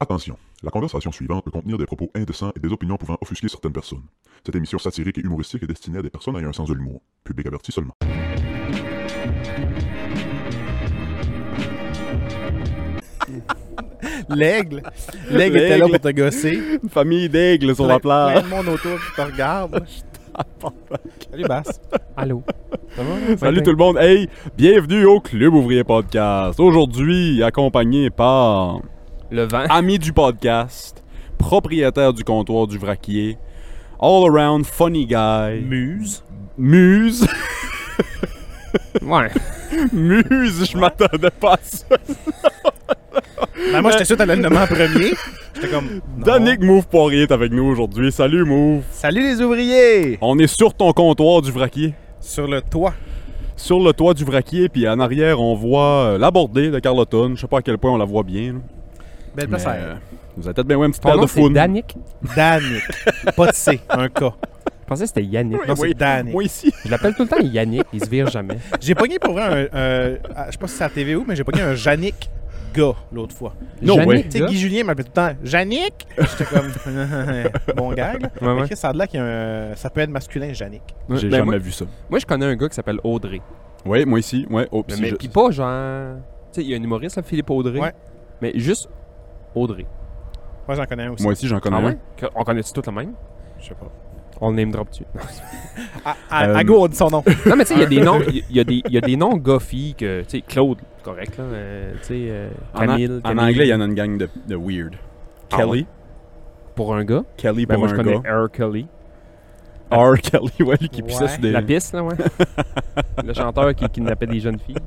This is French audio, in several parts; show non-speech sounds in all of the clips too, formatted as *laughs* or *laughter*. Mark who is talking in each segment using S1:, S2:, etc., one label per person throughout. S1: Attention, la conversation suivante peut contenir des propos indécents et des opinions pouvant offusquer certaines personnes. Cette émission satirique et humoristique est destinée à des personnes ayant un sens de l'humour. Public averti seulement.
S2: L'aigle. L'aigle était là
S3: L'aigle.
S2: pour te gosser.
S3: Une famille d'aigles sur
S2: Plein-
S3: la
S2: Plein
S3: plage.
S2: de monde autour qui te *laughs* regarde. Salut, Bass.
S4: Allô.
S2: Ça va?
S3: Salut tout le monde. Hey, bienvenue au Club Ouvrier Podcast. Aujourd'hui, accompagné par
S4: Le
S2: *laughs*
S4: vent.
S3: ami du podcast, propriétaire du comptoir du vraquier, all around funny guy,
S2: Muse. *laughs*
S3: muse,
S4: Ouais.
S3: muse, je m'attendais pas à ça.
S2: Ben, moi, j'étais sûr que t'allais le nommer en premier. J'étais comme. non.
S3: Danick Move Poirier est avec nous aujourd'hui. Salut Move.
S2: Salut, les ouvriers.
S3: On est sur ton comptoir du vraquier.
S2: Sur le toit.
S3: Sur le toit du vraquier, puis en arrière, on voit euh, la bordée de Carleton. Je sais pas à quel point on la voit bien. là.
S2: Belle
S3: Mais,
S2: passage.
S3: euh, vous avez peut-être bien ouais, une petite
S4: Ton
S3: paire
S4: nom,
S3: de
S4: c'est
S3: founes.
S4: Danick.
S2: Danick. Pas de C, un K.
S4: Je pensais que c'était Yannick.
S2: Non, c'est Danick.
S3: Moi
S4: *laughs*
S3: ici.
S4: Je l'appelle tout le temps Yannick. Il se vire
S3: *laughs*
S4: jamais.
S2: J'ai pogné pour vrai un. euh, ah, je sais pas si c'est à la TV ou, mais j'ai pogné un Yannick gars l'autre fois.
S3: No way.
S4: Yannick,
S2: Tu sais, Guy Julien m'appelait tout le temps Yannick. J'étais *laughs* comme. bon gag. là.
S4: Ouais, ouais.
S2: Mais Chris, ça a de là qu'il y a un. Ça peut être masculin, Yannick.
S3: J'ai
S4: Ben,
S3: jamais
S4: moi-
S3: vu ça.
S4: Moi, je connais un gars qui s'appelle Audrey.
S3: Oui, moi ici. Ouais. Oh,
S4: Mais,
S3: si
S4: mais
S3: je-
S4: pis pas genre. Tu sais, il y a un humoriste, là, Philippe Audrey.
S2: Ouais.
S4: Mais juste Audrey.
S2: Moi, j'en connais un aussi.
S3: Moi aussi, j'en connais
S4: Ah
S3: un.
S4: ouais? Que- On connaît-tu tout le même?
S2: Je sais pas.
S4: On le name drop dessus.
S2: À, à,
S3: Euh,
S2: à go, on dit son nom.
S4: *laughs* Non, mais tu sais, il y a *laughs* des noms, il y a des, il y a des noms gars-filles que, tu sais, Claude, c'est correct, là. euh, tu sais, euh,
S3: En an-
S4: Camille,
S3: en,
S4: Camille.
S3: anglais, il y en a une gang de, de weird.
S4: Ah
S3: Kelly.
S4: ouais. Pour un gars.
S3: Kelly
S4: Ben,
S3: pour
S4: moi, je
S3: un
S4: connais
S3: gars. *laughs*
S4: R. Kelly.
S3: R. Kelly, ouais, lui qui
S2: Ouais.
S3: pissait sur des...
S4: La piste, là, ouais.
S3: *laughs*
S4: le chanteur qui kidnappait des jeunes filles.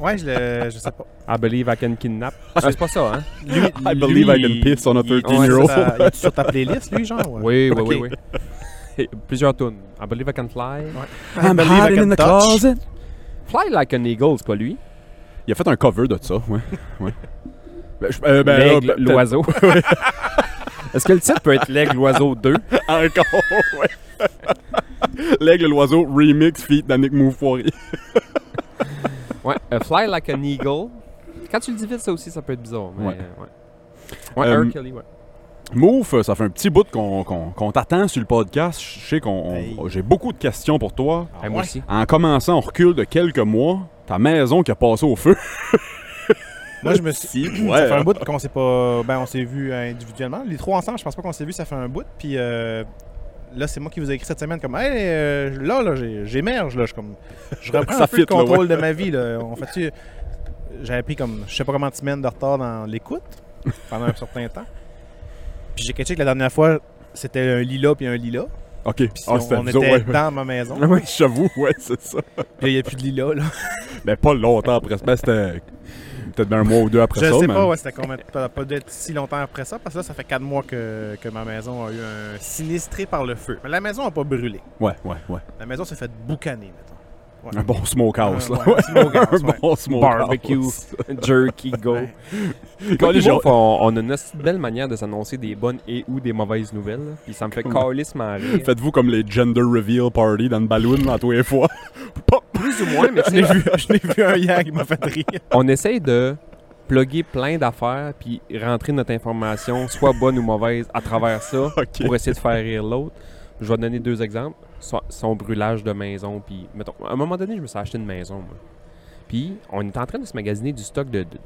S2: Ouais, je le. Je sais pas.
S4: I believe I can kidnap. Ah, c'est pas ça, hein?
S3: *laughs* I believe I can piss on a
S4: il-
S3: 13
S4: ouais,
S3: year
S2: Sur
S3: old.
S2: ta- il est sur ta playlist, lui, genre ouais.
S4: Oui, oui,
S2: Ok. *laughs*
S4: oui, oui. Et Plusieurs tunes. I believe I can fly.
S2: I believe I can touch.
S4: Fly like an eagle, c'est pas lui.
S3: Il a fait un cover de ça, ouais. ouais. Ben, je- euh, ben,
S4: L'aigle,
S3: là, ben,
S4: l'oiseau. *laughs* Est-ce que le titre peut être L'aigle, l'oiseau 2?
S3: peut-être Encore, ouais. L'aigle, l'oiseau, remix, feat, Danick Move Poirier.
S4: Ouais, euh, Fly like an eagle. Quand tu le dis vite, ça aussi, ça peut être bizarre. Mais, euh,
S3: Ouais.
S4: ouais. Ouais,
S3: Euh,
S4: R. Kelly, ouais.
S3: Mouf, ça fait un petit bout qu'on qu'on- qu'on t'attend sur le podcast. Je sais qu'on, on-
S2: Hey.
S3: j'ai beaucoup de questions pour toi.
S2: Ah
S4: Ah, moi
S2: ouais?
S4: aussi.
S3: En commençant, on recule de quelques mois. Ta maison qui a passé au feu. *laughs*
S2: Moi, je me suis. *clears throat*
S3: ouais.
S2: Ça fait un bout qu'on s'est pas. Ben, on s'est vu euh, individuellement. Les trois ensemble, je pense pas qu'on s'est vu, ça fait un bout. Puis euh, là, c'est moi qui vous ai écrit cette semaine comme. Hey, euh, là, là, j'ai- j'émerge, là. Je, suis comme,
S3: *laughs*
S2: je reprends
S3: Ça
S2: un peu le
S3: fit, là, ouais.
S2: contrôle de ma vie, là. On fait tu. J'avais pris comme. Je sais pas combien de semaines de retard dans l'écoute pendant un certain temps. Puis j'ai catché que la dernière fois, c'était un lila puis un lila.
S3: Ok,
S2: Puis
S3: ah,
S2: on,
S3: c'était
S2: on
S3: vous
S2: était
S3: autres, ouais.
S2: dans ma maison.
S3: *laughs* Ouais, j'avoue, ouais, c'est ça.
S2: Puis il n'y a plus de lila, là.
S3: Mais pas longtemps après. Ben, c'était peut-être bien un mois ou deux après
S2: Je
S3: ça.
S2: sais
S3: mais-
S2: pas, ouais, c'était combien de- pas, pas d'être si longtemps après ça, parce que là, ça fait 4 mois que, que ma maison a eu un sinistré par le feu. Mais la maison a pas brûlé.
S3: ouais, ouais, ouais.
S2: La maison s'est faite boucaner, mettons. Ouais.
S3: Un bon smokehouse,
S2: Ouais,
S3: là.
S2: ouais,
S3: *laughs* Ouais,
S2: un smokehouse,
S3: un bon smokehouse. *laughs*
S4: Barbecue, jerky, go.
S2: Ouais.
S3: Quand les gens-
S4: on, on a une aussi belle manière de s'annoncer des bonnes et ou des mauvaises nouvelles. là. Puis ça me fait calissement rire.
S3: *laughs* Faites-vous comme les gender reveal party dans le ballon, là, tous les fois. *laughs* Pop!
S4: plus ou moins, mais tu
S2: Je
S4: sais,
S2: l'ai vu, je l'ai vu un hier qui m'a fait rire.
S4: on essaye de plugger plein d'affaires puis rentrer notre information, soit bonne ou mauvaise, à travers ça
S3: Ok.
S4: pour essayer de faire rire l'autre. Je vais donner deux exemples. So- son brûlage de maison, puis mettons, à un moment donné, je me suis acheté une maison, moi. Puis on est en train de se magasiner du stock de, de,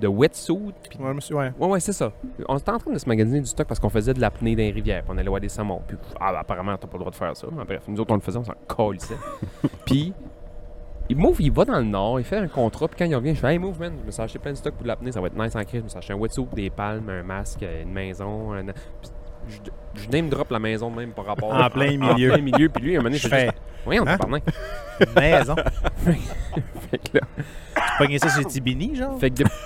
S4: de wetsuit, puis
S2: Ouais, monsieur, ouais.
S4: Ouais, ouais, c'est ça. On était en train de se magasiner du stock parce qu'on faisait de l'apnée dans les rivières. puis On allait voir des saumons. Puis, ah, bah, apparemment, t'as pas le droit de faire ça. Mais bref, nous autres, on le faisait, on s'en
S2: *laughs*
S4: colissait. puis, il move, il va dans le nord, il fait un contrat. Puis quand il revient, je fais Hey, move, man, je me suis acheté plein de stock pour de l'apnée, ça va être nice en crise. Je me suis acheté un wetsuit, des palmes, un masque, une maison. Un... Puis, je, je name drop la maison même par rapport
S2: En plein milieu.
S4: En plein milieu. Puis lui, à un moment donné,
S2: Je
S4: je
S2: fais
S4: fais Oui, on
S2: Hein? *laughs* maison.
S4: Fait que là,
S2: Pogné ça chez Tibini, genre.
S4: Fait que, de- *laughs*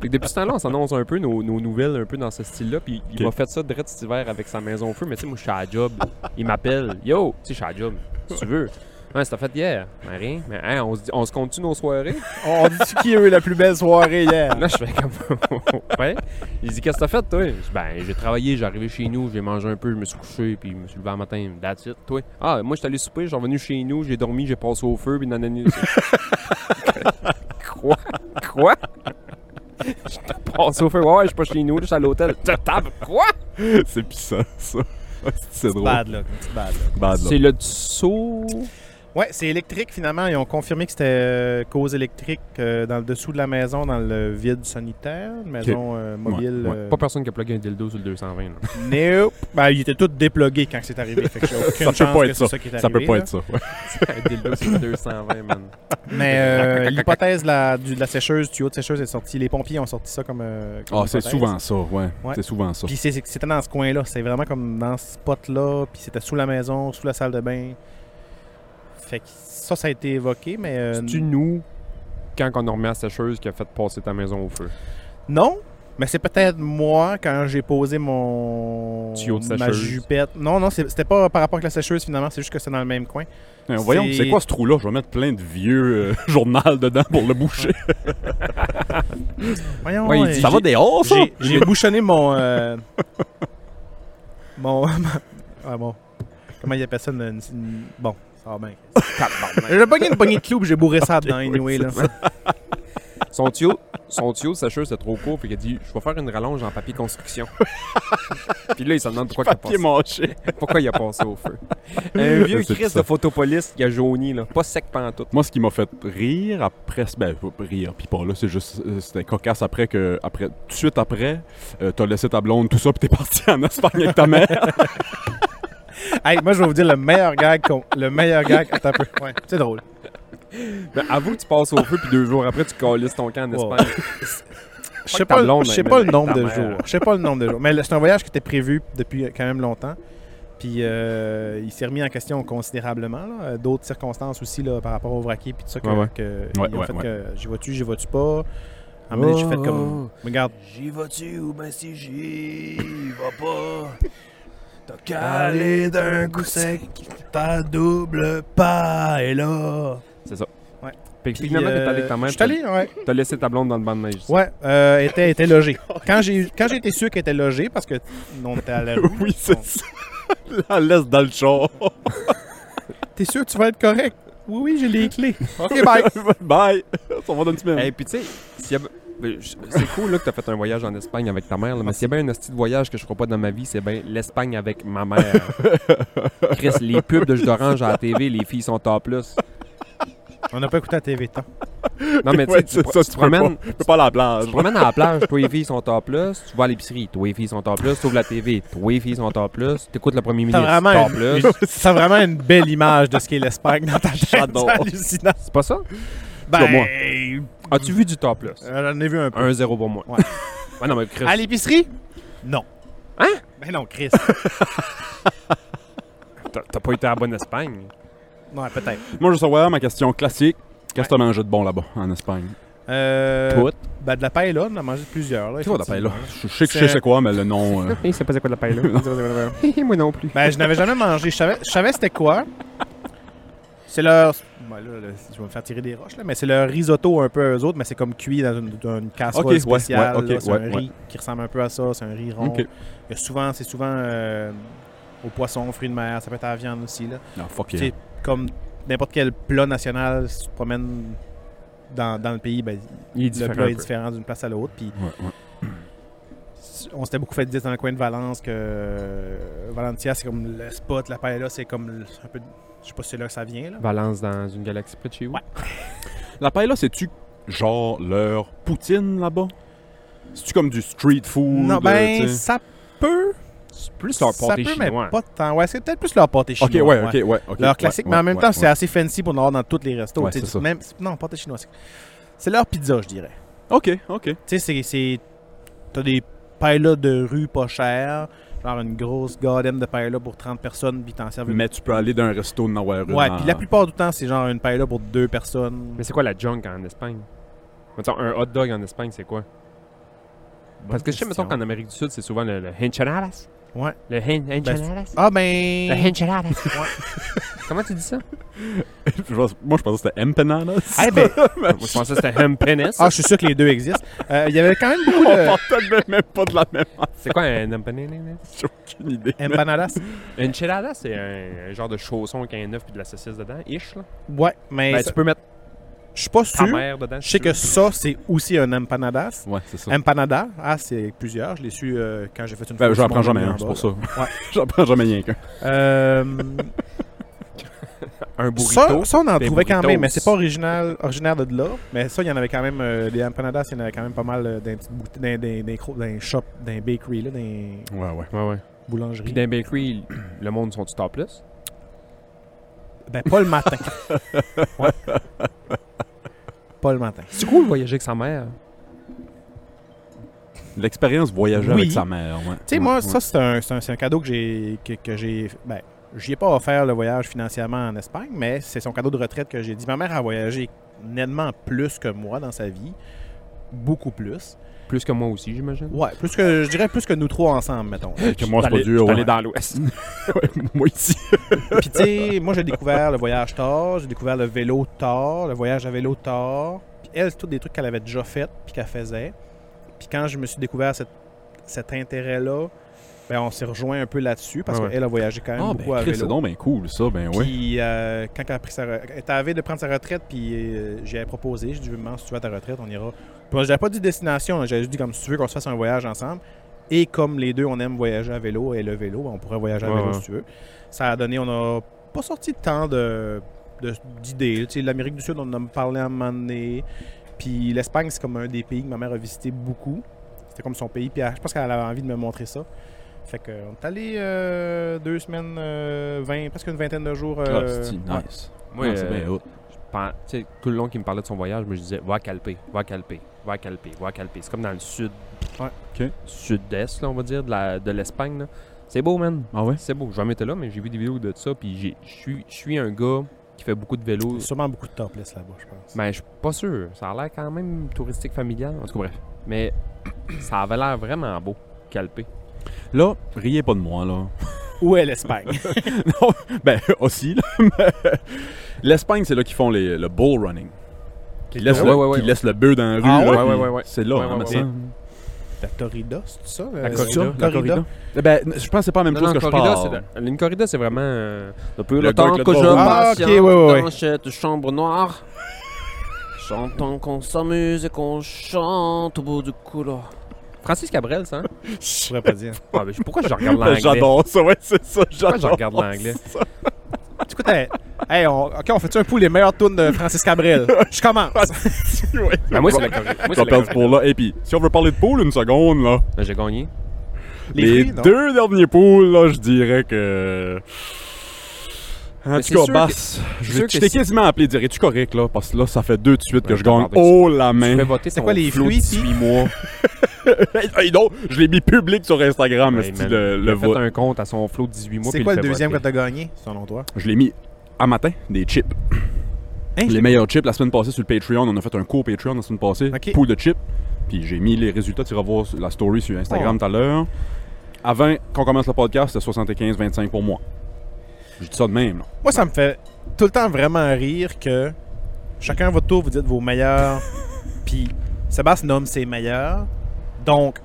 S4: Fait que depuis ce temps-là, on s'annonce un peu nos, nos nouvelles un peu dans ce style-là. Puis
S3: Ok.
S4: il m'a fait ça direct cet hiver avec sa maison au feu. Mais tu sais, moi, je suis à la job. Il m'appelle. Yo, tu sais, je suis à la job. Si tu veux. Ouais, c'était fait hier. Mais rien. Mais hein, on se dit- on se compte nos soirées.
S2: On on dit qui a eu la plus belle soirée hier.
S4: Là, je fais comme. *laughs* ouais. Il dit, qu'est-ce que t'as fait, toi? Je dis, ben, j'ai travaillé, j'ai arrivé chez nous, j'ai mangé un peu, je me suis couché, puis je me suis levé le matin. That's it, toi. Ah, moi, je suis allé souper, je suis revenu chez nous, j'ai dormi, j'ai *laughs* passé au feu, puis nanani. Quoi? Quoi? Passe au feu. Ouais, ouais, je suis pas chez nous, je suis à l'hôtel. Je te tape. Quoi?
S3: *laughs* c'est pissant, ça. *laughs* c'est drôle.
S2: Bad luck, petite bad luck.
S3: Bad, là.
S4: C'est le dessous.
S2: Ouais, c'est électrique finalement. Ils ont confirmé que c'était euh, cause électrique euh, dans le dessous de la maison, dans le vide sanitaire, une maison euh, mobile.
S3: ouais.
S2: euh,
S4: Pas personne qui a plugué un dildo sur le 220. *laughs* là.
S2: Nope. Ben, ils étaient tous déplogués quand c'est arrivé. Fait que
S3: *laughs*
S2: j'ai aucune
S3: Ça peut
S2: chance
S3: pas
S2: que
S3: être
S2: c'est
S3: ça.
S2: qui est
S3: Ça peut
S2: arrivé,
S3: pas
S2: là.
S3: être ça. ouais.
S4: un dildo sur le 220, man.
S3: *laughs*
S2: Mais euh, l'hypothèse de la, du- de la sécheuse, tuyau de sécheuse est sorti. Les pompiers ont sorti ça comme. euh, comme
S3: Ah, c'est
S2: hypothèse.
S3: souvent ça, ouais.
S2: Ouais.
S3: C'est souvent ça.
S2: Puis c'est- c'est- c'était dans ce coin-là. C'est vraiment comme dans ce spot-là. Puis c'était sous la maison, sous la salle de bain. Fait que ça, ça a été évoqué, mais. euh,
S4: C'est-tu nous, quand on a remis la sécheuse, qui a fait passer ta maison au feu?
S2: Non, mais c'est peut-être moi quand j'ai posé mon
S4: Tuyau de
S2: ma
S4: sécheuse.
S2: jupette. Non, non, c'est- c'était pas par rapport avec la sécheuse finalement, c'est juste que c'est dans le même coin.
S3: Eh, voyons,
S2: c'est-
S3: c'est quoi ce trou-là? Je vais mettre plein de vieux euh, *laughs* journaux dedans pour le boucher.
S2: Voyons,
S4: Ouais, il
S2: euh,
S4: dit-
S3: ça va
S4: j'ai-
S3: des hauts, ça?
S2: j'ai- j'ai bouchonné mon euh, *laughs* mon *laughs* ah, bon. Comment il appelle ça une, une- une- bon, ça va bien. J'ai pogné une poignée de clous, puis j'ai bourré ça dedans anyway là.
S4: Son tuyau, son tuyau de sécheuse, c'est trop court, puis il a dit Je vais faire une rallonge en
S2: *laughs*
S4: papier construction. puis là, il se demande pourquoi, qu'il a
S3: Papier
S4: passé,
S3: mâché.
S4: pourquoi il a passé au feu.
S2: *laughs*
S4: Un vieux
S3: C'est
S4: Christ
S3: ça.
S4: de photopolice qui a jauni, là. Pas sec pantoute.
S3: Moi, ce qui m'a fait rire après, ben pas rire, puis pas là, c'est juste, euh, c'était cocasse après que, après, tout de suite après, euh, t'as laissé ta blonde, tout ça, puis t'es *laughs* parti en Espagne avec ta mère.
S2: Hey, moi je vais vous dire le meilleur gag qu'on- le meilleur gag attends un peu. Ouais, c'est drôle.
S4: Ben, avoue que tu passes au feu, puis deux jours après, tu calisses ton camp en
S2: Wow.
S4: Espagne.
S2: Je sais
S4: que ta
S2: pas,
S4: blonde
S2: je sais
S4: aime
S2: pas le nombre
S4: ta
S2: de
S4: mère.
S2: jours. Je sais pas le nombre de jours. Mais le- c'est un voyage qui était prévu depuis euh, quand même longtemps. Puis euh, il s'est remis en question considérablement. là. Euh, D'autres circonstances aussi là, par rapport au vraquier puis tout ça. Que,
S4: Ouais, ouais.
S2: que
S3: Ouais,
S2: ils ont
S3: ouais,
S2: fait
S3: ouais.
S2: que j'y vois-tu, j'y vois-tu pas. À un moment donné, j'ai fait comme. Regarde,
S5: J'y vas-tu ou ben si j'y vas pas?
S2: *laughs*
S5: T'as calé d'un coup sec, ta double pas est là.
S4: C'est ça.
S2: Ouais.
S4: Puis
S2: puis,
S4: finalement, t'es
S2: euh,
S4: allé avec ta mère.
S2: Je suis allé, ouais.
S4: T'as laissé ta blonde dans le banc de neige.
S2: Ouais, euh, était, était logé.
S4: *laughs*
S2: Quand j'ai quand j'ai été sûr qu'elle était logée, parce que on était
S4: *laughs*
S2: à la rue.
S3: oui, c'est
S2: on-
S3: ça. La laisse dans le char.
S2: T'es sûr que tu vas être correct? Oui, oui, j'ai les clés. OK, bye.
S3: Bye. Ça va dans une semaine.
S4: Et puis tu sais, s'il y a- ben, je- c'est cool là, que t'as fait un voyage en Espagne avec ta mère, là, mais s'il y a bien un hostie de voyage que je ferai pas dans ma vie, c'est bien l'Espagne avec ma mère. Chris, les pubs de jus d'orange à la TV, les filles sont en plus.
S2: On n'a pas écouté la TV tant.
S4: Non, mais tu sais,
S3: Ouais,
S4: tu,
S3: c'est
S4: pro-
S3: ça,
S4: tu
S3: tu
S4: te
S3: peux
S4: promènes,
S3: Tu peux pas à la plage.
S4: tu te promènes à la plage, toi les filles sont en plus, tu vas à l'épicerie, toi les filles sont en plus, t'ouvres la TV, toi les filles sont en plus, t'écoutes le premier
S2: T'as
S4: ministre,
S2: vraiment,
S4: en
S2: une, *laughs*
S4: plus.
S2: t'as vraiment une belle image de ce qu'est l'Espagne dans ta tête.
S3: J'adore.
S2: C'est hallucinant.
S4: C'est pas ça?
S2: Ben,
S3: moi.
S4: As-tu vu du top plus?
S2: euh, j'en ai vu un peu.
S4: Un zéro pour moi.
S2: Ouais.
S4: Ouais, non, mais Chris,
S2: À l'épicerie? Non.
S4: Hein?
S2: Ben non, *laughs* Chris.
S4: t'as t'as pas été à la bonne Espagne.
S2: ouais, peut-être.
S3: Moi, je veux savoir ma question classique. Qu'est-ce que t'as mangé de bon là-bas, en Espagne?
S2: Euh,
S3: Tout.
S2: Ben, de la paille là, on en a mangé plusieurs. Là,
S3: Tu vois, la paille, là. Je je sais que je sais
S2: C'est-
S3: c'est quoi, mais le
S2: *laughs*
S3: nom. euh,
S4: Il sait pas c'est quoi
S3: *laughs*
S4: la paille là. moi non plus.
S2: Ben, je n'avais jamais mangé. Je savais, je savais c'était quoi. C'est leur. ben là, là, je vais me faire tirer des roches, là, mais c'est leur risotto un peu eux autres, mais c'est comme cuit dans une, dans une casserole
S3: Ok, ouais,
S2: spéciale.
S3: ouais, ok,
S2: là. c'est
S3: ouais,
S2: un riz qui ressemble un peu à ça, c'est un riz rond.
S3: Ok.
S2: Il y a souvent, c'est souvent euh, au poisson, aux fruits de mer, ça peut être à la viande aussi. Là.
S3: Non, Ah, fuck
S2: Tu sais,
S3: yeah.
S2: comme n'importe quel plat national, si tu te promènes dans, dans le pays, ben,
S4: Il est
S2: le
S4: différent.
S2: plat
S4: un
S2: est
S4: peu.
S2: différent d'une place à l'autre. Puis
S3: Ouais, ouais.
S2: on s'était beaucoup fait dire dans le coin de Valence que euh, Valentia, c'est comme le spot, la paella, c'est comme le- un peu. Je sais pas si c'est là que ça vient. Là.
S4: Valence dans une galaxie près de chez vous.
S2: Ouais.
S3: La paella, c'est-tu genre leur poutine là-bas? C'est-tu comme du street food?
S2: non,
S3: euh,
S2: ben,
S3: tu sais?
S2: ça peut.
S4: C'est plus leur
S2: ça
S4: pâté
S2: peut, mais
S4: chinois.
S2: pas tant. Ouais, c'est peut-être plus leur pâté
S3: Ok,
S2: chinois.
S3: ouais,
S2: ouais.
S3: ok, ouais. ok, ouais,
S2: leur classique, mais en
S3: ouais,
S2: même
S3: ouais,
S2: temps,
S3: ouais.
S2: c'est assez fancy pour en avoir dans tous les restos.
S3: Ouais,
S2: tu sais,
S3: c'est ça.
S2: Même, non, pâté chinois. c'est- C'est leur pizza, je dirais.
S3: Ok, ok.
S2: Tu sais, c'est- c'est. T'as des paellas de rue pas chères, genre une grosse garden de paella pour 30 personnes, puis t'en serves une.
S3: Mais tu peux aller d'un resto de Nowhere. euh,
S2: Ouais, puis la plupart du temps, c'est genre une paella pour deux personnes.
S4: Mais c'est quoi la junk en Espagne? Mettons, un hot dog en Espagne, c'est quoi? Parce que je sais, mettons qu'en Amérique du Sud, c'est souvent le, le enchiladas.
S2: Ouais.
S4: Le hen- enchiladas.
S2: Ah,
S4: le
S2: ben.
S4: enchiladas. Comment tu dis ça?
S3: Je pense- Moi, je pensais que c'était empanadas.
S2: Eh ben,
S4: *laughs* Moi, je pensais que c'était hempenes.
S2: ah, je suis sûr que les deux existent. Euh, Il y avait quand même beaucoup
S3: *laughs* On
S2: de.
S3: partait de- même pas de la même.
S4: C'est quoi un hempenes?
S3: J'ai aucune idée.
S2: Empanadas.
S4: Enchiladas, c'est un, un genre de chausson avec un œuf et de la saucisse dedans, ish. Là.
S2: Ouais, mais
S4: Ben,
S2: ça-
S4: tu peux mettre
S2: Je suis pas
S4: Ta
S2: sûr.
S4: mère dedans.
S2: Je sais que ça, c'est aussi un empanadas.
S3: Ouais, c'est ça.
S2: Empanada, ah, c'est plusieurs. Je l'ai su euh, quand j'ai fait une
S3: Ben,
S2: photo
S3: j'en
S2: sur mon
S3: prends jamais
S2: mur en
S3: un, c'est
S2: bas,
S3: pour ça.
S2: là.
S3: *laughs* j'en prends jamais rien qu'un.
S2: Euh,
S4: Un
S2: ça,
S4: burrito.
S2: ça, on en
S3: Ben,
S4: des
S2: trouvait quand
S4: burritos.
S2: même, mais c'est pas original, originaire de là. Mais ça, il y en avait quand même, euh, les empanadas, il y en avait quand même pas mal euh, dans les petites boute- dans, dans, dans, les cro- dans les shops, dans les bakeries, là, dans les
S3: Ouais, ouais.
S4: Ouais, ouais. Puis
S2: boulangeries.
S4: dans les bakeries, le monde sont-tu en plus?
S2: Ben, pas le matin.
S3: *laughs*
S2: Ouais. Pas le matin.
S4: C'est cool de voyager avec sa mère.
S3: L'expérience voyager
S2: Oui.
S3: avec sa mère, ouais.
S2: Tu sais,
S3: Ouais,
S2: moi,
S3: ouais.
S2: ça, c'est un, c'est un- c'est un cadeau que j'ai. Que, que j'ai ben, j'y ai pas offert le voyage financièrement en Espagne, mais c'est son cadeau de retraite que j'ai dit. Ma mère a voyagé nettement plus que moi dans sa vie. Beaucoup plus.
S4: Plus que moi aussi, j'imagine.
S2: Ouais, plus que. Je dirais plus que nous trois ensemble,
S3: *laughs*
S2: mettons.
S3: Que moi, c'est pas
S4: J'suis
S3: dur,
S4: allé- j'suis
S3: ouais.
S4: allé dans l'Ouest.
S3: Ouais, *laughs* moi ici.
S2: *laughs* Puis, tu sais, moi, j'ai découvert le voyage tard, j'ai découvert le vélo tard, le voyage à vélo tard. Puis, elle, c'est tous des trucs qu'elle avait déjà fait, puis qu'elle faisait. Puis, quand je me suis découvert cette- cet intérêt-là, ben, on s'est rejoint un peu là-dessus parce
S4: Ouais, ouais.
S2: qu'elle a voyagé quand même
S3: Ah,
S2: beaucoup
S3: ben,
S2: à
S3: Chris,
S2: vélo.
S3: c'est donc ben cool, ça, ben ouais.
S2: Puis euh, quand elle a pris sa re- elle était à la veille de prendre sa retraite, puis euh, j'y avais proposé, j'ai dit, maman, si tu vas à ta retraite, on ira. Puis j'avais pas dit destination, hein, j'avais juste dit comme si tu veux qu'on se fasse un voyage ensemble. Et comme les deux, on aime voyager à vélo et le vélo, ben, on pourrait voyager à
S4: Ouais,
S2: vélo
S4: ouais.
S2: si tu veux. Ça a donné, on n'a pas sorti tant de de- d'idées. Tu sais, L'Amérique du Sud, on en a parlé à un moment donné. Puis l'Espagne, c'est comme un des pays que ma mère a visité beaucoup. C'était comme son pays. Puis elle- je pense qu'elle avait envie de me montrer ça. Fait que, on est allé euh, deux semaines, euh, vingt- presque une vingtaine de jours.
S3: Ah,
S2: euh,
S3: c'est
S2: ouais.
S3: nice.
S4: Moi,
S3: Ah, c'est
S4: euh,
S3: bien hot.
S4: pen- tu sais, tout le long qu'il me parlait de son voyage, moi je disais va à Calpe, va à Calpe, va à Calpe, va à Calpe. C'est comme dans le sud,
S2: Ouais.
S3: Ok.
S4: sud-est, là, on va dire, de la- de l'Espagne. là. c'est beau, man.
S3: Ah ouais?
S4: C'est beau. J'ai jamais été là, mais j'ai vu des vidéos de ça. Puis j'ai- je suis- je suis un gars qui fait beaucoup de vélo.
S2: Il y a sûrement beaucoup de topless là-bas, je pense.
S4: Mais je suis pas sûr. Ça a l'air quand même touristique familial. En tout cas, bref. Mais *clears throat* ça avait l'air vraiment beau, Calpe.
S3: Là, riez pas de moi, là. *laughs*
S2: Où est l'Espagne?
S3: Non, ben aussi, là. *laughs* mais- L'Espagne, c'est là qu'ils font les- le bull running. Qui laissent,
S4: Ouais,
S3: le,
S4: ouais, ouais.
S3: qu'ils laissent le bœuf dans la rue.
S2: Ah
S3: là,
S4: ouais,
S3: puis
S4: ouais, ouais, ouais.
S3: C'est là,
S4: Ouais,
S3: hein,
S4: ouais,
S3: mais
S4: ouais,
S3: ça-
S2: *laughs* la Torrida, c'est ça?
S4: La
S2: euh,
S4: corrida,
S2: ça?
S4: la
S2: corrida.
S3: Eh Ben, je pense que c'est pas la même
S4: Non,
S3: chose
S4: non,
S3: que
S4: corrida,
S3: je parle.
S4: c'est de- Une corrida, c'est vraiment. euh, depuis
S3: Le
S4: le,
S3: gars
S4: temps
S3: avec le
S4: que je
S3: drone.
S2: Ah,
S4: patiente
S2: ok, ouais, ouais,
S4: dans cette chambre noire, j'entends qu'on s'amuse et qu'on chante au bout du couloir. Francis Cabrel, ça? hein?
S2: Je pourrais pas dire.
S4: Ah, mais pourquoi je
S3: *laughs*
S4: regarde
S3: Ben,
S4: l'anglais?
S3: J'adore ça, ouais, c'est ça.
S4: Pourquoi je
S3: J'adore.
S4: regarde l'anglais?
S2: Tu écoutes, hey, on, OK, on fait-tu un coup les meilleurs tunes de Francis Cabrel? Je commence!
S3: Ouais.
S4: Ben, moi, c'est la corrida. Moi,
S3: Je
S4: c'est
S3: vais
S4: la
S3: perdre ce
S4: corrida.
S3: pool-là. Et puis, si on veut parler de pool une seconde, là,
S4: Ben, J'ai gagné.
S2: Les
S3: les,
S2: prix, non?
S3: deux derniers pools, là, je dirais que. En
S4: Mais
S3: tout
S4: c'est
S3: cas,
S4: sûr
S3: Bass,
S4: c'est
S3: je,
S4: sûr
S3: vais-
S4: que
S3: je t'ai
S4: si-
S3: quasiment appelé, dirais-tu correct, là, parce que là, ça fait deux de suite que
S4: Ouais,
S3: je
S4: je t'en
S3: gagne
S4: parle
S3: haut la
S4: Tu fais
S3: main.
S4: voter
S2: C'est quoi les fruits ici?
S4: mois.
S3: *laughs* Hey, non, je l'ai mis public sur Instagram,
S4: Hey,
S3: esti,
S4: man,
S3: le,
S4: Il
S3: le
S4: a fait
S3: vote.
S4: un compte à son flot de 18 mois.
S2: C'est
S4: puis
S2: quoi
S4: il
S2: le
S4: fait
S2: deuxième que
S4: voter.
S2: t'as gagné, selon toi?
S3: Je l'ai mis à matin, des chips.
S2: Hein?
S3: Les meilleurs chips, la semaine passée sur le Patreon, on a fait un cours Patreon la semaine passée,
S2: Ok.
S3: pool de chips. Puis j'ai mis les résultats, tu iras voir sur la story sur Instagram tout à l'heure. Avant qu'on commence le podcast, c'était 75-25 pour moi. Je dis ça de *laughs* même, là.
S2: Moi, ça me fait tout le temps vraiment rire que chacun à votre tour, vous dites vos
S3: *laughs*
S2: meilleurs. Puis Sébastien nomme ses meilleurs. Donc,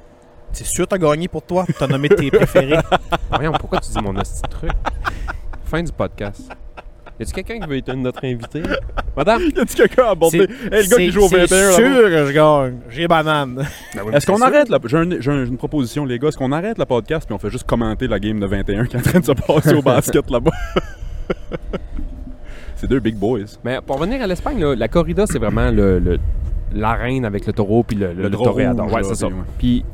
S2: c'est sûr que t'as gagné pour toi. T'as nommé tes préférés.
S4: Voyons, pourquoi tu dis mon hostie de truc? Fin du podcast. Y a-tu quelqu'un qui veut être notre invité? Madame?
S3: Y a-tu quelqu'un à aborder? *laughs* Hey, le gars
S2: C'est-
S3: qui joue au
S2: c'est
S3: 21, là-bas.
S2: sûr que je gagne. J'ai
S3: *laughs*
S2: banane.
S3: Est-ce qu'on arrête la... J'ai un- j'ai un- une proposition, les gars. Est-ce qu'on arrête le podcast puis on fait juste commenter la game de 21 qui est en train de se passer au basket là-bas? *laughs* C'est deux big boys.
S4: Mais Ben, pour revenir à l'Espagne, là, la corrida, c'est vraiment le, le- l'arène avec le taureau puis le, le,
S3: Le
S4: le
S3: drap
S4: toréador.
S3: rouge,
S4: Ouais,
S3: là,
S4: c'est ça.
S3: puis, ouais.
S4: Puis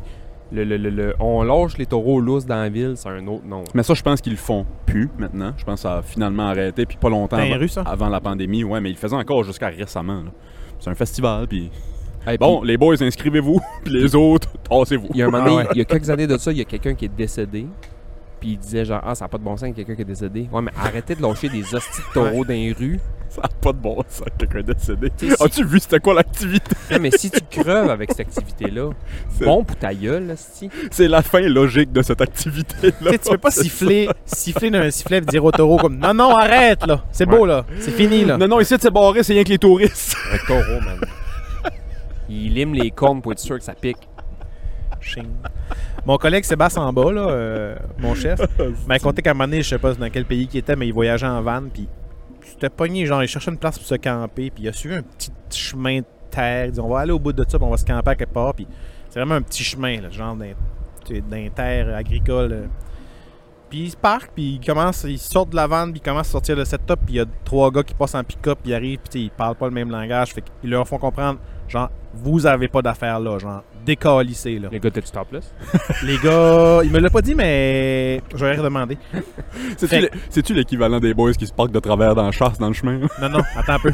S4: le, le- le- le- on lâche les taureaux lousses dans la ville, c'est un autre nom.
S3: Mais ça, je pense qu'ils le font plus maintenant. Je pense que ça a finalement arrêté, puis pas longtemps
S2: Dans les
S3: avant,
S2: rues, ça?
S3: avant la pandémie. Ouais, mais ils le faisaient encore jusqu'à récemment. là. C'est un festival, puis...
S4: Hey,
S3: Bon,
S4: puis,
S3: les boys, inscrivez-vous, *laughs* puis les autres, tassez-vous.
S4: il y a un moment
S2: Ah
S4: donné,
S2: ouais.
S4: il y a quelques années de ça, il y a quelqu'un qui est décédé. Puis il disait genre, ah, ça n'a pas de bon sens, il y a quelqu'un qui est décédé. Ouais, mais arrêtez de lâcher des hosties de taureaux dans les rues.
S3: *laughs* Ça n'a pas de bon sens, quelqu'un décédé.
S4: T'sais, si-
S3: As-tu vu c'était quoi l'activité? *laughs*
S4: Non, mais si tu creves avec cette activité-là,
S3: C'est-
S4: bon pour ta gueule, hostie.
S3: C'est la fin logique de cette
S2: Tu
S3: activité-là.
S2: sais, tu peux pas siffler, siffler d'un sifflet et dire au taureau comme non, non, arrête là. C'est beau là. C'est fini là.
S3: Non, non, ici, c'est barré, c'est rien que les touristes. *laughs*
S4: Un taureau, man. Il lime les cornes pour être sûr que ça pique.
S2: Ching. Mon collègue Sébastien en bas, là, euh, mon chef, m'a raconté qu'à un moment donné, je sais pas dans quel pays qu'il était, mais il voyageait en van, puis s'était pogné, genre, il cherchait une place pour se camper, puis il a suivi un petit chemin de terre. Il dit, on va aller au bout de ça, puis on va se camper à quelque part. Puis c'est vraiment un petit chemin, là, genre d'un- tu sais, d'un terre agricole. euh. Puis il se parque, puis il commence, il sort de la vanne, puis il commence à sortir le setup, puis il y a trois gars qui passent en pick-up, puis ils arrivent, puis tu sais, ils parlent pas le même langage. Fait qu'ils leur font comprendre, genre, vous avez pas d'affaires là, genre, décalissez, là.
S4: Les gars, t'es-tu topless?
S2: Les gars, il me l'a pas dit, mais je vais redemander.
S3: C'est-tu
S2: Fait-
S3: le- C'est-tu l'équivalent des boys qui se parquent de travers dans la chasse dans le chemin?
S2: Non, non, attends un peu.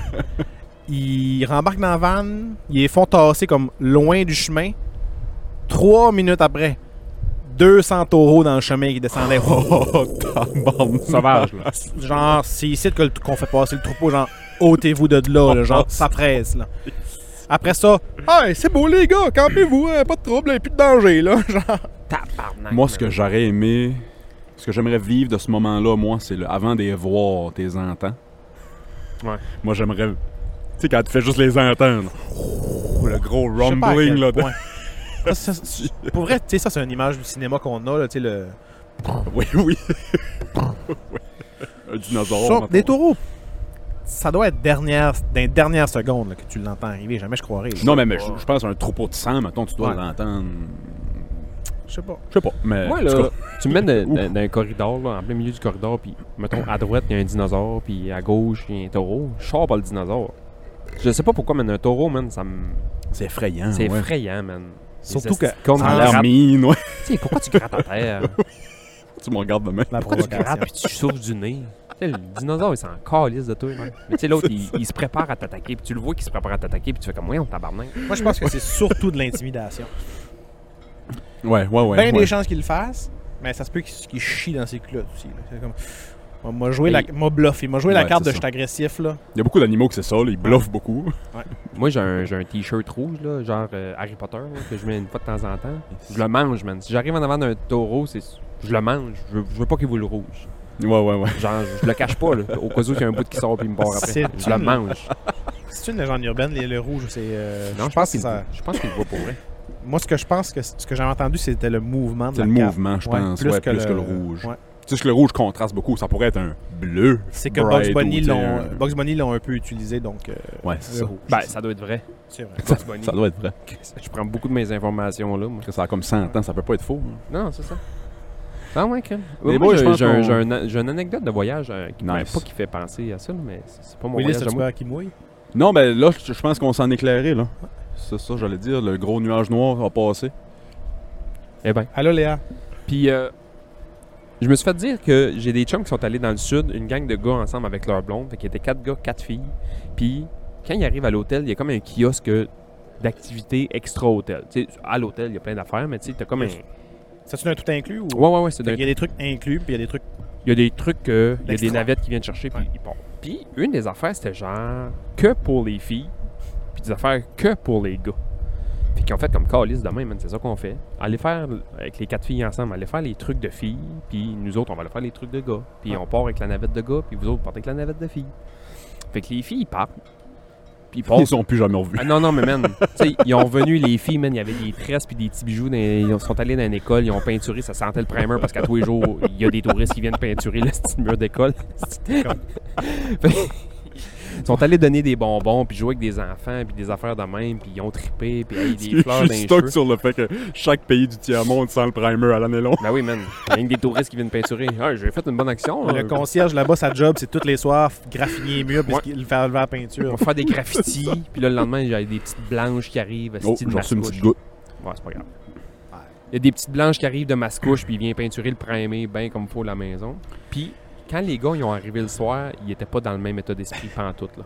S2: Ils rembarquent dans la vanne, ils les font tasser comme loin du chemin. Trois minutes après, 200 taureaux dans le chemin qui descendaient.
S3: Oh, tabarnak.
S4: Sauvage, là.
S2: genre, c'est ici que le- qu'on fait passer le troupeau, genre, ôtez-vous de là, là,
S3: *laughs*
S2: genre, ça presse, là. Après ça, ah, hey, c'est beau les gars, campez-vous, hein, pas de trouble, hein, plus de danger, là. Genre,
S4: Tabarnak.
S3: Moi, ce que j'aurais aimé, ce que j'aimerais vivre de ce moment-là, moi, c'est le avant de les voir, tes entends.
S4: Ouais.
S3: Moi, j'aimerais. Tu sais, quand tu fais juste les entendre. Oh, le gros
S2: je sais pas à quel
S3: rumbling, là. de- *laughs*
S2: point. Ça, ça, pour vrai, tu sais, ça, c'est une image du cinéma qu'on a, là, tu sais, le.
S3: Oui, oui. *laughs* Un dinosaure.
S2: Sont
S3: mettons.
S2: des taureaux. Ça doit être dernière, dans dernière seconde que tu l'entends arriver. Jamais je croirais. là.
S3: Non, mais, mais je je pense à un troupeau de sang, mettons, tu dois
S2: Ouais.
S3: l'entendre.
S2: Je sais pas.
S3: Je sais pas, mais.
S4: Moi,
S3: en tout
S4: là,
S3: cas,
S4: tu me mets dans-
S3: Ouh.
S4: dans dans un corridor, là, en plein milieu du corridor, puis mettons, à droite, il y a un dinosaure, puis à gauche, il y a un taureau. Je sors par le dinosaure. Je sais pas pourquoi, mais un taureau, man, ça me.
S3: c'est effrayant.
S4: C'est
S3: Ah ouais.
S4: effrayant, man.
S2: Surtout que-
S4: Comme
S2: ça a
S3: Dans
S2: l'air
S3: l'air mine, ouais. *laughs*
S4: Tu sais, pourquoi tu grattes à terre?
S3: tu me regardes demain.
S2: La
S4: Pourquoi tu
S2: provocation.
S4: grattes puis tu souffles du nez? Tu sais, le dinosaure, il s'en calisse de toi. man. Mais tu sais, l'autre, il, il se prépare à t'attaquer, puis tu le vois qu'il se prépare à t'attaquer, puis tu fais comme, ouais, on tabarnak.
S2: Moi, je pense que c'est surtout de l'intimidation.
S3: Ouais, ouais, ouais.
S2: ben
S3: ouais.
S2: des chances qu'il le fasse, mais ça se peut qu'il qu'il chie dans ses culottes aussi. là. C'est comme. Moi, Moi, jouer la...
S4: Mais-
S2: moi, bluff. Il m'a joué la
S3: Ouais,
S2: carte
S3: c'est
S2: de je suis agressif, là.
S3: Il y a beaucoup d'animaux que c'est ça, là, ils bluffent beaucoup.
S4: Moi, j'ai un, j'ai un t-shirt rouge, là, genre euh, Harry Potter, là, que je mets une fois de temps en temps. Je le mange, man. Si j'arrive en avant d'un taureau, c'est. Je le mange. Je veux, je veux pas qu'il voit le rouge.
S3: Ouais, ouais, ouais.
S4: Genre, je le cache pas, là. Au cas où il y a un bout qui sort puis il me barre après.
S2: C'est
S4: Je le
S2: une-
S4: mange.
S2: C'est une légende urbaine, les- le rouge, c'est. euh,
S4: Non, je pense qu'il
S2: que ça.
S4: je pense qu'il le voit pour vrai.
S2: Moi, ce que je pense que ce que j'ai entendu, c'était le mouvement de
S3: C'est
S2: la
S3: le
S2: carte.
S3: mouvement, je
S2: Ouais,
S3: pense. ouais, plus que le rouge.
S2: ouais.
S3: Tu sais que le rouge contraste beaucoup. Ça pourrait être un bleu.
S2: C'est que
S3: bright
S2: Bugs Bunny
S3: ou, tu sais,
S2: l'ont
S3: un-
S2: Bugs Bunny l'ont un peu utilisé, donc. euh,
S3: Ouais, c'est
S2: le
S3: ça.
S2: rouge.
S4: Ben, ça doit être vrai.
S2: C'est vrai.
S4: Bugs Bunny.
S3: Ça doit être vrai.
S4: Je prends beaucoup de mes informations, là, moi.
S3: Parce que ça a comme 100 ans, ça peut pas être faux. hein.
S4: Non, c'est ça. Ah ouais, crème.
S3: Mais
S4: Ouais,
S3: moi,
S4: moi,
S3: je
S4: j'ai
S3: pense
S4: j'ai un-
S3: qu'on-
S4: j'ai un a- j'ai une anecdote de voyage euh, qui m'a-
S3: Nice.
S4: pas qui fait penser à ça, là, mais c'est c'est pas mon
S2: Willis,
S4: voyage
S2: t'as
S4: à moi.
S2: peur qu'il mouille?
S3: Non, ben là, je je pense qu'on s'en éclairait, là. C'est ça, j'allais dire. Le gros nuage noir a passé.
S4: Eh ben.
S2: Allô, Léa.
S4: Puis, euh, je me suis fait dire que j'ai des chums qui sont allés dans le sud, une gang de gars ensemble avec leur blonde. Fait qu'il y était quatre gars, quatre filles. Puis, quand ils arrivent à l'hôtel, il y a comme un kiosque d'activités extra-hôtel. Tu sais, à l'hôtel, il y a plein d'affaires, mais tu sais, t'as comme un.
S3: Hmm.
S4: Ouais,
S2: C'est-tu un tout inclus ou.
S4: ouais, ouais, c'est d'un-
S2: Il y a des trucs inclus, puis il y a des trucs.
S4: Il y a des trucs, euh, il y a des
S2: L'extra.
S4: navettes qui viennent chercher, puis
S2: Ouais.
S4: ils partent. Puis une des affaires, c'était genre que pour les filles, puis des affaires que pour les gars. Puis qui ont fait comme calice demain, man, c'est ça qu'on fait. Allez faire, avec les quatre filles ensemble, allez faire les trucs de filles, puis nous autres, on va aller faire les trucs de gars. Puis on part avec la navette de gars, puis vous autres, vous partez avec la navette de filles. Fait que les filles, ils partent. Puis ils
S3: Ils ne
S4: passent.
S3: sont plus jamais revus.
S2: *laughs*
S4: Ah non, non, mais man, tu sais, ils ont revenu les filles, man, il y avait des tresses puis des petits bijoux, dans- ils sont allés dans une école, ils ont peinturé, ça sentait le primer parce qu'à tous les jours, il y a des touristes qui viennent peinturer le petit mur d'école. Fait que, ils sont allés donner des bonbons, puis jouer avec des enfants, puis des affaires de même, puis ils ont trippé, puis hey,
S3: Je
S4: des fleurs
S3: suis
S4: dans les
S3: stock
S4: cheveux.
S3: sur le fait que chaque pays du tiers-monde sent le primer à l'année longue.
S4: Ben oui, man, il y a rien que des touristes qui viennent peinturer. Ah, j'ai fait une bonne action.
S2: Le
S4: hein.
S2: concierge là-bas, sa job, c'est tous les soirs graffiner les murs, puis
S4: Ouais.
S2: qu'il- le faire lever à la
S4: On
S2: peinture.
S4: va faire
S3: *laughs*
S4: des graffitis, puis là, le lendemain, il y a des petites blanches qui arrivent.
S3: Oh,
S4: esti de
S3: j'en suis une
S4: mascouche.
S3: petite goutte.
S4: Ouais, c'est pas grave. Il y a des petites blanches qui arrivent de Mascouche, puis il vient peinturer le primé bien comme faut la maison. Puis, quand les gars ils ont arrivé le soir, ils étaient pas dans le même état d'esprit pantoute, là.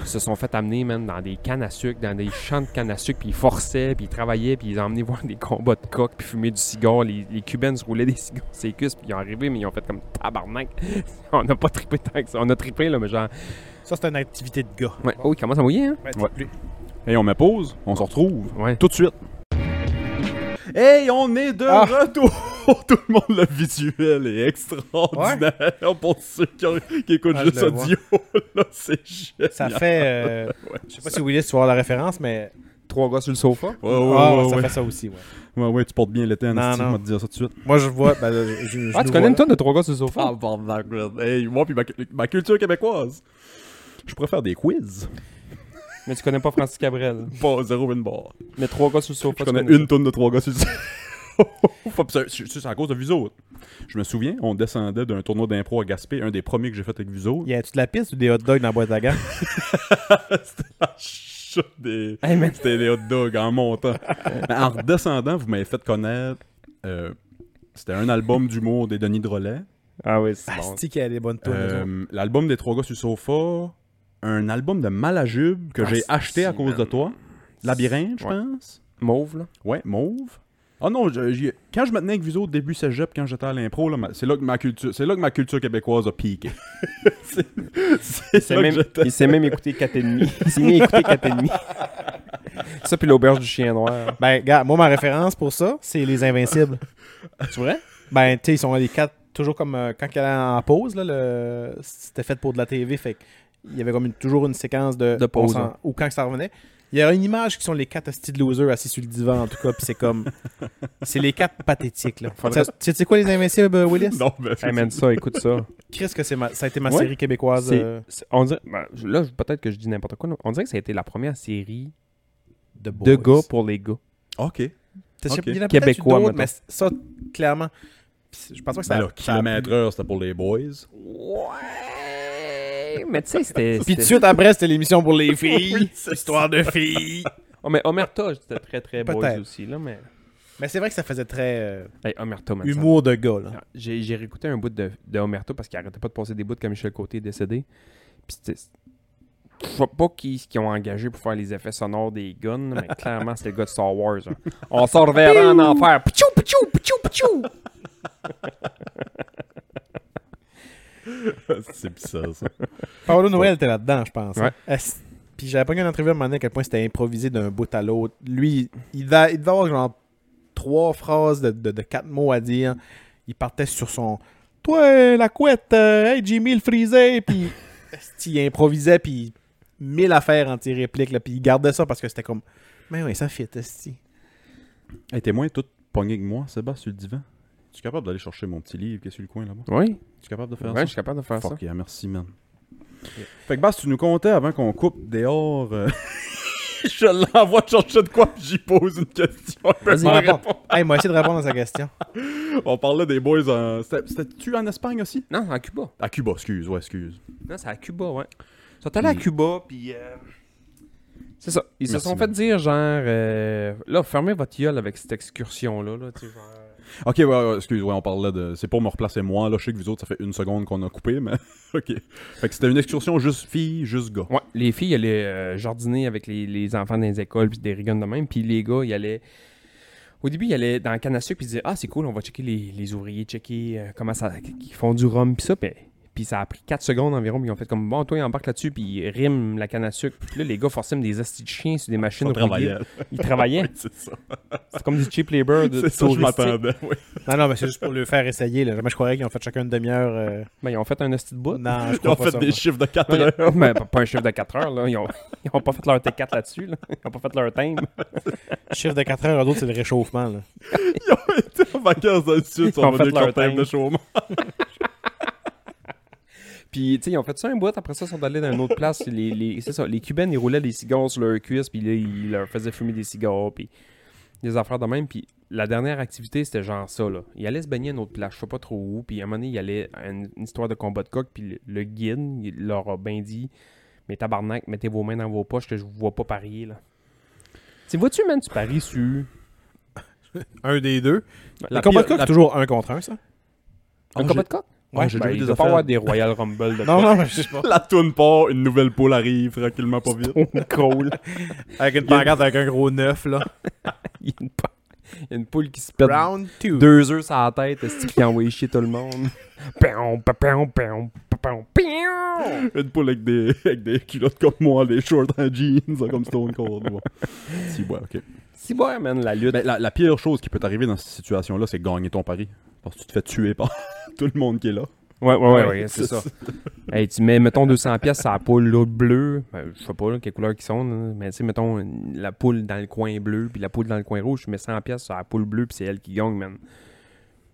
S4: Ils se sont fait amener, même dans des cannes à sucre, dans des champs de cannes à sucre, puis ils forçaient, puis ils travaillaient, puis ils ont emmené voir des combats de coq, puis fumer du cigare. Les, les Cubains se roulaient des cigares sur les cuisses, puis ils ont arrivé, mais ils ont fait comme tabarnak. *laughs* On n'a pas trippé tant que ça. On a trippé, là, mais genre.
S2: Ça, c'est une activité de gars.
S4: Ouais, oh, il commence à mouiller, hein?
S2: Ben,
S3: Ouais.
S2: plus-
S3: Et on met pause, on se retrouve
S4: Ouais.
S3: tout de suite. Hey, on est de
S2: Ah.
S3: retour! *laughs* Tout le monde, le visuel est extraordinaire *laughs* pour ceux qui, ont- qui écoutent
S2: Ah, je
S3: juste
S2: le vois.
S3: audio. *laughs* Là, c'est génial.
S2: Ça fait. euh, Je sais pas si Willis, tu vas avoir la référence, mais
S4: trois gars sur le sofa.
S3: Ouais,
S2: Ah,
S3: ouais,
S2: ça
S3: ouais,
S2: fait ça aussi, ouais.
S3: ouais. ouais, tu portes bien l'été,
S2: Non,
S3: Anastie,
S2: non.
S3: on va te dire ça tout de suite.
S2: Moi, je vois. Ben, je, je- je
S4: Ah, tu
S2: nous
S4: connais une
S2: vois.
S4: tonne de trois gars sur le sofa?
S3: barnac, Ah, Hey, moi puis ma, ma culture québécoise. Je pourrais faire des quiz.
S4: Mais tu connais pas Francis Cabrel.
S3: Pas zéro une barre.
S4: Mais trois gars sur le sofa.
S3: Je
S4: tu
S3: connais
S4: connais
S3: une tonne de trois gars *laughs* sur le Faut- c'est- C'est c'est à cause de vous autres. Je me souviens, on descendait d'un tournoi d'impro à Gaspé, un des premiers que j'ai fait avec vous autres.
S2: Y a-tu de la piste ou des hot dogs dans la boîte à
S4: *laughs*
S2: gants?
S3: C'était la chute *laughs* des.
S4: Hey, man.
S3: C'était les hot dogs en
S4: *laughs*
S3: montant. Mais en redescendant, vous m'avez fait connaître. euh, c'était un album d'humour des Denis Drolet.
S4: Ah oui, c'est bon.
S2: Asti qui a des bonnes tunes. eux autres.
S3: Euh, L'album des trois gars sur le sofa. Un album de Malajube que
S4: Ah,
S3: j'ai
S4: c'est-
S3: acheté à
S4: si,
S3: cause de
S4: man.
S3: toi. Labyrinthe, je
S4: Ouais.
S3: pense.
S4: Mauve, là.
S3: Ouais, mauve. Ah non, je- j'y- quand je me tenais avec vous autres début cégep, quand j'étais à l'impro, là, ma- c'est là que ma culture, c'est là que ma culture québécoise a piqué. *laughs* c'est c'est
S4: C'est
S3: là
S4: même-
S3: que
S4: *laughs*
S3: j'étais.
S4: il s'est même écouté 4,5. Il s'est mis à écouter 4,5. *laughs* ça, puis l'auberge du chien
S2: *laughs*
S4: noir.
S2: Ben, gars, moi, ma référence pour ça, c'est Les Invincibles.
S4: *laughs* C'est vrai?
S2: ben, tu sais, ils sont les quatre, toujours comme euh, quand ils allaient en pause, là, le... c'était fait pour de la TV. Fait qu'il y avait comme une- toujours une séquence de,
S4: De pause,
S2: on s'en-
S4: hein.
S2: Ou quand ça revenait. Il y a une image qui sont les quatre astis de losers assis sur le divan, en tout cas, puis c'est
S4: *laughs*
S2: comme. C'est les quatre pathétiques, là.
S4: Faudrait-
S2: Tu sais- Tu sais quoi, les Invincibles, euh, Willis?
S3: Non, mais c'est-
S4: Hey, man, ça, écoute ça.
S2: Chris, que c'est ma- ça a été ma
S4: Ouais.
S2: série québécoise.
S4: C'est-
S2: euh,
S4: c'est- on dirait, ben, je- là, je- peut-être que je dis n'importe quoi. là. On dirait que ça a été la première série
S2: de, Boys.
S4: de gars pour les gars.
S3: Ok.
S2: T'as-
S3: Ok.
S2: il y en a peut-être
S4: Québécois,
S2: d'autres,
S4: mettons.
S2: mais ça, clairement, pis je pense pas que ça.
S3: Ben là,
S2: ça a
S3: kilomètre heure, c'était pour les boys.
S4: Ouais. Mais tu sais, c'était.
S2: *laughs* Puis tout de
S4: c'était-
S2: suite après, c'était l'émission pour les filles. histoire de filles.
S4: *laughs* Oh, mais Omerta, c'était très, très beau
S2: Peut-être.
S4: aussi, là, mais.
S2: Mais c'est vrai que ça faisait très euh,
S4: Hey, Omerta, man, ça-
S2: humour de gars. Là.
S4: Ah, J'ai j'ai réécouté un bout de, de Omerta parce qu'il arrêtait pas de passer des bouts quand Michel Côté est décédé. Puis c'était. Je sais pas qui qui ont engagé pour faire les effets sonores des
S3: *laughs*
S4: guns, mais clairement, c'était le gars de Star Wars. hein. On s'en reverra en enfer. Pichou, pichou, pichou, pichou.
S3: *laughs* c'est bizarre ça.
S2: Paolo Noël était là-dedans, je pense. hein.
S4: Ouais.
S2: Est-ce- Puis j'avais pas eu une entrevue à un moment donné à quel point c'était improvisé d'un bout à l'autre. Lui, il devait, il devait avoir genre trois phrases de, de- de quatre mots à dire. Il partait sur son Toi, la couette, euh, hey Jimmy le frisé. Puis esti, il improvisait, puis mille affaires anti-répliques. là, Puis il gardait ça parce que c'était comme Mais oui, ça fit, Esti.
S3: Hey, t'es moins tout pogné que moi, Sébastien, sur le divan. Tu es capable d'aller chercher mon petit livre qui est sur le coin là-bas?
S4: Oui,
S3: Tu es capable de faire
S4: ouais,
S3: ça?
S4: je suis capable de faire ça.
S3: Fuck yeah, merci, man. Fait que Bass, tu nous comptais avant qu'on coupe dehors. euh, *laughs* je l'envoie chercher de quoi, puis j'y pose une question. Elle peut
S2: Vas-y,
S3: pas
S2: réponds. Hey, moi, essayé de répondre à sa question.
S3: On parlait des boys en. c'était- C'était-tu en Espagne aussi
S4: Non, c'est à Cuba.
S3: À Cuba, excuse, ouais, excuse.
S4: Non, c'est à Cuba, ouais. Ils sont allés à Cuba, puis. euh, C'est ça. Ils se
S3: Merci,
S4: sont fait
S3: man.
S4: dire, genre, euh, là, fermez votre gueule avec cette excursion-là, là, tu sais, genre.
S3: Ok, ouais, ouais, excuse, ouais, on parlait de. C'est pour me replacer moi, là, je sais que vous autres, ça fait une seconde qu'on a coupé, mais. *laughs* ok. Fait que c'était une excursion juste filles, juste gars.
S4: Ouais, les filles allaient euh, jardiner avec les, les enfants dans les écoles, puis des rigoles de même, puis les gars, ils allaient. Au début, ils allaient dans le canne à sucre, puis ils disaient Ah, c'est cool, on va checker les, les ouvriers, checker euh, comment ça. qui font du rhum, puis ça, puis. Puis ça a pris 4 secondes environ, puis ils ont fait comme bon, toi, ils embarquent là-dessus, puis ils riment la canne à sucre. Puis là, les gars, forcément, des astis de chiens sur des machines.
S3: On
S4: rouillées.
S3: travaillait.
S4: Ils travaillaient.
S3: *laughs* C'est ça.
S4: C'est comme du cheap labor de
S3: *laughs* C'est ça, je
S4: touristique.
S3: m'attendais. ouais.
S2: Non, non, mais c'est juste pour le faire essayer. Là. Jamais je croyais qu'ils ont fait chacun une demi-heure. euh,
S4: Ben, ils ont fait un hostie de bout.
S2: Non, je
S3: Ils
S2: crois
S3: ont
S2: pas
S3: fait
S2: ça,
S3: des
S2: moi.
S3: chiffres de 4
S4: Ouais,
S3: heures. *laughs*
S4: ben, pas un chiffre de *laughs* 4 heures, là. Ils ont, *laughs* ils ont pas fait leur T4 là-dessus, là. Ils ont pas fait leur thème.
S2: Chiffre de 4 heures à d'autres, c'est le réchauffement. Là.
S3: Ils ont été euh, en vacances dans le sud, ils
S4: Ils ont
S3: sont
S4: fait
S3: venus
S4: leur
S3: avec leur thème
S4: thème.
S3: de chômage.
S4: Puis, tu sais, ils ont fait ça un bout. Après ça, ils sont allés dans une autre place. Les, les, c'est ça. Les Cubaines, ils roulaient des cigares sur leurs cuisses. Puis là, ils leur faisaient fumer des cigares. Puis des affaires de même. Puis la dernière activité, c'était genre ça, là. Ils allaient se baigner à une autre plage. Je sais pas trop où. Puis à un moment donné, ils allaient à une, une histoire de combat de coq. Puis le, le guide, il leur a bien dit Mais tabarnak, mettez vos mains dans vos poches que je vous vois pas parier, là. Tu sais, vois-tu, man, tu paries sur.
S2: Un des deux.
S4: La
S2: le combat
S4: pire-
S2: de coq, c'est toujours un contre un, ça.
S4: Un
S3: Ah,
S4: combat de coq?
S3: Ouais, j'ai déjà
S4: ben,
S3: vu
S4: il
S3: des
S4: doit pas
S3: affaires.
S4: avoir des Royal Rumble de
S2: Non,
S4: coq.
S2: non, mais je sais pas.
S3: La toune part, une nouvelle poule arrive tranquillement, pas vite.
S4: Cole.
S2: Avec une pancarte avec un gros neuf, là.
S4: *laughs* Il y a une pa- il y a une poule qui se pète
S2: Round 2.
S4: deux œufs sur la tête, est-ce qu'il a envoyé chier tout le *laughs* monde? Pion, pa, pion, pion, pa, pion, pion.
S3: Une poule avec des, *laughs* avec des culottes comme moi, des shorts en jeans, hein, comme Stone Cold. ouais. Si, ouais, ok.
S4: C'est bon, man, la lutte.
S3: Ben, la, la pire chose qui peut t'arriver dans cette situation-là, c'est de gagner ton pari. Parce que tu te fais tuer par *laughs* tout le monde qui est là.
S4: Ouais, ouais, ouais,
S2: Ouais,
S4: ouais, c'est
S2: c'est
S4: ça. *laughs* hey, tu mets, mettons, 200 pièces sur la poule là, bleue. Ben, je sais pas là, quelles couleurs qui sont, là, mais tu sais, mettons, une- la poule dans le coin bleu, puis la poule dans le coin rouge, tu mets 100 pièces sur la poule bleue, puis c'est elle qui gagne, man.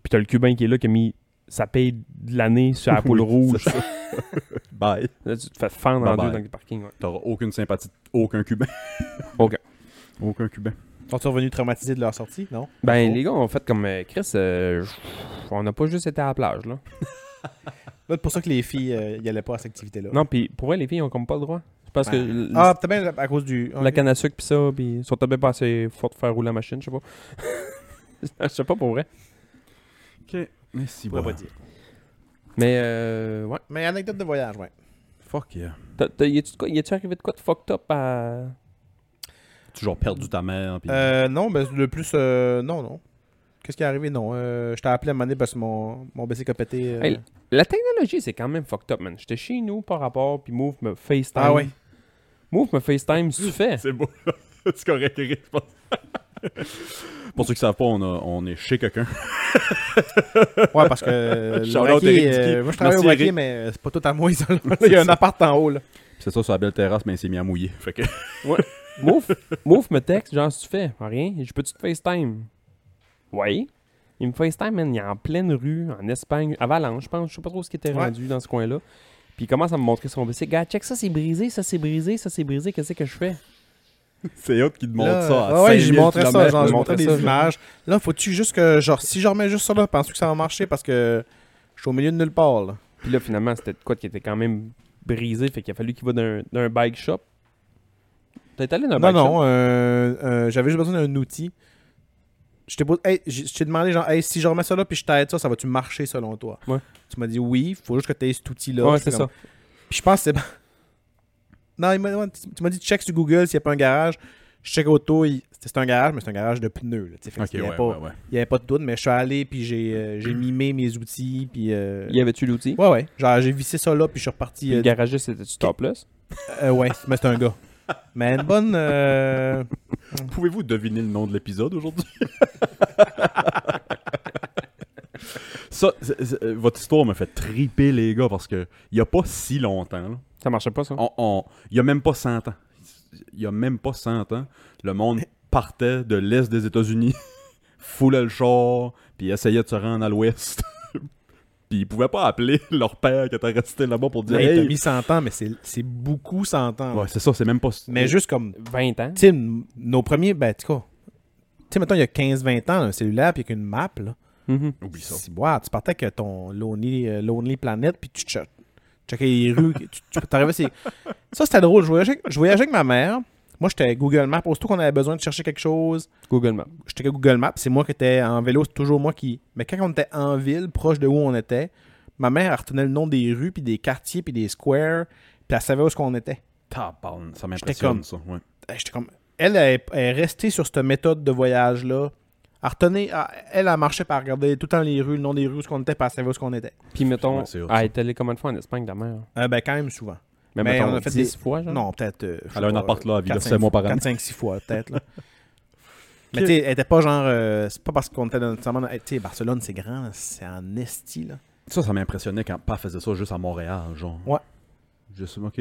S4: Puis t'as le Cubain qui est là, qui a mis sa paye de l'année sur *laughs* la poule rouge.
S3: Bye.
S4: Là, tu te fais fendre en
S3: Bye
S4: deux
S3: bye.
S4: dans le parking. ouais.
S3: T'auras aucune sympathie, aucun cubain. *laughs*
S4: Ok.
S3: Aucun cubain.
S2: Sont-ils revenus traumatisés de leur sortie? Non?
S4: Ben,
S2: Oh.
S4: les gars, ont fait, comme euh, Chris, euh, on n'a pas juste été à la plage, là.
S2: Là, C'est pour ça que les filles euh, y allaient pas à cette activité-là.
S4: Non, puis pour vrai, les filles, ont comme pas le droit. C'est parce que l-
S2: Ah, peut-être bien à cause du.
S4: la
S2: ok.
S4: canne à sucre, puis ça, puis ils sont peut-être pas assez forts de faire rouler la machine, je sais pas. Je sais pas *laughs* pour vrai.
S3: Ok. Mais si
S2: Je pourrais
S3: bon.
S2: pas dire.
S4: Mais, euh, ouais.
S2: Mais anecdote de voyage, ouais.
S3: Fuck yeah.
S4: T'as- t'as- y a-tu de quoi- y a-tu arrivé de quoi de fucked up à.
S3: Toujours perdu ta mère. Pis...
S2: Euh, non, ben, le plus. euh, non, non. Qu'est-ce qui est arrivé? Non. Euh, je t'ai appelé à un moment donné parce que mon, mon bicycle a pété. euh.
S4: Hey, La technologie, c'est quand même fucked up, man. J'étais chez nous par rapport, puis Move me FaceTime.
S2: ah ouais.
S4: Move me FaceTime, tu fais.
S3: C'est beau. *laughs* c'est correct, Eric, je pense. *laughs* Pour ceux qui savent pas, on, a- on est chez quelqu'un.
S2: Ouais, parce que. euh, le
S3: Shout-out
S2: raquet,
S3: Eric
S2: euh,
S3: Dicky.
S2: moi, je travaille au
S3: Merci,
S2: raquet,
S3: Eric.
S2: mais euh, c'est pas tout à moi. ça, là. Il y a un appart en haut, là.
S3: Pis C'est ça, sur la belle terrasse, mais il s'est mis à mouiller. Fait que. *laughs*
S4: Mouf, Mouf me texte, genre, si tu fais rien, je peux-tu te FaceTime? Oui. Il me FaceTime, man, il est en pleine rue, en Espagne, à Valence, je pense, je sais pas trop ce qui était
S2: Ouais.
S4: rendu dans ce coin-là. Puis il commence à me montrer son bicycle. Gars, check ça, c'est brisé, ça, c'est brisé, ça, c'est brisé, qu'est-ce que je fais?
S3: C'est autre qui te montre
S2: Là,
S3: ça.
S2: ah
S3: À
S2: ouais,
S3: 5000
S2: j'ai montré ça,
S3: kilomètres.
S2: genre,
S4: je
S2: je
S4: montrais
S2: montrais des
S4: ça, je-
S2: images. Là, faut-tu juste que, genre, si je remets juste ça là, penses-tu que ça va marcher parce que je suis au milieu de nulle part, là.
S4: Puis là, finalement, c'était de quoi qui était quand même brisé, fait qu'il a fallu qu'il va d'un d'un bike shop. T'es allé d'un
S2: Non,
S4: bike shop?
S2: non, euh, euh, j'avais juste besoin d'un outil. Je t'ai posé- hey, j- je t'ai demandé, genre, hey, si je remets ça là puis je t'aide ça, ça va-tu marcher selon toi?
S4: Ouais.
S2: Tu m'as dit oui, faut juste que tu aies cet outil-là.
S4: Ouais,
S2: Je suis
S4: c'est ça.
S2: comme- Puis je pense que c'est. non, il m'a- ouais, tu tu m'as dit, check sur Google s'il n'y a pas un garage. Je check auto, il- c'était c'était un garage, mais c'est un garage de pneus. Là, tu sais, fait que
S3: Ok,
S2: il n'y
S3: ouais,
S2: avait, pas-
S3: ouais, ouais.
S2: il y avait pas de tout, mais je suis allé puis j'ai euh, j'ai mimé mes outils. Puis, euh,
S4: Il y avait-tu l'outil?
S2: Ouais, ouais. Genre, j'ai vissé ça là, puis je suis reparti.
S4: Puis
S2: euh,
S4: le garagiste, c'était-tu topless?
S2: euh, ouais, mais c'est un gars. Mais une bonne. euh,
S3: Pouvez-vous deviner le nom de l'épisode aujourd'hui? *laughs* ça, c'est- c'est- euh, votre histoire me fait triper, les gars, parce que il n'y a pas si longtemps, là.
S4: Ça marchait
S2: Hein?
S4: pas, ça?
S3: On- on- il n'y a même pas 100 ans. Il n'y a même pas 100 ans. Le
S2: *laughs*
S3: monde partait de l'est des États-Unis, *laughs* foulait le char, puis essayait de se rendre à l'ouest. *laughs* puis ils pouvaient pas appeler *laughs* leur père qui était resté là-bas pour dire
S2: Hey, t'as
S3: Hey!
S2: mis 100 ans, mais c'est c'est beaucoup 100 ans.
S3: Ouais, c'est ça, c'est même pas.
S2: Mais juste comme,
S4: 20 ans?
S2: tu sais, n- nos premiers, ben, tu sais, tu sais, mettons, il y a 15-20 ans, un cellulaire, puis qu'une map, là.
S4: Mhm.
S3: Oublie ça.
S2: Si, wow, tu partais avec euh, ton Lonely, euh, lonely Planet, puis tu che- checkais les
S3: *laughs*
S2: rues, tu, tu t'arrivais, c'est... Ça, c'était drôle. Je voyageais, je voyageais avec ma mère. Moi, j'étais Google Maps. Aussitôt qu'on avait besoin de chercher quelque chose,
S4: Google Maps.
S2: j'étais que Google Maps, c'est moi qui étais en vélo, c'est toujours moi qui. Mais quand on était en ville, proche de où on était, ma mère, elle retenait le nom des rues, puis des quartiers, puis des squares, puis elle savait où est-ce qu'on était.
S3: Tabarn, ça
S2: comme-
S3: m'impressionne, ça. Ouais.
S2: Euh, J'étais comme. Elle, elle elle est restée sur cette méthode de voyage-là. Elle retenait. Elle, elle, elle marchait par regarder tout le temps les rues, le nom des rues, où est-ce qu'on était, puis elle savait où est-ce qu'on était.
S4: Puis mettons,
S3: Ouais, c'est hot,
S4: ah, elle est allée combien de fois en Espagne, ta mère?
S2: Euh, ben, quand même souvent.
S4: Mais,
S2: Mais
S4: mettons,
S2: on a fait
S4: 10
S2: des-
S4: fois, genre?
S2: Non, peut-être. euh, je sais
S3: Elle a un
S2: pas,
S3: appart là, à Villa,
S2: quatre,
S3: c'est
S2: cinq-
S3: moi par an.
S2: quatre, cinq, six fois, peut-être.
S3: *laughs*
S2: là. Mais tu sais, elle était pas genre. euh, c'est pas parce qu'on était dans nécessairement dans- Tu sais, Barcelone, c'est grand, là, c'est en Esti, là.
S3: Ça, ça m'impressionnait quand pas faisait ça juste à Montréal, genre.
S2: Ouais.
S3: Juste, ok.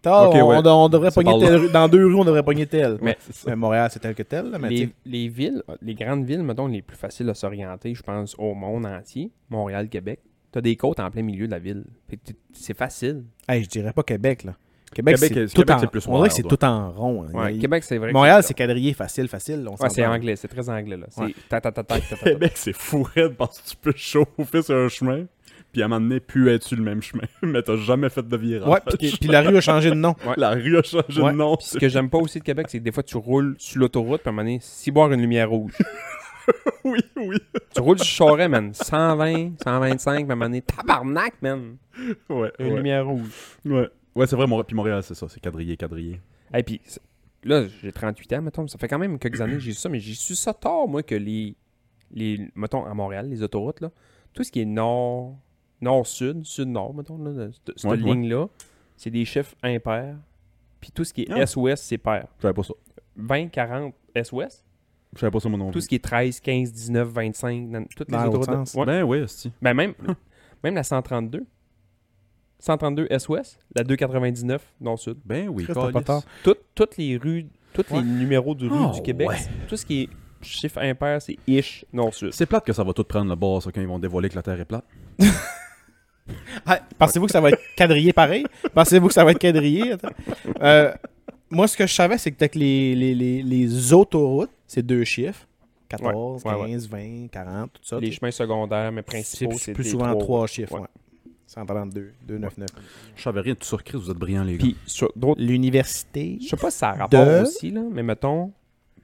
S2: Tard,
S3: Ok,
S2: on,
S3: ouais.
S2: on- on devrait
S3: C'est
S2: pogner
S3: par là.
S2: telle rue- Dans deux rues, on devrait pogner telle.
S4: Mais-
S2: Mais, Montréal, c'est tel que tel. là, mais
S4: les,
S2: t'sais,
S4: les villes, les grandes villes, mettons, les plus faciles à s'orienter, je pense, au monde entier, Montréal, Québec, t'as des côtes en plein milieu de la ville. Fait que t'es- C'est facile.
S2: hey, je dirais pas Québec. Là. Québec,
S3: Québec
S2: c'est
S3: est-
S2: tout,
S3: Québec,
S2: en-
S3: c'est plus
S2: on dirait que
S3: wild,
S2: c'est
S3: ouais.
S2: tout en rond. hein.
S4: Ouais,
S2: Il-
S4: Québec, c'est vrai. que
S2: Montréal, c'est
S4: c'est
S2: quadrillé facile, facile. On
S4: Ouais, c'est
S2: s'entend.
S4: anglais, c'est très anglais, là.
S2: Ouais.
S4: C'est ta ta ta ta ta ta.
S3: Québec, c'est fou raide parce que tu peux chauffer sur un chemin, puis à un moment donné, plus es-tu le même chemin, *laughs* mais t'as jamais fait de virage.
S2: Ouais, puis,
S3: *laughs*
S2: puis la rue a changé de nom.
S4: ouais.
S3: La rue a changé
S2: Ouais,
S3: de nom.
S4: Puis ce que j'aime pas aussi de Québec, c'est que des fois, tu roules sur l'autoroute, puis à un moment donné, si boire une lumière rouge.
S3: *laughs* Oui, oui.
S4: tu roules sur Charest, man. 120, 125, puis à un moment donné, tabarnak, man.
S3: Ouais,
S4: Une
S3: ouais.
S4: lumière rouge.
S3: ouais. Ouais, c'est vrai, Montréal, puis Montréal, c'est ça, c'est quadrillé, quadrillé.
S4: Et puis, c'est- là, j'ai 38 ans, mettons. Ça fait quand même quelques années que j'ai su ça, mais j'ai su ça tard, moi, que les, les. Mettons, à Montréal, les autoroutes, là. Tout ce qui est nord, nord-sud, sud-nord, mettons, là, de- cette, cette
S3: Ouais, ouais.
S4: ligne-là, c'est des chiffres impairs. Puis tout ce qui est
S3: Ah.
S4: S-Ouest, c'est pair.
S3: Je savais pas ça.
S4: 20, 40, S-Ouest.
S3: Je savais pas ça, mon nom.
S4: Tout ce qui est 13, 15, 19, 25, dans toutes les
S2: Dans l'autre
S4: autoroutes. de-
S2: sens.
S4: Ouais.
S3: Ben ouais, si.
S4: Ben, même. Même la 132. 132 S-Ouest, la 299 Nord-Sud.
S3: Ben oui,
S2: Christ, t'as pas
S3: câlisse.
S2: tard.
S4: Tout- toutes les rues, tous
S3: Ouais.
S4: les numéros de rue
S3: Oh,
S2: Ah,
S4: du Québec,
S3: ouais.
S4: tout ce qui est chiffre impair, c'est ish Nord-Sud.
S3: C'est plate que ça va tout prendre le bord, ça, quand ils vont dévoiler que la Terre est plate.
S2: Ah, Pensez-vous que ça va être quadrillé pareil? Pensez-vous que ça va être quadrillé? Attends. Euh, moi, ce que je savais, c'est que avec les, les, les, les autoroutes, c'est deux chiffres. 14,
S4: Ouais, ouais, ouais.
S2: 15, 20, 40, tout ça.
S4: Les
S2: tu sais.
S4: chemins secondaires, mais principaux,
S2: c'est
S4: c'est
S2: plus
S4: des
S2: souvent trois chiffres.
S4: Ouais.
S2: ouais. 132, 299.
S3: Je savais rien de tout sur Chris, vous êtes brillants, les gars.
S4: Puis sur d'autres
S2: L'université.
S4: Je sais pas si ça a rapport
S2: De-
S4: aussi, là, mais mettons,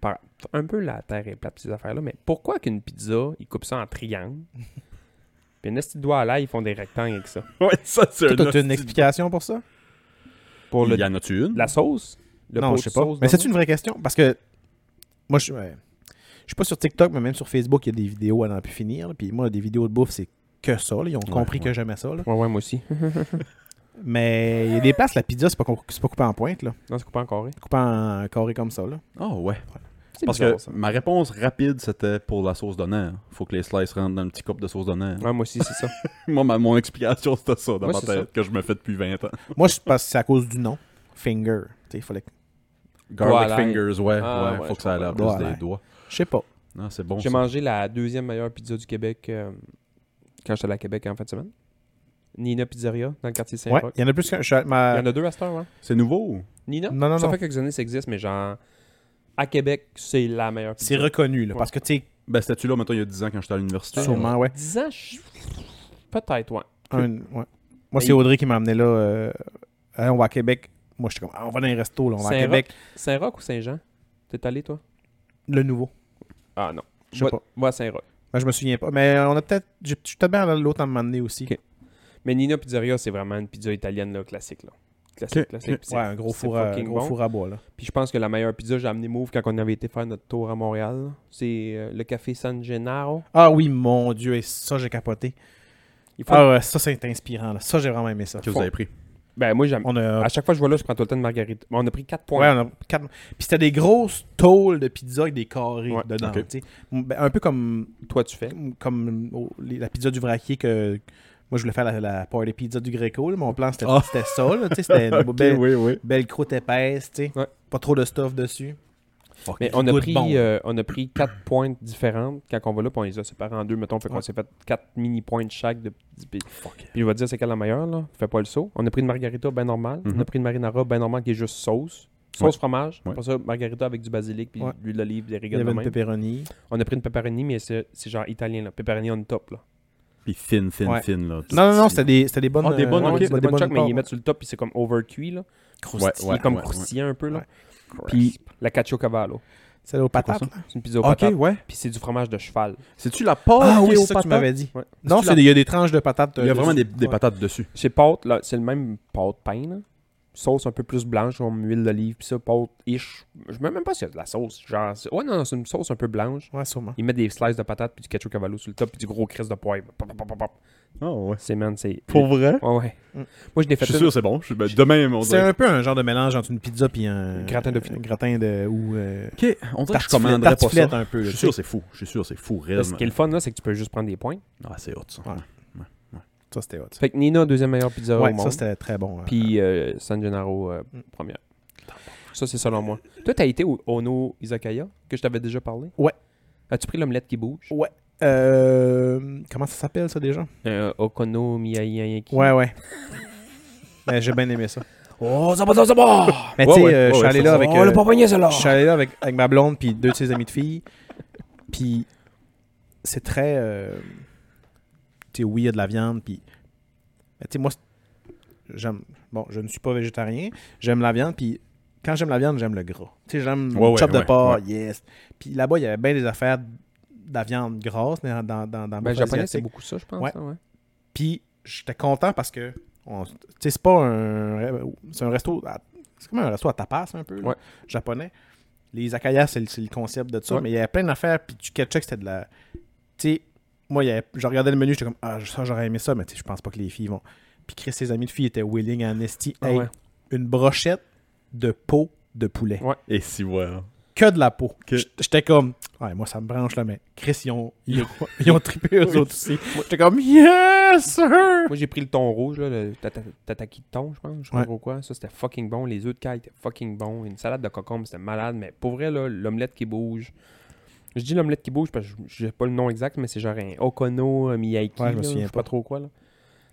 S4: par- un peu la terre est plate, ces affaires-là, mais pourquoi qu'une pizza, ils coupent ça
S2: *laughs*
S4: en triangle? Puis un esti de doigt à l'ail, ils font des rectangles avec ça.
S3: ouais, ça, c'est
S2: Toi, t'as une explication pour ça?
S4: Pour le,
S3: Il y en a-tu une?
S4: la sauce? Le pot
S2: non,
S4: de
S2: je sais pas.
S4: sauce
S2: Mais
S4: dans
S2: c'est une vraie question parce que moi, je, ouais, je suis pas sur TikTok, mais même sur Facebook, il y a des vidéos à n'en plus finir. là, Puis moi, des vidéos de bouffe, c'est que ça. là, Ils ont compris que j'aimais ça. là.
S4: Ouais, ouais, moi aussi.
S2: Mais il y a des places, la pizza, c'est pas, con- c'est pas coupé en pointe. Là.
S4: Non, c'est coupé en carré.
S2: C'est coupé en carré comme ça. Là.
S3: Ah ouais.
S4: C'est
S3: Parce
S4: bizarre,
S3: que
S4: ça.
S3: ma réponse rapide, c'était pour la sauce d'honneur. Faut que les slices rentrent dans le petit couple de sauce d'honneur.
S4: Ouais, moi aussi, c'est ça.
S3: *laughs* Moi, ma- mon explication, c'était ça dans
S4: Ouais,
S3: ma
S4: c'est
S3: tête,
S4: ça.
S3: que je me fais depuis 20 ans.
S2: moi, je pense que c'est à cause du nom. Finger. Tu sais, Il fallait que-
S3: Garlic
S4: Doigt à l'ail.
S3: fingers, ouais.
S4: Ah,
S3: ouais,
S4: ouais,
S3: faut
S4: je
S3: que ça aille à
S2: comprends.
S3: plus
S2: Doigt à
S3: des
S2: l'ail.
S3: doigts.
S2: Je sais pas.
S3: Non, c'est bon.
S4: J'ai
S3: ça.
S4: mangé la deuxième meilleure pizza du Québec euh, quand j'étais allé à Québec en fin de semaine. Nina Pizzeria, dans le quartier
S2: Ouais,
S4: Saint-Roch.
S2: il y en a plus qu'un. je suis allé-
S4: Il
S2: ma-
S4: y en a deux à cette heure, ouais.
S3: C'est nouveau.
S4: Nina?
S2: Non, non,
S4: ça
S2: non.
S4: fait quelques années que ça existe, mais genre, à Québec, c'est la meilleure pizza.
S2: C'est reconnu. Là,
S4: Ouais.
S2: Parce que, tu sais,
S3: Ben, c'était-tu là, maintenant il y a 10 ans quand j'étais à l'université?
S2: sûrement, ouais.
S4: 10 ans, je- peut-être, ouais.
S2: Un- ouais. Moi,
S4: Mais
S2: c'est
S4: il-
S2: Audrey qui m'a amené là. euh, Hein, on va à Québec. Moi, j'étais comme, ah, on va dans les restos, là, on va à
S4: Saint-Roch.
S2: Québec.
S4: Saint-Roch ou Saint-Jean T'es allé, toi
S2: Le nouveau.
S4: Ah non.
S2: Je sais
S4: Moi-
S2: pas.
S4: Moi, à Saint-Roch.
S2: Ben, je me souviens pas. Mais on a peut-être. j'ai- Je suis peut-être bien allé à l'autre à un moment donné aussi.
S4: Ok. Mais Nina Pizzeria, c'est vraiment une pizza italienne là, classique. Là. Classique,
S3: Ok,
S4: classique.
S3: ok.
S4: Puis c'est-
S2: Ouais, un gros,
S4: c'est
S2: four à,
S4: fucking
S2: gros
S4: bon.
S2: four à bois, là.
S4: Puis je pense que la meilleure pizza que j'ai amené Mauve quand on avait été faire notre tour à Montréal, là, c'est euh, le café San Gennaro.
S2: Ah oui, mon Dieu, et ça, j'ai capoté.
S4: Il faut-
S2: Ah, ouais, ça, c'est inspirant, là. Ça, j'ai vraiment aimé ça.
S3: Que vous avez pris.
S4: Ben moi, j'aime.
S2: On a.
S4: À chaque fois que je vois là, je prends tout le temps de margarita. Mais On a pris 4
S2: Ouais,
S4: points.
S2: on a quatre- Puis c'était des grosses tôles de pizza avec des carrés
S4: Ouais,
S2: dedans.
S3: ok.
S2: tu sais. Ben, un peu comme
S4: Toi, tu fais.
S2: comme oh, les- la pizza du vraquier que moi je voulais faire la, la party pizza du Greco. là. Mon plan c'était
S3: Ah.
S2: c'était ça, là, tu sais,
S4: *laughs*
S2: c'était une belle,
S3: oui, oui.
S2: belle croûte épaisse, tu sais,
S4: Ouais.
S2: pas trop de stuff dessus.
S4: Mais on a,
S2: goûte
S4: pris,
S2: bon.
S4: euh, on a pris *coughs* 4 pointes différentes quand on va là, puis on les a séparées en deux. Mettons, fait qu'on
S2: Ouais.
S4: s'est fait 4 mini pointes chaque. De, petits- puis, puis il va te dire c'est quelle la meilleure, là. Fais pas le saut. On a pris une margarita bien normale. On
S2: Mm-hmm.
S3: Mhm.
S4: a pris une marinara bien normale qui est juste sauce. Sauce fromage.
S3: Ouais.
S4: Après ça, margarita avec du basilic, puis
S2: Ouais.
S4: de l'huile d'olive, des
S2: Il y
S4: rigades de
S2: avait une
S4: même.
S2: pepperoni.
S4: On a pris une pepperoni, mais c'est c'est genre italien, là. Pepperoni on top, là.
S3: Puis fine, fine,
S2: Ouais.
S3: fine, là.
S2: Non, non, non, c'était des, c'était des bonnes.
S3: Ah, des bonnes,
S2: euh,
S3: ok.
S4: Ouais, c'est des bonnes chocs, mais ils
S2: pommes.
S4: mettent sur le top, puis c'est comme overcuit, là.
S3: Croustillant.
S4: il est comme
S3: ouais,
S4: croustillant un peu, là.
S2: Ouais.
S4: Puis la cacciocavallo.
S2: C'était aux patates.
S3: quoi,
S2: là.
S4: C'est une pizza au
S3: Ok,
S4: patate.
S3: ouais.
S4: Puis c'est du fromage de cheval.
S3: C'est-tu la pâte
S2: Ah
S3: qui est
S2: oui,
S3: aux
S2: c'est ça que tu
S3: patates?
S2: m'avais dit.
S4: Ouais.
S2: Non,
S3: C'est-tu
S2: c'est
S3: la-
S2: des- il y a des tranches de patates.
S3: Il y a
S2: euh,
S3: vraiment des,
S2: dessus.
S3: des
S2: Ouais.
S3: patates dessus.
S4: Chez pâte, là, c'est le même pâte pain. là. Sauce un peu plus blanche, comme huile d'olive, puis ça, pâte ish. Je me même pas s'il y a de la sauce. Genre, c'est- ouais, non, non, c'est une sauce un peu blanche.
S2: Ouais, sûrement.
S4: Ils mettent des slices de patates, puis du ketchup cavallo sur le top, puis du gros crisse de poivre. Pop, pop, pop, pop.
S3: Oh, ouais.
S4: C'est man, c'est.
S3: vrai?
S4: Ouais, ouais.
S2: Mm.
S4: Moi, je l'ai
S3: Je
S4: fait
S3: suis
S4: une-
S3: sûr, c'est bon. Je- ben, demain, on
S2: C'est
S3: dirait-
S2: un peu un genre de mélange entre une pizza puis un
S4: Un gratin de-
S2: un gratin de ou euh,
S3: Ok, on dirait que je
S2: tartiflette-
S3: commanderais pas ça.
S2: tartiflette un peu.
S3: Je
S2: là,
S3: suis sûr, c'est fou. Je suis sûr, c'est fou.
S4: Là, Ce
S3: Réellement.
S4: qui est le fun, là, c'est que tu peux juste prendre des points.
S3: Ah, c'est hot, ça.
S2: Ouais. Ça c'était hot, ça.
S4: Fait que Nina, deuxième meilleure pizza au
S2: Ouais, ça
S4: monde.
S2: c'était très bon. euh.
S4: puis euh, San Gennaro, euh,
S2: Mm.
S4: première. Ça, c'est selon moi. Toi, t'as été au Ono Izakaya, que je t'avais déjà parlé?
S2: Ouais.
S4: As-tu pris l'omelette qui bouge?
S2: Ouais. Euh, comment ça s'appelle ça déjà?
S4: Euh, Okono Miyayaki.
S2: Ouais, ouais. Mais Ben, j'ai bien aimé ça.
S5: Oh, ça va, ça va, ça va!
S2: Mais
S3: Ouais,
S2: tu sais,
S3: ouais,
S2: euh, je suis
S3: ouais,
S2: allé
S3: ouais,
S2: là
S3: ça,
S2: avec.
S5: On
S2: euh,
S5: l'a pas pogné, celle-là!
S2: je suis allé là avec, avec ma blonde puis deux de ses amis de filles. Puis c'est très. euh, tu sais, oui, il y a de la viande. Puis. mais tu sais, moi, c'est- j'aime. Bon, je ne suis pas végétarien. J'aime la viande. Puis quand j'aime la viande, j'aime le gras. Tu sais, j'aime
S3: Ouais, ouais,
S2: chop de
S3: ouais,
S2: porc, yes. Puis là-bas, il y avait bien des affaires de la viande grasse dans, dans, dans, dans le
S4: Ben,
S2: buffet
S4: japonais,
S2: asiatique.
S4: c'est beaucoup ça, je pense.
S2: Ouais.
S4: hein, ouais.
S2: Puis j'étais content parce que on- tu sais, c'est pas un c'est un resto à- c'est comme un resto à tapas un peu là,
S4: Ouais.
S2: japonais. Les izakayas c'est le, c'est le concept de ça,
S4: Ouais.
S2: mais il y avait plein d'affaires puis du ketchup c'était de la tu sais moi il y avait- je regardais le menu, j'étais comme ah ça j'aurais aimé ça mais tu sais, je pense pas que les filles vont. Puis Chris ses amis de filles étaient willing à Nesty
S4: Ah
S2: Hey,
S4: ouais.
S2: une brochette de peau de poulet.
S4: Ouais.
S3: Et si, ouais. hein.
S2: que de la peau.
S3: Ok.
S2: J- J'étais comme, ouais, moi ça me branche là, mais Chris, ils ont,
S4: *laughs*
S2: ils ont, ils ont trippé eux autres aussi. J'étais comme, yes, sir!
S4: Moi, j'ai pris le thon rouge, là, le tata- tataki de thon, je pense, je sais pas
S2: Ouais.
S4: trop quoi. Ça, c'était fucking bon. Les œufs de caille étaient fucking bons. Une salade de cocombe, c'était malade. Mais pour vrai, là, l'omelette qui bouge. Je dis l'omelette qui bouge parce que je- j'ai pas le nom exact, mais c'est genre un Okono, un Miyaki.
S2: Ouais, je me
S4: là,
S2: souviens
S4: sais
S2: pas.
S4: pas trop quoi, là.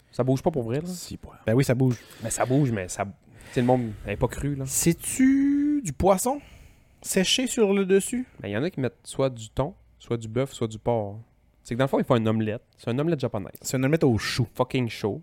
S4: Ça bouge pas pour vrai, là.
S3: Si, *laughs* ouais.
S2: Ben oui, ça bouge.
S4: Mais ça bouge, mais ça. Tu sais, le monde n'est pas cru, là.
S2: C'est-tu du poisson séché sur le dessus?
S4: Mais Ben, il y en a qui mettent soit du thon, soit du bœuf, soit du porc. C'est que dans le fond, ils font une omelette. C'est une omelette japonaise.
S2: C'est une omelette au chou.
S4: fucking chaud.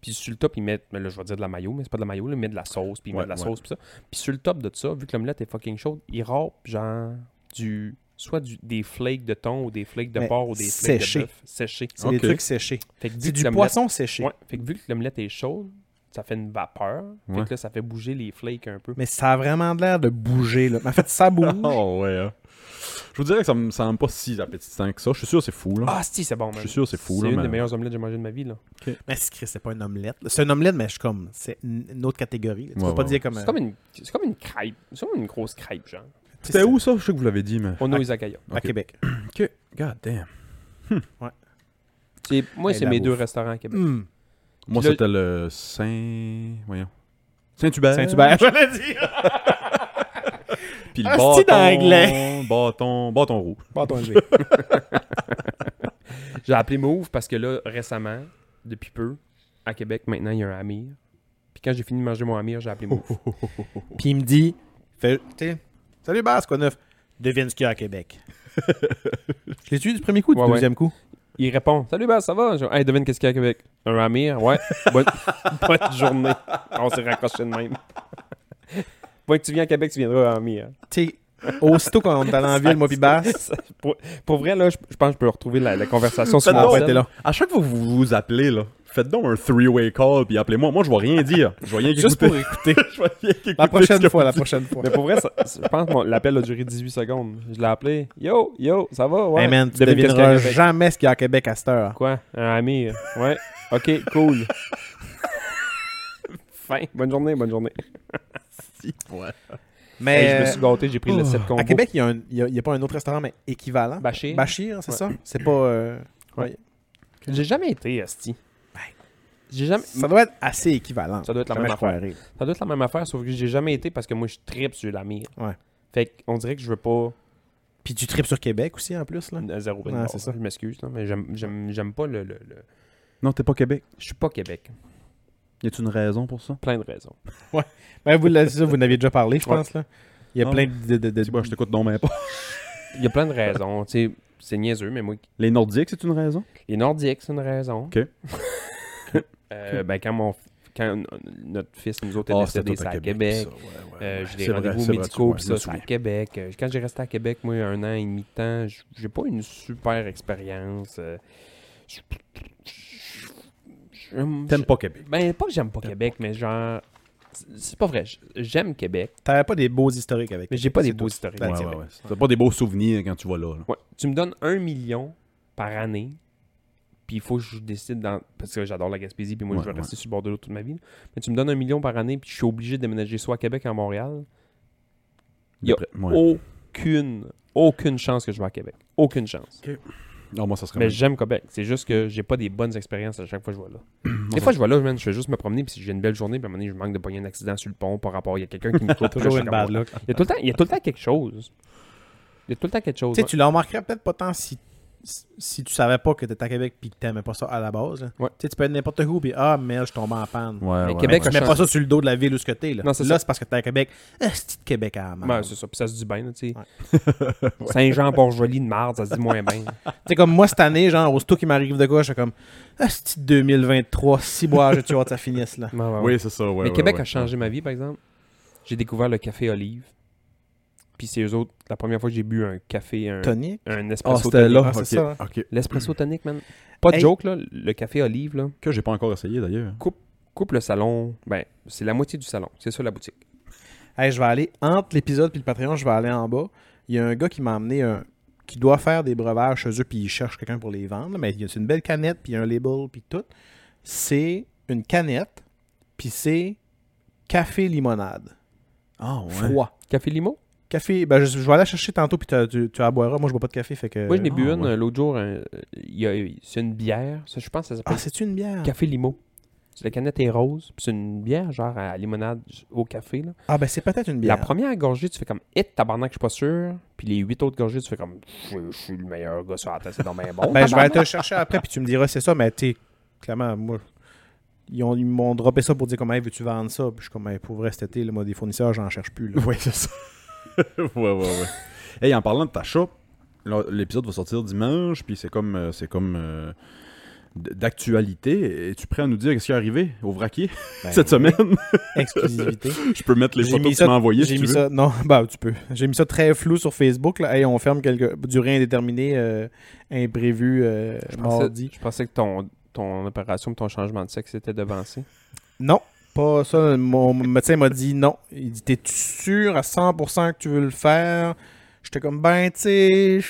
S4: Puis sur le top, ils mettent, mais là, je vais dire de la mayo, mais c'est pas de la mayo, là, ils mettent de la sauce, puis ils
S3: Ouais,
S4: mettent de la
S3: ouais.
S4: sauce, puis ça. Puis sur le top de ça, vu que l'omelette est fucking chaude, ils râpent, genre, du, soit du, des flakes de thon, ou des flakes de
S2: Mais
S4: porc, ou des flakes
S2: séché.
S4: de bœuf séchés.
S2: C'est
S3: Ok.
S2: des trucs séchés.
S4: Fait que vu
S2: C'est
S4: que
S2: du
S4: l'omelette-
S2: poisson séché.
S4: Ouais, fait que vu que l'omelette est chaude, ça fait une vapeur.
S3: Ouais.
S4: Fait que là, ça fait bouger les flakes un peu.
S2: Mais ça a vraiment de l'air de bouger, là. Mais en fait, ça bouge.
S3: *laughs* Oh, ouais. hein. Je vous dirais que ça me semble pas si appétissant que ça. Je suis sûr que c'est fou, là.
S4: Ah, si, c'est bon, man.
S3: Je suis sûr que c'est fou,
S4: C'est
S3: là.
S4: une
S3: mais-
S4: des meilleures omelettes que j'ai mangées de ma vie, là.
S2: Mais c'est Chris, c'est pas une omelette. là. C'est une omelette, mais je suis comme. C'est une une autre catégorie. là. Tu
S3: Ouais,
S2: peux pas
S3: ouais,
S2: dire comme.
S4: C'est
S2: un-
S4: comme, une, c'est comme une crêpe. C'est comme une grosse crêpe, genre.
S2: tu sais,
S3: C'était
S2: c'est-
S3: où ça Je sais que vous l'avez dit, mais.
S4: On a Izakaya.
S2: À Québec.
S3: Ok. God damn.
S4: C'est- Moi,
S2: Mais
S4: c'est
S2: la
S4: mes deux
S2: bouffe.
S4: restaurants à Québec.
S2: Hmm.
S3: Moi,
S4: Puis là-
S3: c'était le Saint. Voyons. Saint-Hubert.
S2: Saint-Hubert, je l'ai *laughs* dit.
S3: Puis le
S2: Un
S3: bâton.
S2: style anglais.
S3: Bâton. Bâton rouge.
S2: ton
S4: J'ai appelé Move parce que là, récemment, depuis peu, à Québec, maintenant, il y a un Amir. Puis quand j'ai fini de manger mon Amir, j'ai appelé Move.
S3: Oh,
S2: Puis il me dit. Fait, t'sais, Salut, Basse, quoi de neuf? Devine ce qu'il y a à Québec. je l'ai tué du premier coup ou du
S4: Ouais, ouais.
S2: deuxième coup?
S4: Il répond Salut, ben, ça va Je- Hey, devine qu'est-ce qu'il y a à Québec Un
S3: *laughs*
S4: Amir Ouais. Bonne, bonne journée. On s'est raccroché de même. Point que tu viens à Québec, tu viendras à Amir.
S2: Tu sais, aussitôt qu'on est allé en ville, moi, puis Basse.
S4: Ça, pour, pour vrai, là, je, je pense que je peux retrouver la, la conversation sur
S3: Faites
S4: mon
S3: donc,
S4: cell.
S3: À chaque fois que vous vous appelez, là, faites donc un three-way call, puis appelez-moi. Moi, je vais rien dire. Je vais rien
S2: *laughs* Juste
S3: qu'écouter.
S2: pour écouter.
S3: Je vais rien qu'écouter
S2: *laughs* La
S3: ce que
S2: prochaine
S3: vous
S2: fois, la
S3: dites.
S2: prochaine fois.
S4: Mais pour vrai, ça- ça- je pense que mon- l'appel a duré 18 secondes. Je l'ai appelé Yo, yo, ça va Ouais.
S2: Hey man, tu
S4: Devine qu'est-ce qu'il y a à
S2: devineras
S4: Québec.
S2: jamais ce qu'il y a à Québec à cette heure.
S4: Quoi? Un Amir? Ouais. OK, cool. *laughs* fin. Bonne journée, bonne journée.
S2: Euh,
S4: Hey, je me
S2: Mais euh,
S4: suis gâté, j'ai pris le 7 combo.
S2: oh, à Québec, il n'y a, il y a pas un autre restaurant, mais équivalent.
S4: Bachir?
S2: Bachir, c'est
S4: Ouais.
S2: ça? C'est pas. euh,
S4: J'ai jamais été, Asti. J'ai jamais...
S2: Ça doit être assez équivalent.
S4: Ça doit être la
S2: Jamais
S4: même
S2: je croirais.
S4: Ça doit être la même affaire, sauf que j'ai jamais été parce que moi, je tripe sur l'Amir.
S2: Ouais.
S4: Fait qu'on dirait que je veux pas...
S2: Puis tu tripes sur Québec aussi en plus, là?
S4: à Zéro
S2: Ouais,
S4: Billboard,
S2: c'est ça.
S4: Je m'excuse, là, mais j'aime- j'aime j'aime pas le... le- le-
S3: Non, t'es pas Québec.
S4: Je suis pas Québec.
S3: Y a-tu une raison pour ça?
S4: Plein de raisons.
S2: Ben, vous, l'avez- ça, vous en aviez déjà parlé, je
S4: Ouais.
S2: pense, là. Il y a
S3: Ah.
S2: plein de. de- de-
S3: Dis-moi, je t'écoute non, mais pas.
S4: Il y a plein de raisons. *laughs* tu sais, c'est niaiseux, mais moi,
S3: Les Nordiques, c'est une raison?
S4: Les Nordiques, c'est une raison.
S3: Ok.
S4: *laughs* Euh, ben, quand, mon, quand notre fils, nous autres, est
S3: Ah,
S4: décédé,
S3: tout
S4: c'est à Québec.
S3: ça, ouais, ouais,
S4: Euh,
S3: ouais.
S4: j'ai des
S3: C'est vrai,
S4: rendez-vous
S3: c'est vrai,
S4: médicaux,
S3: tu-
S4: puis
S3: ouais,
S4: ça,
S3: je
S4: c'est
S3: me
S4: à
S3: souviens.
S4: Québec. Euh, Quand j'ai resté à Québec, moi, un an et demi de temps, j- j'ai pas une super expérience. euh, je- je- je-
S3: T'aimes pas Québec.
S4: Ben, pas que j'aime pas Québec, mais genre. c'est- C'est pas vrai. j- J'aime Québec,
S2: T'avais pas des beaux historiques avec.
S4: mais j'ai pas
S2: C'est
S4: des beaux
S2: tout.
S4: historiques.
S2: Ben,
S4: de
S3: Ouais, ouais,
S4: Québec.
S3: ouais. T'as pas des beaux souvenirs quand tu vas là. là.
S4: Ouais, Tu me donnes un million par année, puis il faut que je décide dans... Parce que j'adore la Gaspésie, puis moi,
S3: Ouais,
S4: je vais
S3: ouais.
S4: rester sur le bord de l'eau toute ma vie. Mais tu me donnes un million par année, puis je suis obligé de déménager soit à Québec, ou à Montréal. Il y a
S3: Après- ouais.
S4: aucune, aucune chance que je vais à Québec. Aucune chance.
S3: Non, moi, ça serait
S4: Mais
S3: même-
S4: j'aime Québec. C'est juste que j'ai pas des bonnes expériences à chaque fois que je
S2: *clears throat*
S4: vais là. des fois, je vais là, man, je vais juste me promener, puis si j'ai une belle journée, puis à un moment donné, je manque de pogner un accident sur le pont par rapport... Il y a quelqu'un qui
S2: *laughs*
S4: me coupe.
S2: Toujours
S4: je suis
S2: une
S4: comme,
S2: bad luck.
S4: Il y a tout le temps- il y a tout le temps quelque chose. Il y a tout le temps quelque chose.
S2: Tu sais, tu la remarquerais peut-être pas tant si, si- si tu savais pas que t'étais à Québec puis que t'aimais pas ça à la base. là.
S4: Ouais.
S2: Tu sais, tu peux être n'importe où puis ah, mais je tombe en panne.
S3: Ouais,
S4: Mais
S3: ouais,
S4: Québec,
S3: ouais.
S2: Tu mets
S4: ça-
S2: pas ça sur le dos de la ville ou ce côté. Là,
S4: Non, c'est
S2: là
S4: ça.
S2: c'est parce que t'es à Québec. Ah, c'est de Québec à la merde.
S4: Ben,
S2: Tu
S4: c'est ça. Puis ça se dit bien, là, tu sais. *laughs* Saint-Jean-Port-Joli de marde, ça se dit moins bien. *laughs*
S2: sais, comme moi, cette année, genre, aussitôt qu'il m'arrive de quoi, je suis comme Ah, c'est de 2023, si bois, je tu vois, ça finisse là.
S3: Oui, c'est ça, ouais.
S4: Mais
S3: ouais,
S4: Québec
S3: ouais.
S4: a changé ma vie, par exemple. J'ai découvert le café Olive. Puis c'est eux autres, la première fois que j'ai bu un café, un,
S2: Tonic.
S4: un
S3: Ah,
S4: espresso
S3: c'était là.
S2: Ah, c'est
S3: ok.
S2: ça, hein.
S3: Ok.
S4: L'espresso tonique, man. Pas de
S2: Hey.
S4: joke, là. Le café Olive, là,
S3: Que j'ai pas encore essayé d'ailleurs.
S4: coupe le salon. Ben, c'est la moitié du salon. C'est ça, la boutique.
S2: Hey, je vais aller entre l'épisode puis le Patreon, je vais aller en bas. Il y a un gars qui m'a amené un qui doit faire des breuvages chez eux puis il cherche quelqu'un pour les vendre, mais il y a c'est une belle canette puis un label puis tout. C'est une canette puis c'est café limonade
S3: Ah,
S2: froid.
S4: Café Limo?
S2: Café, ben, je, je vais aller la chercher tantôt, puis t'as- tu, tu en boiras. Moi, je bois pas de café, fait que...
S4: Moi, je n'ai
S3: ah,
S4: bu une
S3: ouais.
S4: euh, l'autre jour. un- il y a- c'est une bière. Ça, je pense que ça s'appelle
S2: Ah, c'est-tu une bière?
S4: Café Limo. C'est- La canette est rose. puis C'est une bière genre à limonade au café. Là.
S2: Ah, ben c'est peut-être une
S4: La
S2: bière.
S4: première gorgée, tu fais comme Hit, tabarnak, je suis pas sûr. Puis les huit autres gorgées, tu fais comme Je, je suis le meilleur gars sur la tête, c'est dans mes bon.
S2: *laughs* Ben, je vais
S4: tabarnak.
S2: te le chercher après, puis tu me diras, c'est ça, mais tu sais, clairement, moi, ils, ont- ils m'ont droppé ça pour dire comment veux-tu vendre ça. Puis je suis comme, Hey, pour vrai, cet été, là, moi, des fournisseurs, j'en cherche plus.
S3: *laughs*
S2: là.
S3: Oui, c'est ça. ouais, ouais, ouais. Hey, en parlant de ta shop, là, l'épisode va sortir dimanche, puis c'est comme, euh, c'est comme euh, d- d'actualité. Es-tu prêt à nous dire qu'est-ce qui est arrivé au vraquier
S2: Ben,
S3: cette semaine? *laughs*
S2: Exclusivité.
S3: Je peux mettre les
S2: J'ai
S3: photos
S2: mis
S3: que tu
S2: ça-
S3: m'as envoyées si
S2: J'ai
S3: tu
S2: mis
S3: veux.
S2: ça, non, *laughs* bah tu peux. J'ai mis ça très flou sur Facebook. Là. Hey, on ferme quelque, durée indéterminée, euh, imprévu, euh,
S4: Je pensais,
S2: mardi.
S4: je pensais que ton, ton opération pour ton changement de sexe
S2: *laughs*
S4: était devancé.
S2: Non, pas ça. Mon médecin m'a dit non. Il dit T'es sûr à 100% que tu veux le faire J'étais comme Ben, tu sais,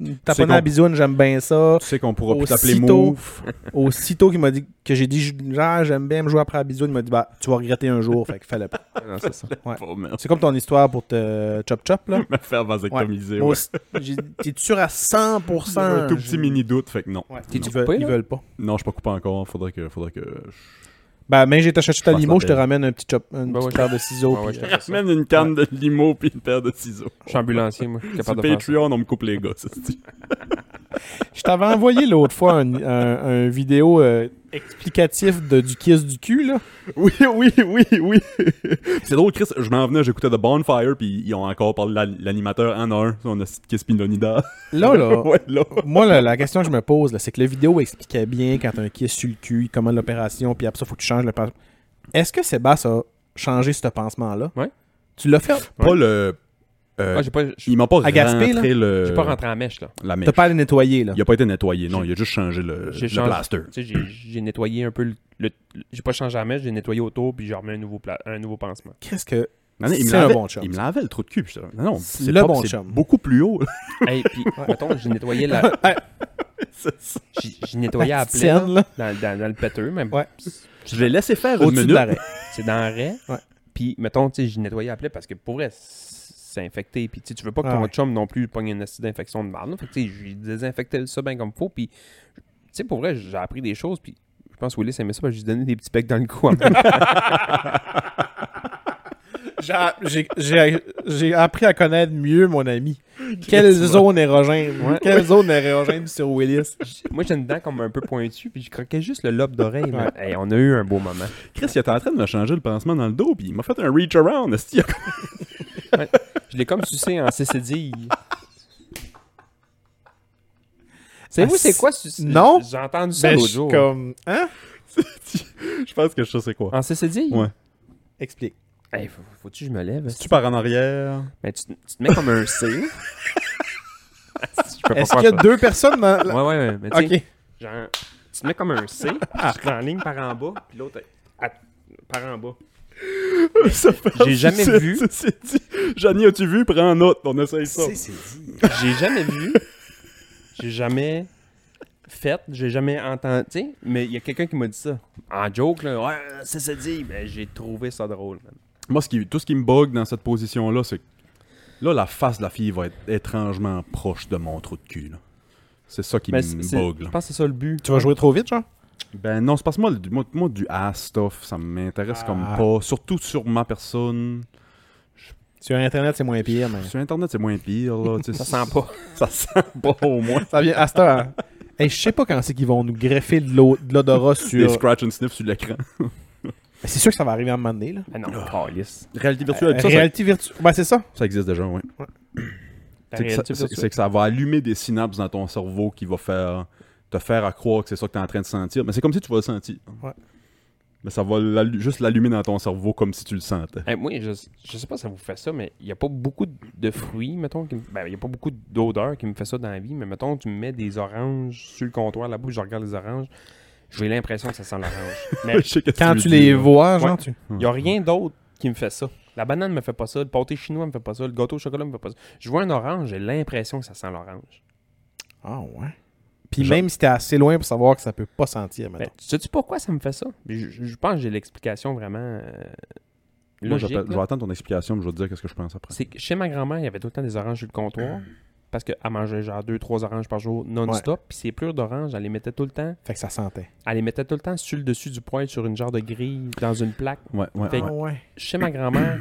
S2: je- taponnant
S3: qu'on-
S2: la bisoune, j'aime bien ça.
S3: Tu sais qu'on pourra plus t'appeler
S2: Aussitôt-
S3: Mouf.
S2: *laughs* Aussitôt qu'il m'a dit que j'ai dit Je- genre, j'aime bien me jouer après la bisoune, il m'a dit Bah, tu vas regretter un jour. Fait qu'il fallait pas.
S4: Non, c'est ça.
S3: *laughs* Oh, merde.
S2: C'est comme ton histoire pour te chop-chop, là.
S3: Me faire vasectomiser.
S2: Moi
S3: Ouais.
S2: aussi, j'ai dit, T'es sûr à 100%
S3: J'avais un tout petit
S2: J'ai-
S3: mini doute, fait que non.
S2: Ouais,
S4: T'es-tu
S2: ils, veulent,
S4: coupé,
S2: ils
S4: là?
S2: veulent pas.
S3: Non, je suis pas coupé encore. Faudrait que. Faudrait que...
S2: Ben, mais j'ai t'acheté ta
S3: fasse
S2: limo,
S3: la
S2: je te
S3: paix.
S2: ramène un petit chop, une
S4: Ben ouais,
S2: petite
S4: je-
S2: paire de ciseaux.
S4: Ouais, ouais,
S2: puis,
S4: je te
S2: euh,
S4: fais ça.
S3: Ramène une canne de limo puis une paire de ciseaux.
S4: Je
S3: *laughs*
S4: suis ambulancier, moi. Je suis
S3: Sur
S4: capable de faire ça.
S3: Patreon, on me coupe les gars. *laughs* ça se dit.
S2: Je t'avais envoyé l'autre fois un, un- un vidéo euh, explicatif de, du kiss du cul, là.
S3: Oui, oui, oui, oui. C'est drôle, Chris. Je m'en venais, j'écoutais The Bonfire, puis ils ont encore parlé de l'an- l'animateur en un. On a Sid Kispinonida.
S2: Là, là.
S3: *laughs* ouais, là.
S2: Moi, là, la question que je me pose, là, c'est que la vidéo expliquait bien quand un kiss sur le cul, comment l'opération, puis après ça, faut que tu changes le pansement. Est-ce que Sébastien a changé ce pansement-là?
S4: Ouais.
S2: Tu l'as fait?
S3: Pas le. euh,
S4: Ah, j'ai pas, j'ai-
S3: ils m'ont pas
S2: à Gaspé,
S3: rentré le.
S4: j'ai pas rentré en mèche, là.
S3: La mèche.
S2: T'as pas à le nettoyer, là.
S3: Il a pas été nettoyé, non. Il a juste changé le,
S4: J'ai
S3: le
S4: changé-
S3: plaster.
S4: Tu sais, j'ai- j'ai nettoyé un peu le. le- le- j'ai pas changé la mèche, j'ai nettoyé autour, puis j'ai remis un nouveau, pla- un nouveau pansement.
S2: Qu'est-ce que.
S3: Non, non, il me
S2: C'est un
S3: lavait-
S2: bon chum,
S3: Il me
S2: ça.
S3: lavait le trou de cul. puis j'étais là, Non, non,
S2: C'est
S3: c'est
S2: le
S3: pas-
S2: bon
S3: c'est
S2: chum.
S3: Beaucoup plus haut.
S2: *laughs*
S3: là.
S4: Hey, puis, mettons, j'ai nettoyé la. J'ai j'ai nettoyé à
S2: petite
S4: plein.
S2: scène, là.
S4: Dans, dans- dans le pâteux, même.
S2: Ouais.
S3: Je l'ai laissé faire une
S2: Au-dessus de
S3: minute.
S2: l'arrêt.
S4: C'est dans le raie.
S2: Ouais.
S4: Puis, mettons, tu sais, j'ai nettoyé à plein parce que pour vrai, c'est infecté. Puis, tu sais, tu veux pas que
S2: Ah
S4: ton
S2: ouais.
S4: chum non plus pogne une acide d'infection de marde. là. Fait que, tu sais, j'ai désinfecté ça bien comme faut. Puis, tu sais, pour vrai, j'ai appris des choses. Puis, je pense que Willis aimait ça parce que j'ai donné des petits becs dans le cou.
S2: *laughs*
S4: en même temps.
S2: J'a- j'ai- J'ai j'ai appris à connaître mieux mon ami. Quelle zone érogène. Quelle zone érogène sur Willis.
S4: Moi, j'ai une dent comme un peu pointue. Puis, je croquais juste le lobe d'oreille. man. Hey, on a eu un beau moment.
S3: Chris, il était en train de me changer le pansement dans le dos, puis il m'a fait un reach around. Est-ce qu'il y a- *laughs*
S4: Je l'ai comme sucé
S2: *laughs*
S4: en CCD. Savez-vous,
S2: Ah,
S4: c'est
S2: c'est-
S4: quoi sucé?
S2: Non.
S4: J'ai entendu ça
S2: Ben, je
S4: l'autre
S2: suis
S4: jour.
S2: comme. Hein?
S3: Je pense que je sais c'est quoi.
S2: Ah.
S4: En CCD?
S3: Ouais.
S2: Explique.
S4: Hey, faut- faut-tu que je me lève?
S3: Tu pars en arrière.
S4: Mais tu, tu te mets comme
S2: *laughs*
S4: un C. Je peux pas
S2: Est-ce
S4: faire
S2: qu'il y a
S4: ça.
S2: deux personnes dans. la-
S4: Ouais, ouais, ouais. Mais tu sais,
S2: Ok. Ah.
S4: genre, tu te mets comme un C, tu te ligne par en bas, puis l'autre à- par en bas.
S3: *laughs* Ça fait
S4: J'ai jamais
S3: suicide, *laughs*
S4: vu.
S3: ça, c'est dit. Johnny, as-tu vu? Prends en note, on essaye ça.
S2: C'est- c'est dit.
S4: J'ai jamais vu, j'ai jamais fait, j'ai jamais entendu, tu sais, mais il y a quelqu'un qui m'a dit ça. En joke, là, ouais, c'est ça dit, mais j'ai trouvé ça drôle, man.
S3: Moi, ce qui, tout ce qui me bug dans cette position-là, c'est que là, la face de la fille va être étrangement proche de mon trou de cul. là. C'est ça qui
S4: Mais Ben, c'est-
S3: me
S4: c'est-
S3: Mm, bug. là.
S4: Je pense que c'est ça le but.
S2: Tu vas jouer trop vite, genre?
S3: Ben non, c'est parce que moi, le- moi, moi, du ass stuff, ça m'intéresse
S2: Ah.
S3: comme pas. Surtout sur ma personne.
S2: Sur Internet, c'est moins pire, mais.
S3: Sur Internet, c'est moins pire. Là, tu sais,
S4: Ça sent pas.
S3: *laughs* Ça sent pas au moins.
S2: Ça vient à cette heure. hein? *laughs* Hey, je sais pas quand c'est qu'ils vont nous greffer de l'o- de l'odorat
S3: Des
S2: sur.
S3: scratch and sniff sur l'écran.
S2: Ben, C'est sûr que ça va arriver à un moment donné, là.
S4: Ah non, calice.
S3: Réalité virtuelle, ça,
S2: Réalité virtuelle. Ben, c'est ça.
S3: ça, ça existe déjà, oui.
S4: La
S3: C'est que,
S4: réalité
S3: ça- c'est-
S4: virtuelle.
S3: c'est que ça va allumer des synapses dans ton cerveau qui va faire te faire à croire que c'est ça que tu es en train de sentir. Mais c'est comme si tu vas le sentir.
S2: Ouais.
S3: Mais ça va l'allu- juste l'allumer dans ton cerveau comme si tu le sentais.
S2: *laughs*
S4: Eh, moi, je, je sais pas si ça vous fait ça, mais il n'y a pas beaucoup de fruits, mettons. qui me- ben, il n'y a pas beaucoup d'odeurs qui me fait ça dans la vie, mais mettons, tu me mets des oranges sur le comptoir là-bas, puis je regarde les oranges, j'ai l'impression que ça
S3: *laughs*
S4: sent l'orange. Mais
S3: Je sais que
S2: Quand
S3: me
S2: tu
S3: dis,
S2: les
S3: là.
S2: vois, genre,
S4: Ouais.
S2: tu.
S3: Mm.
S4: il n'y a rien d'autre qui me fait ça. La banane me fait pas ça, le pâté chinois me fait pas ça, le gâteau au chocolat me fait pas ça. Je vois un orange, j'ai l'impression que ça sent l'orange.
S2: Ah, ouais. Puis
S4: Genre-
S2: même si t'es assez loin pour savoir que ça peut pas sentir, maintenant.
S4: Ben, tu sais-tu pourquoi ça me fait ça? Puis Je, je pense que j'ai l'explication vraiment euh,
S3: Moi,
S4: logique,
S3: j'appelle- je
S4: là.
S3: vais attendre ton explication, mais je vais te dire qu'est-ce que je pense après.
S4: C'est que chez ma grand-mère, il y avait tout le temps des oranges sur
S3: *clears throat*
S4: le comptoir. Parce qu'elle mangeait genre deux, trois oranges par jour non-stop. Puis ses plures d'oranges, elle les mettait tout le temps.
S2: Fait que ça sentait.
S4: Elle les mettait tout le temps sur le dessus du poêle, sur une genre de grille, dans une plaque.
S3: Ouais, ouais,
S4: Fait que-
S3: ouais.
S4: Chez ma grand-mère,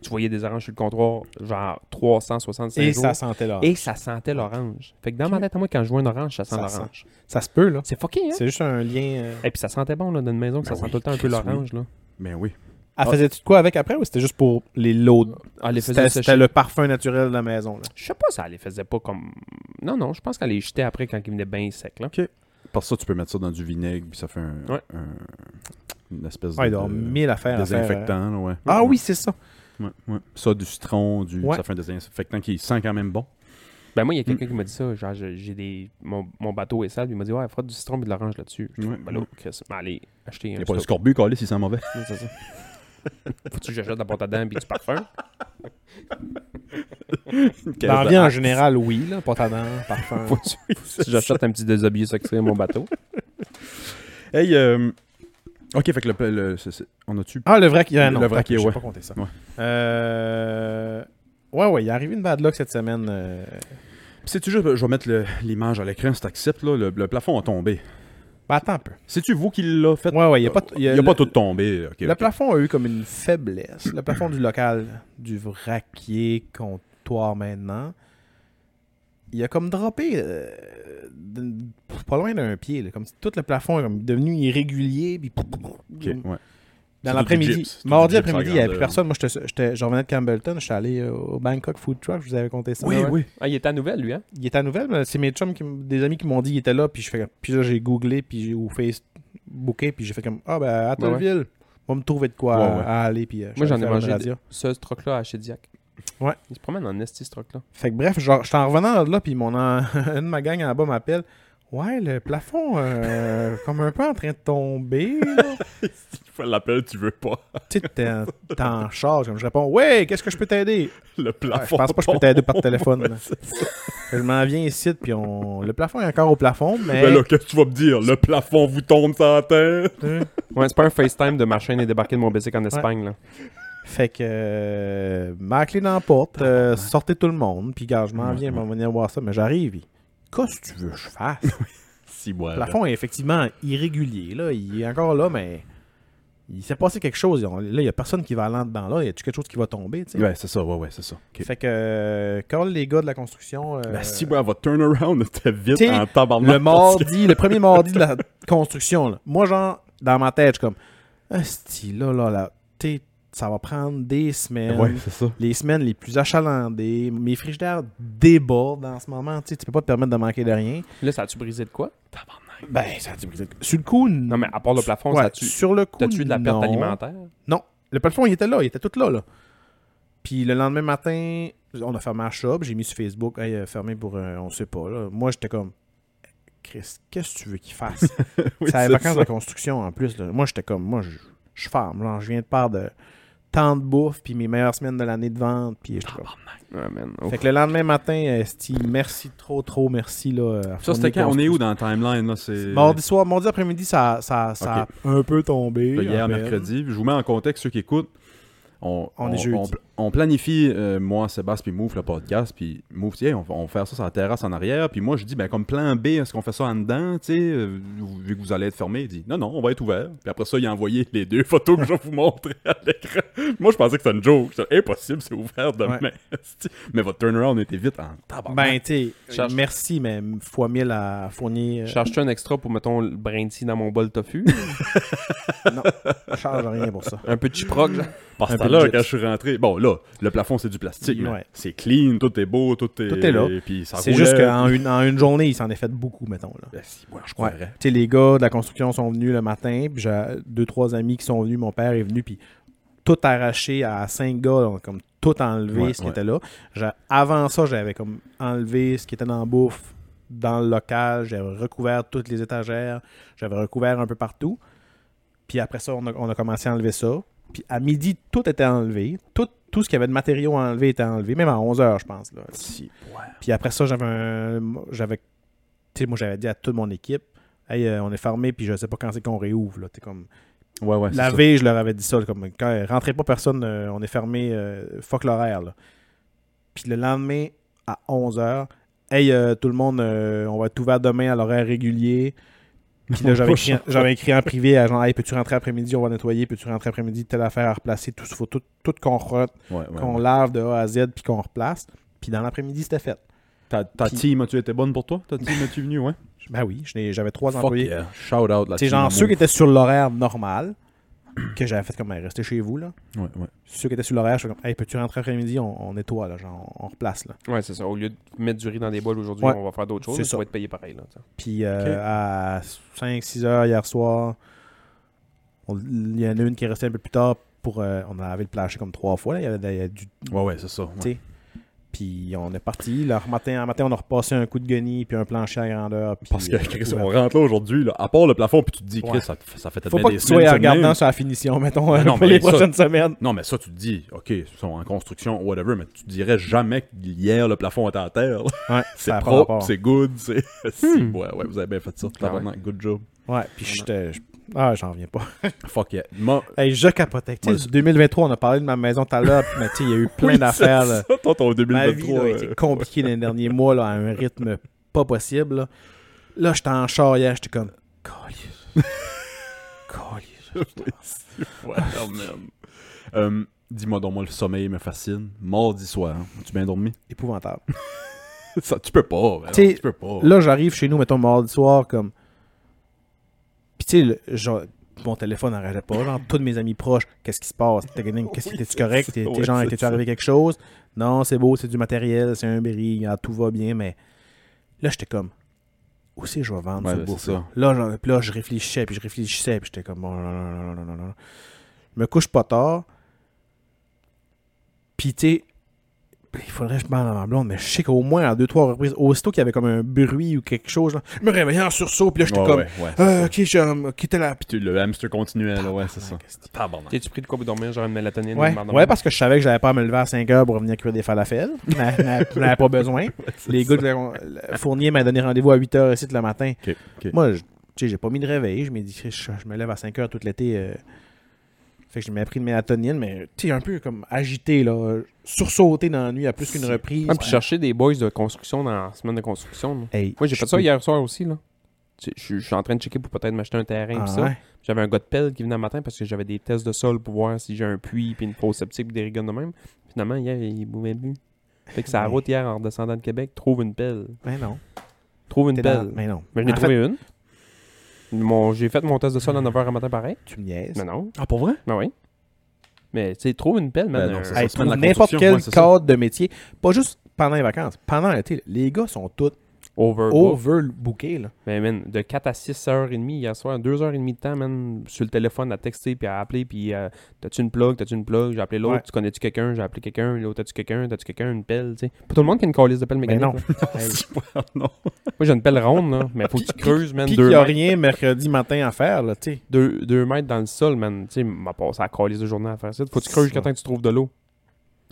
S4: tu voyais des oranges sur le comptoir, genre 365
S2: Et
S4: jours.
S2: ça sentait là.
S4: Et ça sentait l'orange. Fait que dans ma tête, à moi, quand je vois une orange, ça sent
S2: Ça
S4: l'orange.
S2: Ça se peut, là.
S4: C'est fucking, hein?
S2: C'est juste un lien. euh.
S4: Et puis ça sentait bon, là, dans une maison, que
S3: Ben
S4: ça
S3: oui,
S4: sent tout le temps un peu
S3: Chris,
S4: l'orange, là.
S3: Mais oui.
S2: Elle faisait-tu Ah, de quoi avec après ou c'était juste pour les lots?
S4: Ah, les faisait
S2: C'était
S4: sécher.
S2: c'était le parfum naturel de la maison, là.
S4: Je sais pas si elle les faisait pas comme. Non, non, je pense qu'elle les jetait après quand ils venaient bien secs, là.
S3: Par ça, tu peux mettre ça dans du vinaigre, puis ça fait un,
S4: Ouais.
S3: un- une espèce
S2: Ah, il
S3: de,
S2: doit avoir
S3: de-
S2: mille affaires à faire, hein.
S3: désinfectant. là, ouais.
S2: Ah oui, c'est ça.
S3: Ouais, ouais. Ça, du citron, du...
S2: Ouais.
S3: ça fait un désinfectant qui sent quand même bon.
S4: Ben, moi, il y a quelqu'un qui m'a dit ça. Genre, j'ai j'ai des. Mon, mon bateau est sale, puis il m'a dit, ouais, frotte du citron et de l'orange là-dessus. Je dis,
S3: Ouais.
S4: ben là, Chris, ben, allez, acheter
S3: Mm. Il
S2: hein,
S4: un.
S3: n'y a pas de
S4: stock.
S3: scorbut, collé, s'il sent mauvais.
S4: Oui, c'est ça. Faut-tu que j'achète la porte à dents puis du parfum?
S2: Dans la vie en général, oui, là. Pas parfum.
S4: Faut-tu que j'achète un petit déshabillé sexy à mon bateau?
S3: Hey, euh, ok, fait que le, le- c'est- c'est- on a-tu
S2: Ah, le vrai qui.
S3: Le
S2: non,
S3: vrai qui est,
S2: je sais
S3: ouais.
S2: pas compter ça.
S3: Ouais.
S2: Euh, Ouais, ouais, il est arrivé une bad luck cette semaine. euh,
S3: C'est-tu juste, je vais mettre le- l'image à l'écran si t'acceptes, là, le, le plafond a tombé.
S2: Ben, attends un peu.
S3: C'est-tu vous qui l'a fait?
S2: Ouais, ouais, il n'y a pas, t-
S3: Il n'y a,
S2: le-
S3: pas tout tombé. ok,
S2: Le
S3: ok.
S2: plafond a eu comme une faiblesse. Le plafond du local, du vraquier comptoir maintenant, il a comme droppé euh, d'une- pas loin d'un pied. là. Comme si tout le plafond est comme devenu irrégulier. puis-
S3: Ok, ouais.
S2: Dans
S3: du
S2: l'après-midi,
S3: gyps. C'est
S2: mardi
S3: du gyps à
S2: après-midi, il n'y avait
S3: grande-
S2: plus personne. Moi, j'étais- j'étais- je revenais de Campbellton, je suis allé euh, au Bangkok Food Truck, je vous avais compté ça.
S3: Oui,
S2: Ouais.
S3: oui.
S4: Ah, il était à nouvelle, lui, hein?
S2: Il était à nouvelle, mais c'est mes chums, qui, m- des amis qui m'ont dit qu'il était là, puis je fais, puis là j'ai googlé, puis j'ai ou Facebooké, puis j'ai fait comme ah ben à
S4: Ouais, ouais.
S2: Telleville, on va me trouver de quoi
S3: Ouais, ouais.
S2: à aller, puis euh, je suis
S4: Moi, j'en
S2: allé
S4: ai
S2: faire
S4: mangé
S2: une radio.
S4: Ce, ce truc-là à chez Diac.
S2: Ouais.
S4: Il se promène en esti, ce truc-là.
S2: Fait que bref, genre, j'étais en revenant de là, puis mon en- *laughs* une de ma gang en bas m'appelle. Ouais, le plafond, euh, *laughs* comme un peu en train de tomber. là.
S3: Tu fais l'appel, tu veux pas. *laughs*
S2: tu sais, t'es en- t'es en charge. Comme je réponds, ouais, qu'est-ce que je peux t'aider?
S3: Le
S2: Ouais, je pense pas que je peux t'aider par téléphone. là. je m'en viens ici, puis on... le plafond est encore au plafond, mais.
S3: qu'est-ce que tu vas me dire? Le plafond vous tombe sans terre.
S4: Ouais, c'est pas un FaceTime de ma chaîne et débarquer de mon bicycle en Espagne, là.
S2: *laughs* Fait que euh, ma clé dans la porte, euh, sortez tout le monde, puis gars, je m'en viens, m'en venir voir ça, mais j'arrive. il- Qu'est-ce que tu veux que je fasse?
S3: Si, ouais.
S2: Le plafond est effectivement irrégulier, là. Il est encore là, mais il s'est passé quelque chose. On- Là, il n'y a personne qui va aller en dedans là. Y a-tu quelque chose qui va tomber, tu sais?
S3: Ouais, c'est ça, ouais, ouais, c'est ça. Ok.
S2: Fait que euh, quand les gars de la construction. euh,
S3: La ciboire va turn around, c'était vite
S2: T'sais,
S3: en tabarnak.
S2: le mardi, le
S4: *laughs*
S2: premier mardi de la construction. là. Moi, genre, dans ma tête, je suis comme, Asti, là, là, là, t'sais, ça va prendre des semaines.
S3: Ouais, c'est ça.
S2: Les semaines les plus achalandées. Mes frigidaires débordent en ce moment. t'sais, Tu peux pas te permettre de manquer de rien.
S4: Là, ça a-tu brisé de quoi?
S2: Ben, ça a dû briser. Sur le coup,
S4: Non, mais à part le plafond, ça a-tu.
S2: sur le coup,
S4: T'as-tu eu de la perte
S2: non.
S4: alimentaire?
S2: Non. Le plafond, il était là. Il était tout là, là. Puis le lendemain matin, on a fermé la shop. J'ai mis sur Facebook, hey, euh, fermé pour euh, on sait pas. Là. Moi, j'étais comme, Chris, qu'est-ce que tu veux qu'il fasse?
S3: *laughs* Oui,
S2: c'est les
S3: c'est
S2: vacances
S3: ça.
S2: de construction en plus. là. Moi, j'étais comme, moi, je, je ferme. Genre, je viens de part de tant de bouffe, puis mes meilleures semaines de l'année de vente. Puis j'étais comme-
S4: Ah, man. oh.
S2: Fait que le lendemain matin, euh, Steve, merci trop, trop, merci. Là, euh, à
S3: Ça, c'était
S2: Fournier
S3: quand? On est
S2: Construction.
S3: où dans le timeline, là? C'est...
S2: Mardi soir, mardi après-midi, ça, ça, ça
S3: Ok.
S2: a un peu tombé.
S3: Là,
S2: à
S3: hier,
S2: peine.
S3: mercredi. Puis Je vous mets en contexte ceux qui écoutent. On,
S2: On est jeudi.
S3: on planifie, euh, moi, Sébastien, puis Mouf, le podcast. Puis Mouf, dit, Hey, on, va- on va faire ça sur la terrasse en arrière. Puis moi, je dis, ben, comme plan B, est-ce qu'on fait ça en dedans, tu sais, euh, vu que vous allez être fermé? Il dit, non, non, on va être ouvert. Puis après ça, il a envoyé *laughs* les deux photos que je vais vous montrer à l'écran. moi, je pensais que c'était une joke. J'étais, impossible, c'est ouvert demain. Mais votre turnaround était vite en
S2: Ben,
S3: tabarnak.
S2: tu sais,
S4: Charge-
S2: merci, mais fois mille à Fournier. euh,
S4: Charges-tu un extra pour, mettons, le brinty dans mon
S2: *laughs*
S4: bol tofu?
S2: non, charge rien pour ça.
S4: un peu de chiproc, genre?
S3: Parce
S2: un
S3: que
S2: peu
S3: là,
S2: legit.
S3: quand je suis rentré, bon, là, le plafond, c'est du plastique. mais
S2: Ouais.
S3: C'est clean, tout est beau, tout est.
S2: Tout est là.
S3: Puis ça
S2: C'est juste
S3: roulait,
S2: qu'en une, en une journée, il s'en est fait beaucoup, mettons. Là.
S3: Ben, si, ouais, je
S2: Ouais.
S3: croirais.
S2: Tu sais, les gars de la construction sont venus le matin, puis j'ai deux, trois amis qui sont venus, mon père est venu, puis tout arraché à cinq gars, là, comme tout enlevé,
S3: Ouais,
S2: ce qui
S3: ouais.
S2: était là. J'ai- Avant ça, j'avais comme enlevé ce qui était dans la bouffe, dans le local, j'avais recouvert toutes les étagères, j'avais recouvert un peu partout. Puis après ça, on a, on a commencé à enlever ça. Puis à midi, tout était enlevé. Tout, tout ce qu'il y avait de matériaux à enlever était enlevé, même à 11h, je pense. Là.
S3: Si, ouais.
S2: Puis après ça, j'avais un. J'avais. Tu sais, moi, j'avais dit à toute mon équipe, hey, euh, on est fermé, puis je sais pas quand c'est qu'on réouvre. Là. T'es comme.
S3: Ouais, ouais, c'est
S2: La
S3: ça.
S2: veille, je leur avais dit ça. Comme, quand, euh, rentrez pas personne, euh, on est fermé, euh, fuck l'horaire. là. Puis le lendemain, à 11h, hey, euh, tout le monde, euh, on va être ouvert demain à l'horaire régulier. Puis
S3: *laughs*
S2: là, j'avais écrit, j'avais écrit en privé à genre, hey, peux-tu rentrer après-midi, on va nettoyer, peux-tu rentrer après-midi, telle affaire à replacer, tout, faut tout, tout qu'on re-
S3: Ouais, ouais.
S2: qu'on lave de A à Z, puis qu'on replace. Puis dans l'après-midi, c'était fait.
S3: Ta, ta
S2: Puis-
S3: team, as-tu été bonne pour toi? Ta team, as-tu venu, ouais?
S2: Ben oui, je n'ai- j'avais trois
S3: Fuck
S2: employés.
S3: yeah. Shout out, la
S2: C'est
S3: team.
S2: genre
S3: Move.
S2: ceux qui étaient sur l'horaire normal, que j'avais fait comme, Hey, restez chez vous, là.
S3: Ouais, ouais.
S2: ceux qui étaient sur l'horaire, je fais comme, hey, peux-tu rentrer après-midi, on, on nettoie, là, genre, on replace, là.
S4: Ouais, c'est ça. Au lieu de mettre du riz dans des bols aujourd'hui,
S2: Ouais.
S4: on va faire d'autres choses.
S2: C'est
S4: mais
S2: ça.
S4: Ça va être payé pareil. Là, tu sais.
S2: Puis euh, à 5-6 heures hier soir, on- il y en a une qui est restée un peu plus tard pour. euh, on a lavé le plancher comme trois fois, là, il y avait, il y avait du.
S3: Ouais, ouais, c'est ça. ouais.
S2: T'sais. Puis on est parti, là, matin, en matin, on a repassé un coup de guenille, puis un plancher à grandeur. puis,
S3: Parce que,
S2: euh,
S3: Chris,
S2: ouais.
S3: on rentre là aujourd'hui, là, à part le plafond, puis tu te dis, Chris,
S2: Ouais.
S3: ça, ça fait
S2: Faut
S3: peut-être
S2: pas
S3: bien
S2: que
S3: des
S2: tu sois
S3: semaines, ça de
S2: regardant
S3: même.
S2: sur la finition, mettons,
S3: Mais
S2: euh,
S3: non,
S2: *laughs* pour
S3: mais
S2: les
S3: ça-
S2: prochaines semaines.
S3: Non, mais ça, tu te dis, OK, ils sont en construction, whatever, mais tu te dirais jamais qu'hier, le plafond était à terre. là.
S2: Ouais, ça
S3: C'est
S2: a pas
S3: propre,
S2: rapport. Hmm. Ah
S3: c'est good, c'est... *laughs* si, ouais, ouais, vous avez bien fait ça. tabarnak, Good job.
S2: Ouais, puis j'étais. je- Ah, j'en reviens pas.
S3: Fuck yeah. Moi,
S2: Hey, je capotais. Tu sais, 2023, on a parlé de ma maison tout à l'heure, puis, mais tu sais, il y a eu plein
S3: *laughs* oui,
S2: d'affaires,
S3: c'est
S2: là.
S3: ça, Toi, ton 2023...
S2: Ma vie là, a
S3: euh,
S2: été compliquée dans les derniers mois là, à un rythme pas possible. Là, Là, j'étais en char hier, j'étais comme
S3: *laughs*
S2: Calice. Calice.
S3: *laughs* Ouais, oh, man. Euh, Dis-moi donc, moi, le sommeil me fascine. Mardi soir, hein. as-tu bien dormi?
S2: Épouvantable.
S3: *laughs* Ça, tu peux pas, man.
S2: T'sais,
S3: tu peux pas.
S2: Là, j'arrive chez nous, mettons, mardi soir, comme. Puis, tu sais, le- genre, mon téléphone n'arrêtait pas. Genre, tous mes amis proches, qu'est-ce qui se passe? T'es gagné- Qu'est-ce que t'es-tu correct? T'es t'es
S3: Ouais,
S2: genre,
S3: c'est
S2: t'es-tu
S3: ça.
S2: arrivé quelque chose? Non, c'est beau, c'est du matériel, c'est un bris, ah, tout va bien, mais. Là, j'étais comme. Où c'est que je vais vendre
S3: Ouais,
S2: ce
S3: c'est
S2: bouffe
S3: ça.
S2: Là, j'en- puis là, je réfléchissais, puis je réfléchissais, puis j'étais comme, oh bon, non, non, non, non, non, non. Je me couche pas tard. Puis, tu sais, il faudrait que je parle à ma blonde, mais je sais qu'au moins à deux, trois reprises, aussitôt qu'il y avait comme un bruit ou quelque chose, là, je me réveillais en sursaut, puis là, j'étais
S3: Ouais,
S2: comme,
S3: ouais, ouais, c'est
S2: euh,
S3: ça.
S2: ok, je euh, quittais la
S3: Puis tu- le hamster continuait, là, ouais, c'est ça.
S2: Tabarnak,
S3: Tabarnak.
S4: T'es-tu pris de quoi pour dormir, genre une mélatonine?
S2: Ouais,
S4: une marde de
S2: ouais,
S4: même?
S2: parce que je savais que j'avais pas à me lever à 5 heures pour venir cuire des falafels. *laughs* J'en avais pas
S4: *laughs*
S2: besoin. Les gars, de la- Fournier m'a donné rendez-vous à 8 h ici le matin.
S3: Ok, ok.
S2: Moi, je- tu sais, j'ai pas mis de réveil. Je me dis, je, je me lève à 5 heures tout l'été. euh, Fait que je m'ai pris de mélatonine, mais tu sais, un peu comme agité, là. euh, Sursauté dans la nuit à plus qu'une reprise.
S4: Ah, puis chercher des boys de construction dans la semaine de construction. là.
S2: Hey,
S4: Moi, j'ai
S2: je
S4: fait ça
S2: peux-
S4: hier soir aussi. là. Tu sais, Je je suis en train de checker pour peut-être m'acheter un terrain.
S2: Ah
S4: pis ça.
S2: ouais?
S4: J'avais un gars de pelle qui venait le matin parce que j'avais des tests de sol pour voir si j'ai un puits, puis une fosse septique, puis des rigoles de même. Finalement, hier, il m'avait bu. Fait que c'est la
S2: Ouais.
S4: route hier en redescendant de Québec. Trouve une pelle.
S2: Mais Ben non.
S4: Trouve une
S2: T'es
S4: pelle.
S2: dans- Mais non.
S4: Mais je n'ai
S2: En fait,
S4: trouvé une. Mon- J'ai fait mon test de sol à 9h à matin pareil.
S2: Tu me niaises.
S4: Mais non.
S3: Ah, pour vrai?
S4: Mais oui. Mais tu sais, trouve une pelle, man. Euh,
S3: Ben non,
S4: un-
S3: c'est ça.
S2: Hey,
S3: semaine de la
S2: trouve n'importe
S3: construction,
S2: quel
S3: ouais, c'est ça.
S2: cadre de métier. Pas juste pendant les vacances. Pendant l'été, les gars sont tous
S4: Overbook.
S2: overbookés, là.
S4: Mais man, de 4 à 6 heures et demie hier soir, 2 heures et demie de temps, man, sur le téléphone à texter puis à appeler, puis euh, t'as-tu une plug, t'as-tu une plug, j'ai appelé l'autre,
S2: Ouais.
S4: tu connais-tu quelqu'un, j'ai appelé quelqu'un, l'autre, t'as-tu quelqu'un, t'as-tu quelqu'un, une pelle, tu sais. Pas tout le monde qui a une calice de pelle
S2: Mais Ben
S4: mécanique.
S2: non. *laughs*
S4: là.
S2: Hey,
S3: Ah, *laughs* non.
S4: Moi, j'ai une pelle ronde, là, mais faut que tu creuses, man,
S2: Puis qu'il
S4: 2
S2: n'y a
S4: mètres,
S2: rien mercredi matin à faire, là, tu sais.
S4: deux, deux mètres dans le sol, man. Tu sais, m'a passé à calice de journée à faire ça. Faut que tu creuses jusqu'à temps que tu trouves de l'eau.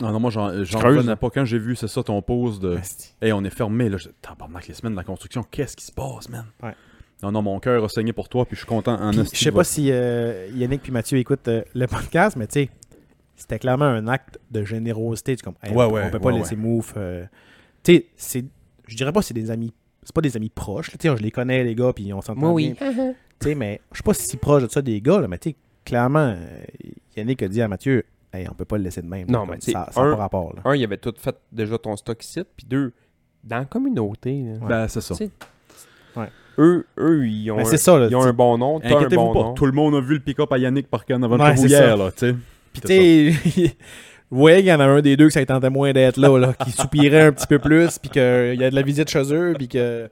S3: Ah non, moi, j'en j'en
S4: Creuse.
S3: revenais pas. Quand j'ai vu, c'est ça, ton pose de...
S2: Asti.
S3: Hey, on est fermé, là. Je- Tabarnak, les semaines de la construction, qu'est-ce qui se passe, man?
S2: Ouais.
S3: Non, non, mon cœur a saigné pour toi, puis je suis content en
S2: Puis,
S3: esti
S2: je sais
S3: de
S2: pas
S3: votre-
S2: si euh, Yannick puis Mathieu écoutent euh, le podcast, mais tu sais, c'était clairement un acte de générosité. Tu comme, hey,
S3: Ouais,
S2: on,
S3: ouais,
S2: peut pas
S3: ouais,
S2: laisser mouf. euh, tu sais, c'est, je dirais pas que c'est des amis, c'est pas des amis proches. là, Tu sais, je les connais les gars, puis on s'entend bien. Tu sais, mais je suis pas si proche de ça des gars, là, mais tu sais, clairement, euh, Yannick a dit à Mathieu, hey, on peut pas le laisser de même.
S4: Non,
S2: Comme,
S4: mais tu sais,
S2: ça, ça a
S4: un-
S2: pas rapport. là.
S4: Un, il avait tout fait déjà ton stock ici, puis deux, dans la communauté, là.
S3: Ben, c'est ça.
S4: Tu sais,
S2: Ouais.
S4: Eux, eux, ils ont,
S2: Mais
S4: un,
S2: Ben, c'est ça, là.
S4: ils ont
S2: tu-
S4: un bon nom, t'as un
S3: Inquiétez-vous
S4: bon
S3: pas,
S4: nom.
S3: tout le monde a vu le pick-up à Yannick par canne avant
S2: Ouais,
S3: de vous
S2: c'est ça.
S3: hier, là, tu sais.
S2: Puis tu sais, *laughs* vous voyez qu'il y en a un des deux que ça tentait moins d'être là, là qui soupirait un petit peu plus, puis qu'il y a de la visite chez eux, puis que.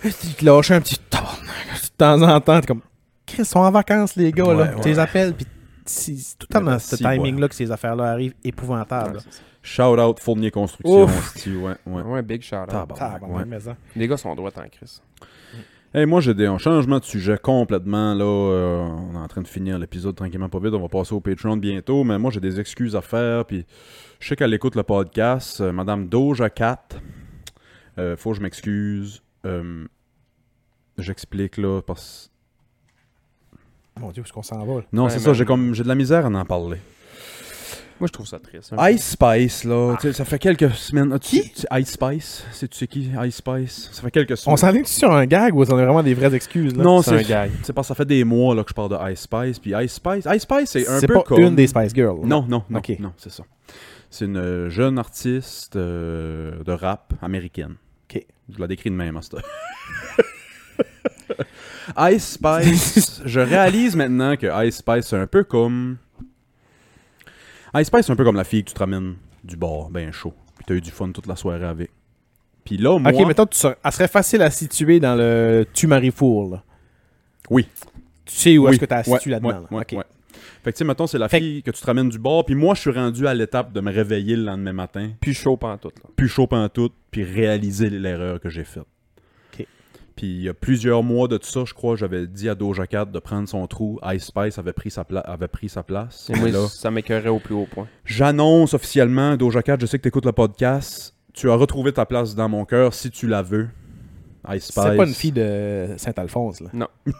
S2: Puis qu'il lâchait un petit tabarnak de temps en temps. T'es comme, Chris, ils sont en vacances, les gars, là.
S3: Ouais, ouais.
S2: Tu les appelles, puis c'est c'est tout le temps
S3: Mais
S2: dans
S3: ben,
S2: ce
S3: si,
S2: timing-là que ces affaires-là arrivent épouvantable.
S3: Shout-out Fournier Construction,
S2: Ouf.
S3: esti, ouais, ouais. ben,
S4: Ouais, big shout out.
S3: Tabarnak, ouais.
S4: Les gars sont droits en crise.
S3: Hey, moi, j'ai des un changement de sujet complètement. Là, Euh, on est en train de finir l'épisode tranquillement, pas vite. On va passer au Patreon bientôt. Mais moi, j'ai des excuses à faire. Puis, je sais qu'elle écoute le podcast. euh, Madame Doja Cat. Euh, faut que je m'excuse. Euh, J'explique là. Parce...
S2: Mon Dieu, où est-ce qu'on s'en va? là?
S3: Non,
S4: Ouais,
S3: c'est
S4: mais-
S3: ça, j'ai comme j'ai de la misère à en parler.
S4: Moi, je trouve ça triste. hein.
S3: Ice Spice, là, tu sais, ça fait quelques semaines. Ah, tu- tu- Ice Spice, c'est tu sais qui Ice Spice Ça fait quelques
S2: On s'en
S3: semaines.
S2: tu sur un gag ou on a vraiment des vraies excuses? Là?
S3: Non,
S4: C'est un
S3: c'est
S4: gag.
S3: c'est parce que ça fait des mois là, que je parle de Ice Spice. Puis Ice Spice, Ice Spice, c'est un
S2: c'est
S3: peu
S2: pas
S3: comme.
S2: une des Spice Girls.
S3: Non, non, non,
S2: Ok.
S3: non, c'est ça. C'est une euh, jeune artiste euh, de rap américaine.
S2: Ok.
S3: Je la décris de même, hein, à cette heure. *laughs*
S2: *laughs*
S3: Ice Spice, je réalise maintenant que Ice Spice, c'est un peu comme... Ice Spice, c'est un peu comme la fille que tu te ramènes du bar, ben chaud. Puis t'as eu du fun toute la soirée avec. Puis là, moi...
S2: Ok, mettons, tu serais- elle serait facile à situer dans le Tu maries four, là.
S3: Oui.
S2: Tu sais où
S3: Oui,
S2: est-ce que tu as
S3: ouais,
S2: situé là-dedans.
S3: ouais,
S2: là.
S3: ouais,
S2: Ok.
S3: ouais. Fait que tu sais, mettons, c'est la
S2: Fait que-
S3: fille que tu te ramènes du bar, puis moi, je suis rendu à l'étape de me réveiller le lendemain matin,
S4: Puis chaud pantoute, là.
S3: plus chaud pantoute, puis réaliser l'erreur que j'ai faite.
S2: Ok.
S3: Puis il y a plusieurs mois de tout ça, je crois, j'avais dit à Doja Cat de prendre son trou. Ice Spice avait pris sa, pla- avait pris sa place.
S4: Et moi,
S3: Là,
S4: ça m'écœurait au plus haut point.
S3: J'annonce officiellement, Doja Cat, je sais que tu écoutes le podcast. Tu as retrouvé ta place dans mon cœur si tu la veux. Ice Spice.
S2: C'est pas une fille de Saint-Alphonse, là. *laughs*
S3: Puis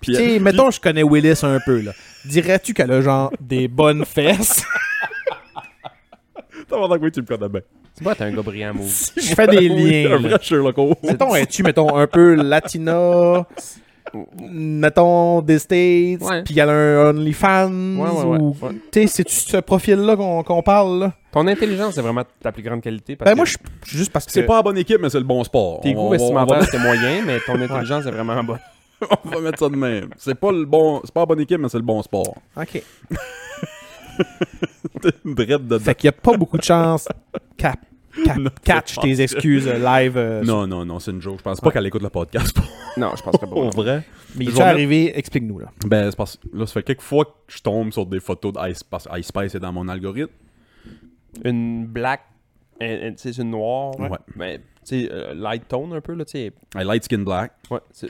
S2: Tu
S3: elle-
S2: sais, mettons, je connais Willis un peu, là. Dirais-tu qu'elle a genre des bonnes fesses? *laughs*
S3: Tabarnak, oui, tu me connais bien.
S4: C'est pas, t'es un gars brillant, move.
S2: je fais des
S3: *laughs* Oui,
S2: liens.
S3: un
S2: là.
S3: vrai Sherlock Holmes.
S2: Mettons, es-tu, mettons, un peu latina, mettons, des
S4: Ouais.
S2: States, puis elle a un OnlyFans,
S4: Ouais, ouais, ouais,
S2: ou...
S4: ouais.
S2: Tu sais, c'est-tu ce profil-là qu'on qu'on parle, là?
S4: Ton intelligence, c'est vraiment ta plus grande qualité. Parce
S2: Ben
S4: que
S2: moi, je suis juste parce que...
S3: C'est pas la bonne équipe, mais c'est le bon sport. On-
S4: Tes
S3: *laughs*
S4: goûts
S3: on- on va-
S4: vestimentaires, c'était moyen, mais ton intelligence est vraiment bonne.
S3: on va mettre ça de même. C'est pas le bon. C'est pas la bonne équipe, mais c'est le bon sport.
S2: OK.
S3: T'es une drette de
S2: Fait qu'il n'y a pas beaucoup de chance cap, cap- catch tes excuses euh, live. euh, sur-
S3: Non, non, non, c'est une joke. Je pense pas qu'elle écoute le podcast *laughs* pour,
S4: Non, je penserais
S3: pour
S4: pas.
S3: vrai.
S2: Mais
S3: Je
S2: il
S3: vais
S2: t'est arrivé, explique-nous là.
S3: Ben, c'est parce là, ça fait quelques fois que je tombe sur des photos d'Ice parce que Ice Spice est dans mon algorithme.
S4: Une black, un- un- tu sais, c'est une noire.
S3: Ouais.
S4: Mais, tu sais, euh, light tone un peu, là, tu sais.
S3: I light skin black.
S4: Ouais, c'est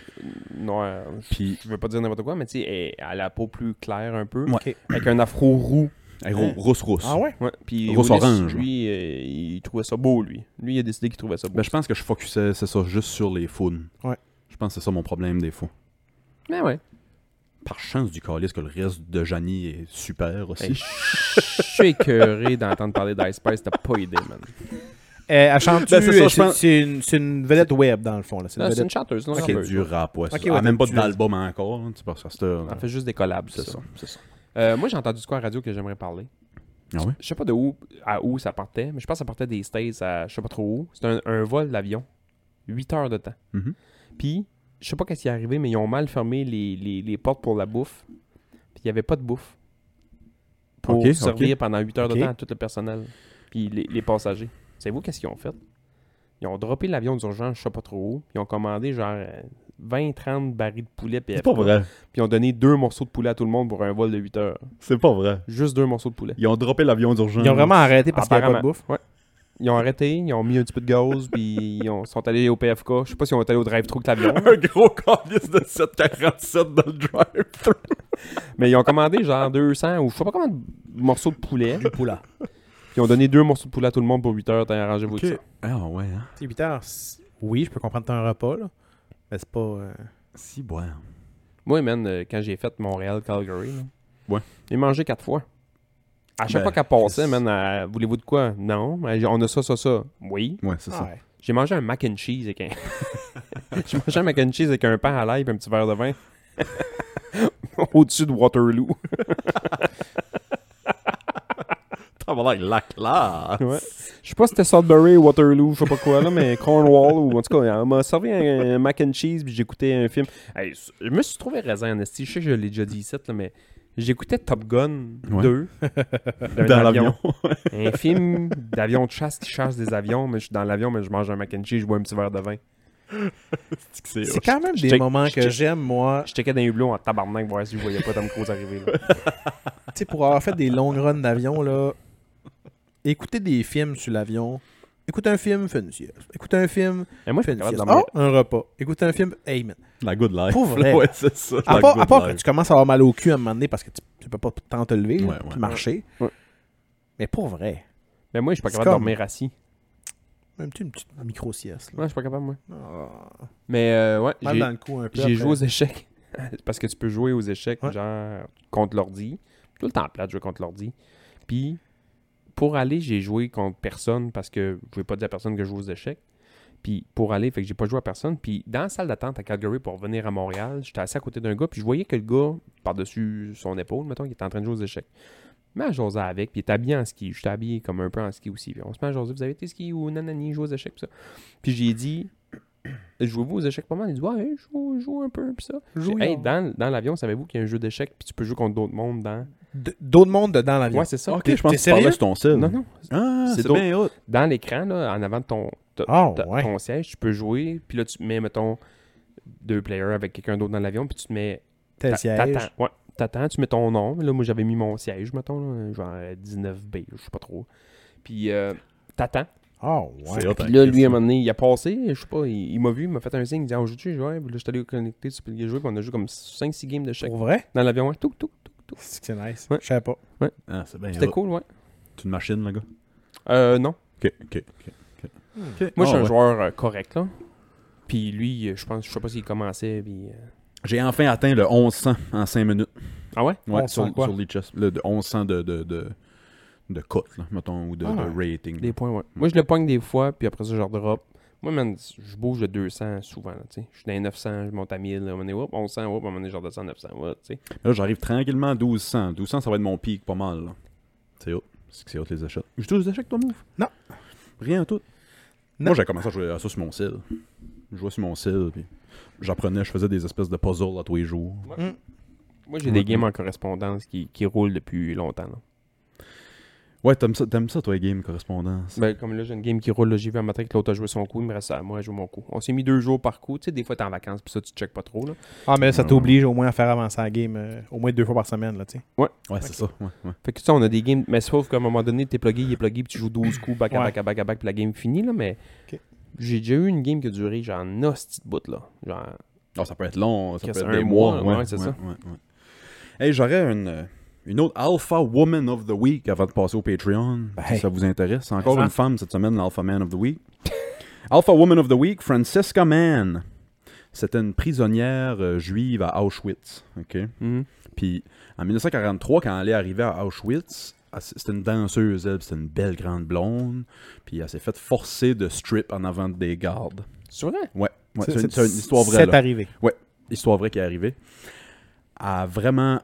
S4: noire.
S3: Puis,
S4: Je veux pas dire n'importe quoi, mais tu sais, elle- elle a la peau plus claire un peu.
S3: Ouais.
S2: Ok.
S4: Avec un afro roux.
S3: elle est rousse rousse.
S2: Hein? Ah ouais?
S4: Ouais. Puis
S3: Rousse
S4: Willis,
S3: orange,
S4: Lui, euh, il trouvait ça beau, lui. Lui, il a décidé qu'il trouvait ça beau.
S3: Ben, je pense que je focusais, c'est ça, juste sur les founes.
S2: Ouais.
S3: Je pense que c'est ça mon problème des fois.
S4: Mais Ben, ouais.
S3: Par chance du calice que le reste de Janie est super aussi.
S4: Hey, Je suis écœuré d'entendre parler d'Ice Spice, t'as pas idée, man.
S2: Euh, elle chante-tu,
S3: Ben, c'est ça,
S2: euh,
S3: je pense-
S2: c'est c'est une, c'est une vedette web dans le fond. Là. C'est une
S4: Non, Ah, c'est une
S2: vedette.
S4: chanteuse, non,
S3: C'est
S4: rappeuse.
S3: du rap, ouais.
S2: Ok,
S3: Elle a
S2: ouais,
S3: même pas
S2: tu-
S3: d'album encore. hein, Tu sais, parce que c'est euh,
S4: Elle fait juste des collabs,
S3: c'est
S4: c'est
S3: ça.
S4: ça.
S3: C'est ça.
S4: Euh, moi, j'ai entendu de quoi à radio que j'aimerais parler.
S3: Ah ouais?
S4: Je sais pas de où à où ça partait, mais je pense que ça partait des States à je sais pas trop où. C'est un, un vol d'avion. 8 heures de temps.
S3: Mhm.
S4: Puis, je sais pas qu'est-ce qui est arrivé, mais ils ont mal fermé les, les- les portes pour la bouffe. Puis, il y avait pas de bouffe. Pour
S3: Ok, ok.
S4: servir pendant 8 heures
S2: Ok.
S4: de temps à tout le personnel. Puis, les, les passagers. Savez-vous qu'est-ce qu'ils ont fait? Ils ont droppé l'avion d'urgence, je sais pas trop où. Ils ont commandé genre 20-30 barils de poulet. Puis, après- puis ils ont donné deux morceaux de poulet à tout le monde pour un vol de 8 heures.
S3: C'est pas vrai.
S4: Juste deux morceaux de poulet.
S3: Ils ont droppé l'avion d'urgence.
S2: Ils ont vraiment arrêté parce qu'il n'y a pas de
S4: Apparemment.
S2: bouffe.
S4: Ouais. Ils ont arrêté, ils ont mis un petit peu
S3: *laughs*
S4: de gaz, puis ils ont- sont allés au PFK. Je sais pas si on est allé au drive-thru que l'avion,
S3: un gros calice de 747 dans le drive-thru.
S4: mais ils ont commandé genre 200 ou je sais pas combien de morceaux de poulet.
S2: Du poula.
S4: Puis ils ont donné deux morceaux de poulet à tout le monde pour 8 heures. T'as arrangé vous ça.
S3: Ah ouais, hein?
S2: C'est 8 heures. c'est- Oui, je peux comprendre que t'as un repas là. Mais c'est pas. euh,
S3: Si, ouais.
S4: Moi, man, euh, quand j'ai fait Montréal-Calgary, là,
S3: Ouais.
S4: j'ai mangé quatre fois. À
S3: Ben,
S4: chaque fois qu'elle passait,
S3: Chris.
S4: man, elle, voulez-vous de quoi? Non. Elle, on a ça, ça, ça. Oui.
S3: Ouais, c'est ça.
S2: ouais.
S4: J'ai mangé un mac and cheese avec un. *laughs* j'ai mangé un mac and cheese avec un pain à l'ail et un petit verre de vin. *laughs* Au-dessus de Waterloo.
S3: *laughs* T'as l'air la classe.
S4: Ouais. Je sais pas si c'était Sudbury ou Waterloo, je sais pas quoi, là, mais Cornwall ou en tout cas, on m'a servi un, un mac and cheese puis j'écoutais un film. Hey, s- je me suis trouvé raisin en esti. Je sais que je l'ai déjà dit ici, là, mais j'écoutais Top Gun
S3: Ouais.
S4: 2 d'un
S3: Dans
S4: avion.
S3: l'avion.
S4: *laughs* Un film d'avion de chasse qui chasse des avions, mais je suis dans l'avion, mais je mange un mac and cheese, je bois un petit verre de vin.
S2: C'est quand même des
S4: check-
S2: moments
S4: je
S2: que
S4: check.
S2: j'aime, moi.
S4: Je checkais dans les hublots en tabarnak voir si je voyais pas Tom Cruise arriver. Là.
S2: Tu sais, pour avoir fait des longues runs d'avion, là. Écouter des films sur l'avion. Écoute un film, fais une sieste. Écoute un film,
S4: Et moi, je
S2: fais
S4: suis
S2: une
S4: capable
S2: sieste.
S4: de
S2: Ah,
S4: dormir.
S2: un repas. Écoute un film, hey man.
S3: La good life.
S2: Pour vrai.
S3: *laughs* Ouais, c'est ça.
S2: À
S3: la
S2: part,
S3: good
S2: à part que
S3: life.
S2: tu commences à avoir mal au cul à un moment donné parce que tu, tu peux pas tant te lever,
S3: Ouais,
S2: là,
S3: ouais.
S2: puis marcher.
S4: Ouais.
S2: Mais pour vrai,
S4: Mais moi, je suis pas
S2: C'est
S4: capable de
S2: comme-
S4: dormir assis.
S2: même tu une petite micro-sieste. là.
S4: Ouais, je suis pas capable, moi.
S2: Ah,
S4: Mais euh, ouais,
S2: mal
S4: j'ai-
S2: dans le cou un peu.
S4: j'ai
S2: après.
S4: joué aux échecs *laughs* parce que tu peux jouer aux échecs,
S2: Ouais.
S4: genre, contre l'ordi. Tout le temps plat de jouer contre l'ordi. Puis, pour aller, j'ai joué contre personne parce que je ne pas dire à personne que je joue aux échecs. Puis, pour aller, fait que j'ai pas joué à personne. Puis, dans la salle d'attente à Calgary pour venir à Montréal, j'étais assis à côté d'un gars, puis je voyais que le gars, par-dessus son épaule, mettons, il était en train de jouer aux échecs. Mais à jaser avec, puis il était habillé en ski. J'étais habillé comme un peu en ski aussi. Puis on se met à jaser, vous avez été ski ou nanani, jouer aux échecs, puis ça. Puis j'ai dit, jouez-vous aux échecs pas mal? Il dit, ouais, je joue, je joue un peu, puis ça. J'ai dit, Hey, dans, dans l'avion, savez-vous qu'il y a un jeu d'échecs, puis tu peux jouer contre d'autres mondes dans.
S2: D- D'autres mondes dedans l'avion.
S4: Ouais, c'est ça.
S3: Ok, je pense
S2: t'es
S3: que tu parlais
S2: sérieux?
S3: sur ton sel.
S4: Non, non.
S3: Ah,
S4: C'est
S3: c'est
S4: d'autres-
S3: bien hot.
S4: Dans l'écran, là, en avant de ton, ta-
S2: Ah,
S4: ta-
S2: ouais.
S4: ton siège, tu peux jouer, puis là, tu te mets, mettons, deux players avec quelqu'un d'autre dans l'avion, puis tu te mets
S2: Tel
S4: T'a-
S2: siège.
S4: T'attends, ouais, t'attends, tu mets ton nom. Là, moi, j'avais mis mon siège, mettons, là, genre euh, 19B, je sais pas trop. Puis, euh, t'attends.
S2: Ah, ouais.
S3: C'est hot,
S4: Puis
S3: hein,
S4: là, lui, à un
S3: Christ.
S4: moment donné, il a passé, je sais pas, il, il m'a vu, il m'a fait un signe, il dit, ah, joue-tu, ouais. Puis là, j'étais allé connecter sur le jeu, puis on a joué comme 5-6 games de chaque.
S2: Pour vrai?
S4: Dans l'avion, ouais, tout, tout.
S2: C'est que c'est nice.
S4: Ouais.
S2: Je savais pas.
S3: Ah, c'est bien
S4: C'était
S3: hot.
S4: cool, ouais.
S3: C'est une machine, le gars.
S4: Euh, non.
S3: Ok, ok, ok. ok. Ok. Ah,
S4: Moi, je suis un
S3: ouais.
S4: joueur euh, correct, là. Puis lui, euh, je pense, je sais pas s'il commençait, puis. euh,
S3: J'ai enfin atteint le 1100 en 5 minutes.
S4: Ah ouais?
S3: Ouais,
S2: 1100
S3: sur,
S2: quoi?
S3: sur les chess. Le de 1100 de, de, de, de cote, là, mettons, ou de,
S2: Ah.
S3: de rating.
S4: Des points, ouais. Moi, je le pogne des fois, puis après ça, je redrop. Moi, man, je bouge de 200 souvent, là, tu sais. Je suis dans les 900, je monte à 1000, là, à un moment donné, hop, 1100, hop, à un moment donné, je redescends à 900, ouais, tu sais.
S3: Là, j'arrive tranquillement à 1200. 1200, ça va être mon pic pas mal. là. C'est hot. C'est que c'est hot les achats. J'ai tous les achats, toi, move
S2: Non.
S3: Rien à tout.
S2: Non.
S3: Moi, j'ai commencé à jouer à ça sur mon cell. Je jouais sur mon cell, puis j'apprenais, je faisais des espèces de puzzles à tous les jours.
S4: Moi, j'ai des
S3: Ouais.
S4: games en correspondance qui, qui roulent depuis longtemps, là.
S3: Ouais, t'aimes ça, t'aimes ça, toi, les games correspondance.
S4: Ben, comme là, j'ai une game qui roule, là, j'y vais un matin que l'autre a joué son coup, il me reste à moi, je joue mon coup. On s'est mis deux jours par coup, tu sais, des fois, t'es en vacances, puis ça, tu checkes pas trop, là.
S2: Ah, mais là, ça
S3: Ouais.
S2: t'oblige au moins à faire avancer la game euh, au moins deux fois par semaine, là, tu sais.
S3: ouais, c'est ça. Ouais, ouais.
S4: Fait que, tu sais, on a des games, mais sauf qu'à un moment donné, t'es plugué, il est plugué, puis tu joues 12 coups, back à
S2: Ouais.
S4: back à back à back, puis la game finit, là, mais.
S2: Ok.
S4: J'ai déjà eu une game qui a duré, genre, hostie de bout, là. Genre,
S3: Ah, ça peut être long, ça
S4: Qu'est-ce,
S3: peut être
S4: un
S3: des mois.
S4: mois, ouais, c'est ça.
S3: ouais, ouais. Hey, j'aurais une, euh, une autre Alpha Woman of the Week avant de passer au Patreon,
S4: Ben,
S3: si ça vous intéresse. Encore
S2: Ça.
S3: une femme cette semaine, l'Alpha Man of the Week. *laughs* Alpha Woman of the Week, Francesca Mann. C'était une prisonnière euh, juive à Auschwitz. ok?
S4: hum,
S3: Puis en 1943, quand elle est arrivée à Auschwitz, elle s- c'était une danseuse, elle, puis c'était une belle grande blonde. Puis elle s'est faite forcer de strip en avant des gardes.
S4: c'est vrai?
S3: Ouais, ouais, c'est une, c'est une histoire vraie.
S2: C'est
S3: là *laughs*
S2: arrivé.
S3: histoire vraie qui est arrivée, a vraiment.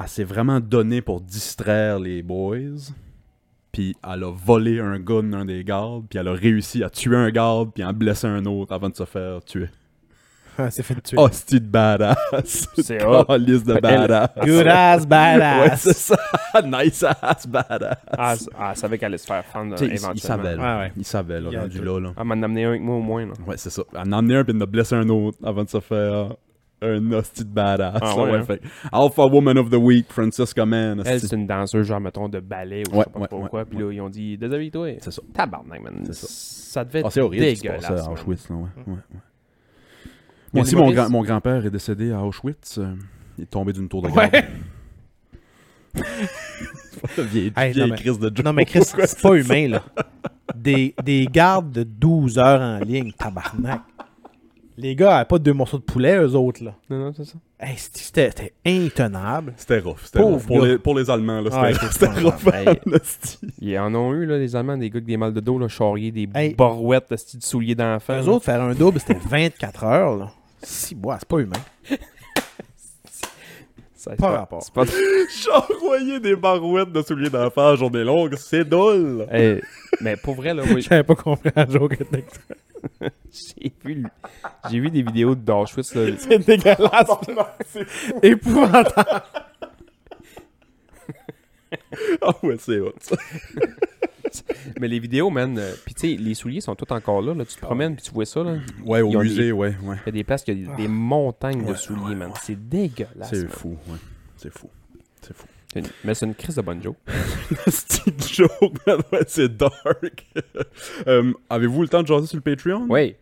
S3: Elle s'est vraiment donnée pour distraire les boys. Puis elle a volé un gun d'un des gardes. Puis elle a réussi à tuer un garde. Puis à en blesser un autre avant de se faire tuer.
S2: Ah, c'est fait tuer.
S3: Hostie de badass. *laughs*
S4: C'est hot.
S3: Liste de
S4: Fait elle-
S3: badass.
S2: Good ass,
S3: Ah, Ouais, c'est
S2: Ah, badass.
S3: ça. *laughs* nice ass badass.
S4: Ah, elle- elle savait qu'elle allait se faire fendre
S3: Tu sais,
S4: euh,
S3: il,
S4: éventuellement. Ah,
S3: il savait, là.
S2: Ouais, ouais.
S3: Il savait,
S2: Il y
S3: là,
S2: a
S3: rendu
S2: tout.
S3: là, là.
S4: Elle m'en a amené un avec moi au moins. Là.
S3: Ouais, c'est ça. Elle en a amené un puis elle en a blessé un autre avant de se faire un hostie de badass.
S4: Ah ouais,
S3: Ouais,
S4: hein?
S3: fait. Alpha Woman of the Week, Francesca Mann.
S4: Elle,
S3: hostie.
S4: c'est une danseuse, genre, mettons, de ballet ou je
S3: Ouais,
S4: sais pas
S3: ouais,
S4: trop
S3: ouais,
S4: quoi. Puis là, ils ont dit, déshabille-toi.
S3: C'est ça.
S4: Tabarnak, man.
S3: C'est ça.
S4: Ça devait être
S3: Ah, c'est horrible ce qui se
S4: dégueulasse.
S3: passait à
S4: man.
S3: Auschwitz. Là, ouais. Ouais, ouais.
S4: Mais
S3: Moi aussi,
S4: les
S3: mon,
S4: Maurice-
S3: grand, mon grand-père est décédé à Auschwitz. euh, il est tombé d'une tour de garde.
S2: *laughs*
S3: *laughs*
S2: Ouais.
S3: vieille
S2: Hey, non,
S3: vieille
S2: mais-
S3: crise de joke.
S2: Non, mais Chris, c'est pas humain, là. Des, des gardes de 12 heures en ligne, tabarnak. Les gars avaient pas deux morceaux de poulet, eux autres, là.
S4: Non, non, c'est *laughs* ça.
S2: Hey, c'était- c'était c'était intenable.
S3: C'était rough. C'était
S2: Pauvre
S3: rough. Pour,
S2: gars.
S3: les, pour les Allemands, là,
S2: Ouais,
S3: *laughs* c'était,
S2: c'est
S3: c'était
S2: pas
S3: rough.
S4: grave. Hey.
S3: en hostie.
S4: Ils en ont eu, là, les Allemands, des gars avec des mal de dos, là, charrier, des
S2: Hey.
S4: barouettes, hostie, de souliers d'enfant.
S2: Eux
S4: là.
S2: autres, faire un double, c'était 24 heures, là. Si, bois, c'est pas humain.
S4: Ça, c'est
S2: pas rapport. *laughs*
S4: c'est pas-
S3: J'envoyais des barouettes de souliers d'enfant à journée longue. C'est dole.
S4: Hey, Eh, mais pour vrai, là,
S3: *laughs*
S4: oui,
S2: J'avais pas compris un jour que t'étais-
S4: j'ai vu, le- j'ai vu des vidéos d'Auschwitz. là.
S2: C'est
S3: *laughs*
S2: dégueulasse. Épouvantable.
S3: Ah ouais, c'est hot. ça.
S4: Mais les vidéos, man, euh, puis tu sais, les souliers sont tous encore là. là.
S3: Ah
S4: Tu te promènes, puis tu vois ça, là.
S3: Ouais,
S4: Ils
S3: au
S4: ont
S3: musée,
S4: des-
S3: ouais, ouais.
S4: Il y a des places qui ont des montagnes de
S3: Ah. Ouais,
S4: souliers,
S3: ouais,
S4: man.
S3: ouais.
S4: C'est dégueulasse.
S3: C'est
S4: man.
S3: fou, ouais. C'est fou. C'est *laughs* fou.
S4: C'est une- Mais c'est une crise de bonne joke.
S3: Mm. Hostie de joke, man. Ouais, c'est dark. *laughs* Euh, avez-vous le temps de jaser sur le Patreon?
S4: Oui.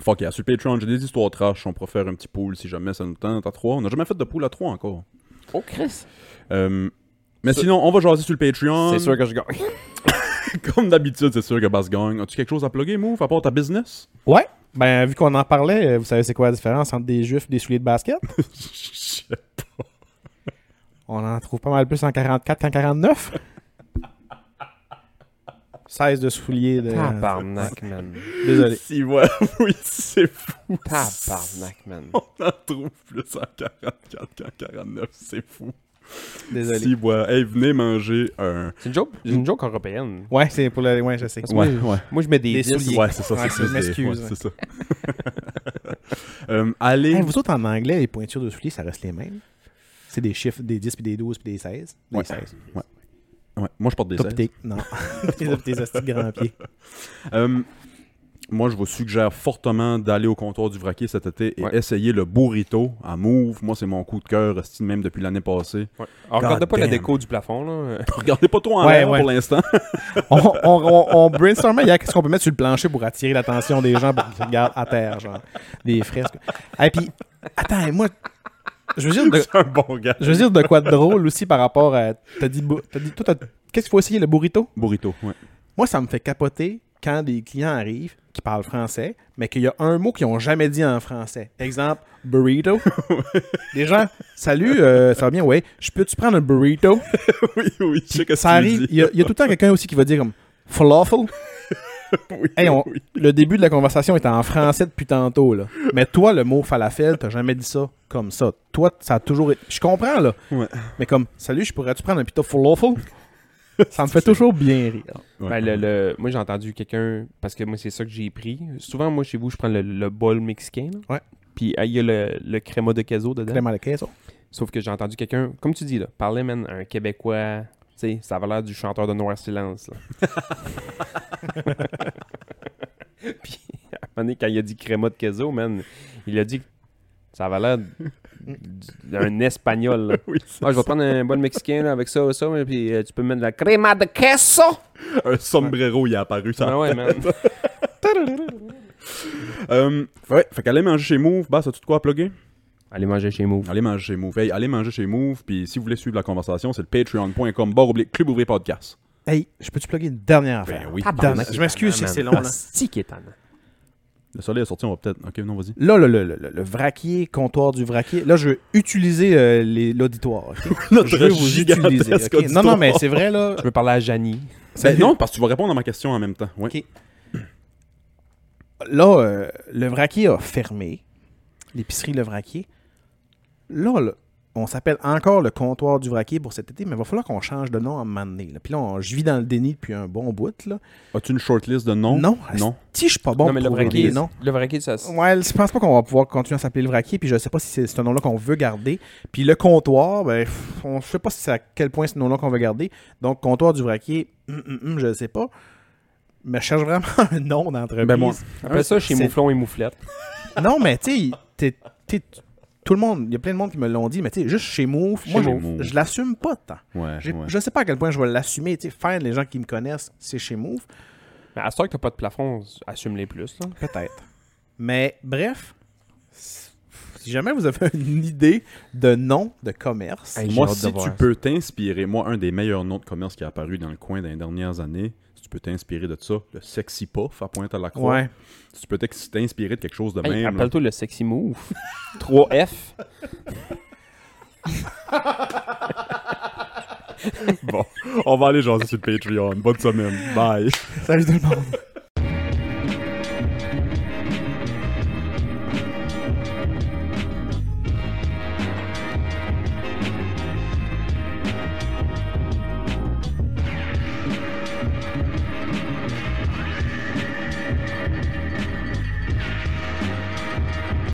S3: Fuck yeah, sur le Patreon, j'ai des histoires trash, on pourra faire un petit pool si jamais ça nous tente à 3. On n'a jamais fait de pool à 3 encore.
S4: Oh, Chris.
S3: Euh, mais
S4: Ça-
S3: sinon, on va jaser sur le Patreon. *laughs*
S4: C'est sûr que je gagne.
S3: Comme d'habitude, c'est sûr que Bass gagne. As-tu quelque chose à plugger, Move, à part ta business?
S2: Ouais. Ben, vu qu'on en parlait, euh, vous savez c'est quoi la différence entre des juifs et des souliers de basket? On en trouve pas mal plus en 44 qu'en 49. 16 de souliers
S3: Euh,
S2: de...
S4: Tabarnak, man.
S2: Désolé.
S3: Si, voilà, *laughs* oui, c'est fou.
S4: Tabarnak, man.
S3: On en trouve plus en 44 qu'en 49, c'est fou.
S2: Désolé.
S3: Si, voilà. Hey, venez manger un.
S4: C'est une joke, c'est une joke européenne.
S2: Ouais, c'est pour le... Ouais, je sais.
S4: Ouais,
S3: ouais.
S4: Moi, je mets des,
S2: Des
S4: dix.
S2: souliers.
S3: Ouais, c'est ça,
S2: Ouais,
S3: c'est ça.
S2: je
S3: c'est-
S2: m'excuse.
S3: ouais, c'est ça. *laughs* Euh, allez.
S2: Hey, vous autres, en anglais, les pointures de souliers, ça reste les mêmes. C'est des chiffres, des 10 puis des 12 puis des 16. Des
S3: Ouais.
S2: 16.
S3: Ouais, moi, je porte des
S2: T'as
S3: ailes.
S2: p'té- Non. *laughs* T'as p'té des hosties de grands pieds.
S3: Euh, moi, je vous suggère fortement d'aller au comptoir du Vraquier cet été et
S4: Ouais.
S3: essayer le burrito à Move. Moi, c'est mon coup de cœur, esti, même depuis l'année passée.
S4: Ouais. Alors, regardez pas la
S3: damn.
S4: déco du plafond, là.
S3: *laughs* Regardez pas trop en
S2: Ouais,
S3: l'air
S2: ouais.
S3: pour l'instant. *laughs*
S2: on, on, on, on brainstormait hier qu'est-ce qu'on peut mettre sur le plancher pour attirer l'attention des gens pour qu'ils regardent à terre, genre. Des fresques. Et puis, attends, moi, je veux dire de,
S3: c'est un bon gars.
S2: je veux dire de quoi de drôle aussi par rapport à. T'as dit, bou- t'as dit toi, t'as- qu'est-ce qu'il faut essayer, le burrito?
S3: Burrito, ouais.
S2: Moi, ça me fait capoter quand des clients arrivent qui parlent français, mais qu'il y a un mot qu'ils n'ont jamais dit en français. Exemple, burrito. Des gens, salut, euh, ça va bien, ouais. Je peux-tu prendre un burrito?
S3: *laughs* oui, oui, je sais que
S2: Ça arrive, il y, a- il y a tout le temps quelqu'un aussi qui va dire comme
S3: *laughs*
S2: falafel. Hey, on- Le début de la conversation est en français depuis tantôt. Là. Mais toi, le mot falafel, t'as jamais dit ça comme ça. Toi, ça a toujours été. Je comprends, là.
S3: Ouais.
S2: Mais comme, salut, je pourrais-tu prendre un pita falafel?
S3: *laughs*
S2: Ça me fait toujours bien rire.
S3: Ouais.
S4: Ben, le, le- moi, j'ai entendu quelqu'un, parce que moi, c'est ça que j'ai pris. Souvent, moi, chez vous, je prends le, le bol mexicain, là.
S2: Ouais.
S4: Puis, ah, il y a le, le créma de queso dedans.
S2: Vraiment le cas, ça.
S4: Sauf que j'ai entendu quelqu'un, comme tu dis, là, parler, man, à un Québécois. Tu sais, ça avait l'air du chanteur de Noir Silence. Là. *laughs* Puis, à un moment donné, quand il a dit créma de queso, man, il a dit que ça avait l'air d- d'un espagnol. là.
S3: Oui, c'est
S4: Ah, je vais prendre un bon mexicain là, avec ça, ça, ouais, puis euh, tu peux mettre de la créma de queso.
S3: un sombrero, il est apparu, ça.
S4: Ah ouais, *laughs* man.
S3: Euh, ouais, fait qu'allez manger chez Move. Bah, ça tu de quoi à plugger?
S4: Allez manger chez Move.
S3: Allez manger chez Move. Hey, allez manger chez Move. Puis si vous voulez suivre la conversation, c'est le patreon.com. Barre oblique, club ouvrier podcast.
S2: Hey, je peux-tu plugger une dernière affaire?
S3: Ben oui.
S2: Tabarnak, Ah, je m'excuse si c'est long, là.
S4: Stick étonnant.
S3: Le soleil est sorti, on va peut-être. Ok, non, vas-y.
S2: Là, là, là, là, là, le vraquier, comptoir du vraquier. Là, je veux utiliser euh, les- l'auditoire. ok?
S3: *laughs*
S2: Je veux vous utiliser. ok? Non, non, mais c'est vrai, là.
S4: Je veux parler à Janie.
S3: Ben non, parce que tu vas répondre à ma question en même temps. Ouais.
S2: Ok. là, euh, le vraquier a fermé. L'épicerie Le Vraquier. Là, là, on s'appelle encore le comptoir du vraquier pour cet été, mais il va falloir qu'on change de nom à un moment donné. là. Puis là, on- je vis dans le déni depuis un bon bout. Là.
S3: As-tu une shortlist de noms?
S2: non,
S3: Oh, Non.
S2: Si je suis pas bon
S4: non, mais le
S2: pour
S4: vrai
S2: trouver des
S4: kid,
S2: noms.
S4: le vrai kid, ça.
S2: Ouais, je pense pas qu'on va pouvoir continuer à s'appeler le vraquier, puis je sais pas si c'est ce nom-là qu'on veut garder. Puis le comptoir, ben, pff, on sait pas si c'est à quel point c'est ce nom-là qu'on veut garder. Donc, comptoir du vraquier, hum, hum, hum, je sais pas. Mais je cherche vraiment *laughs* un nom d'entreprise.
S3: Ben, moi,
S4: Après ça, chez
S2: C'est-
S4: Mouflon et Mouflette.
S2: Non, mais tu sais, t'es- t'es- tout le monde, il y a plein de monde qui me l'ont dit, mais tu sais, juste chez Mouf, moi,
S3: Mouf.
S2: je- je l'assume pas tant.
S3: Ouais,
S2: J'ai-
S3: ouais.
S2: Je sais pas à quel point je vais l'assumer. Tu sais, faire les gens qui me connaissent, c'est chez Mouf.
S4: Mais à ce que t'as pas de plafond, assume-les plus. Là.
S2: Peut-être. Mais bref, si jamais vous avez *laughs* une idée de nom de commerce,
S4: Hey, j'ai
S3: Moi,
S4: hâte de
S3: si
S4: voir
S3: tu
S4: ça.
S3: peux t'inspirer, moi, un des meilleurs noms de commerce qui est apparu dans le coin dans les dernières années, si tu peux t'inspirer de ça, le sexy puff à pointe à la croix.
S2: ouais.
S3: Si tu peux t'ex- t'inspirer de quelque chose de
S4: Hey,
S3: même. là.
S4: Appelle-toi le sexy move.
S2: *laughs*
S4: 3F.
S3: Bon, on va aller jaser sur le Patreon. Bonne semaine. Bye.
S2: Salut tout le monde.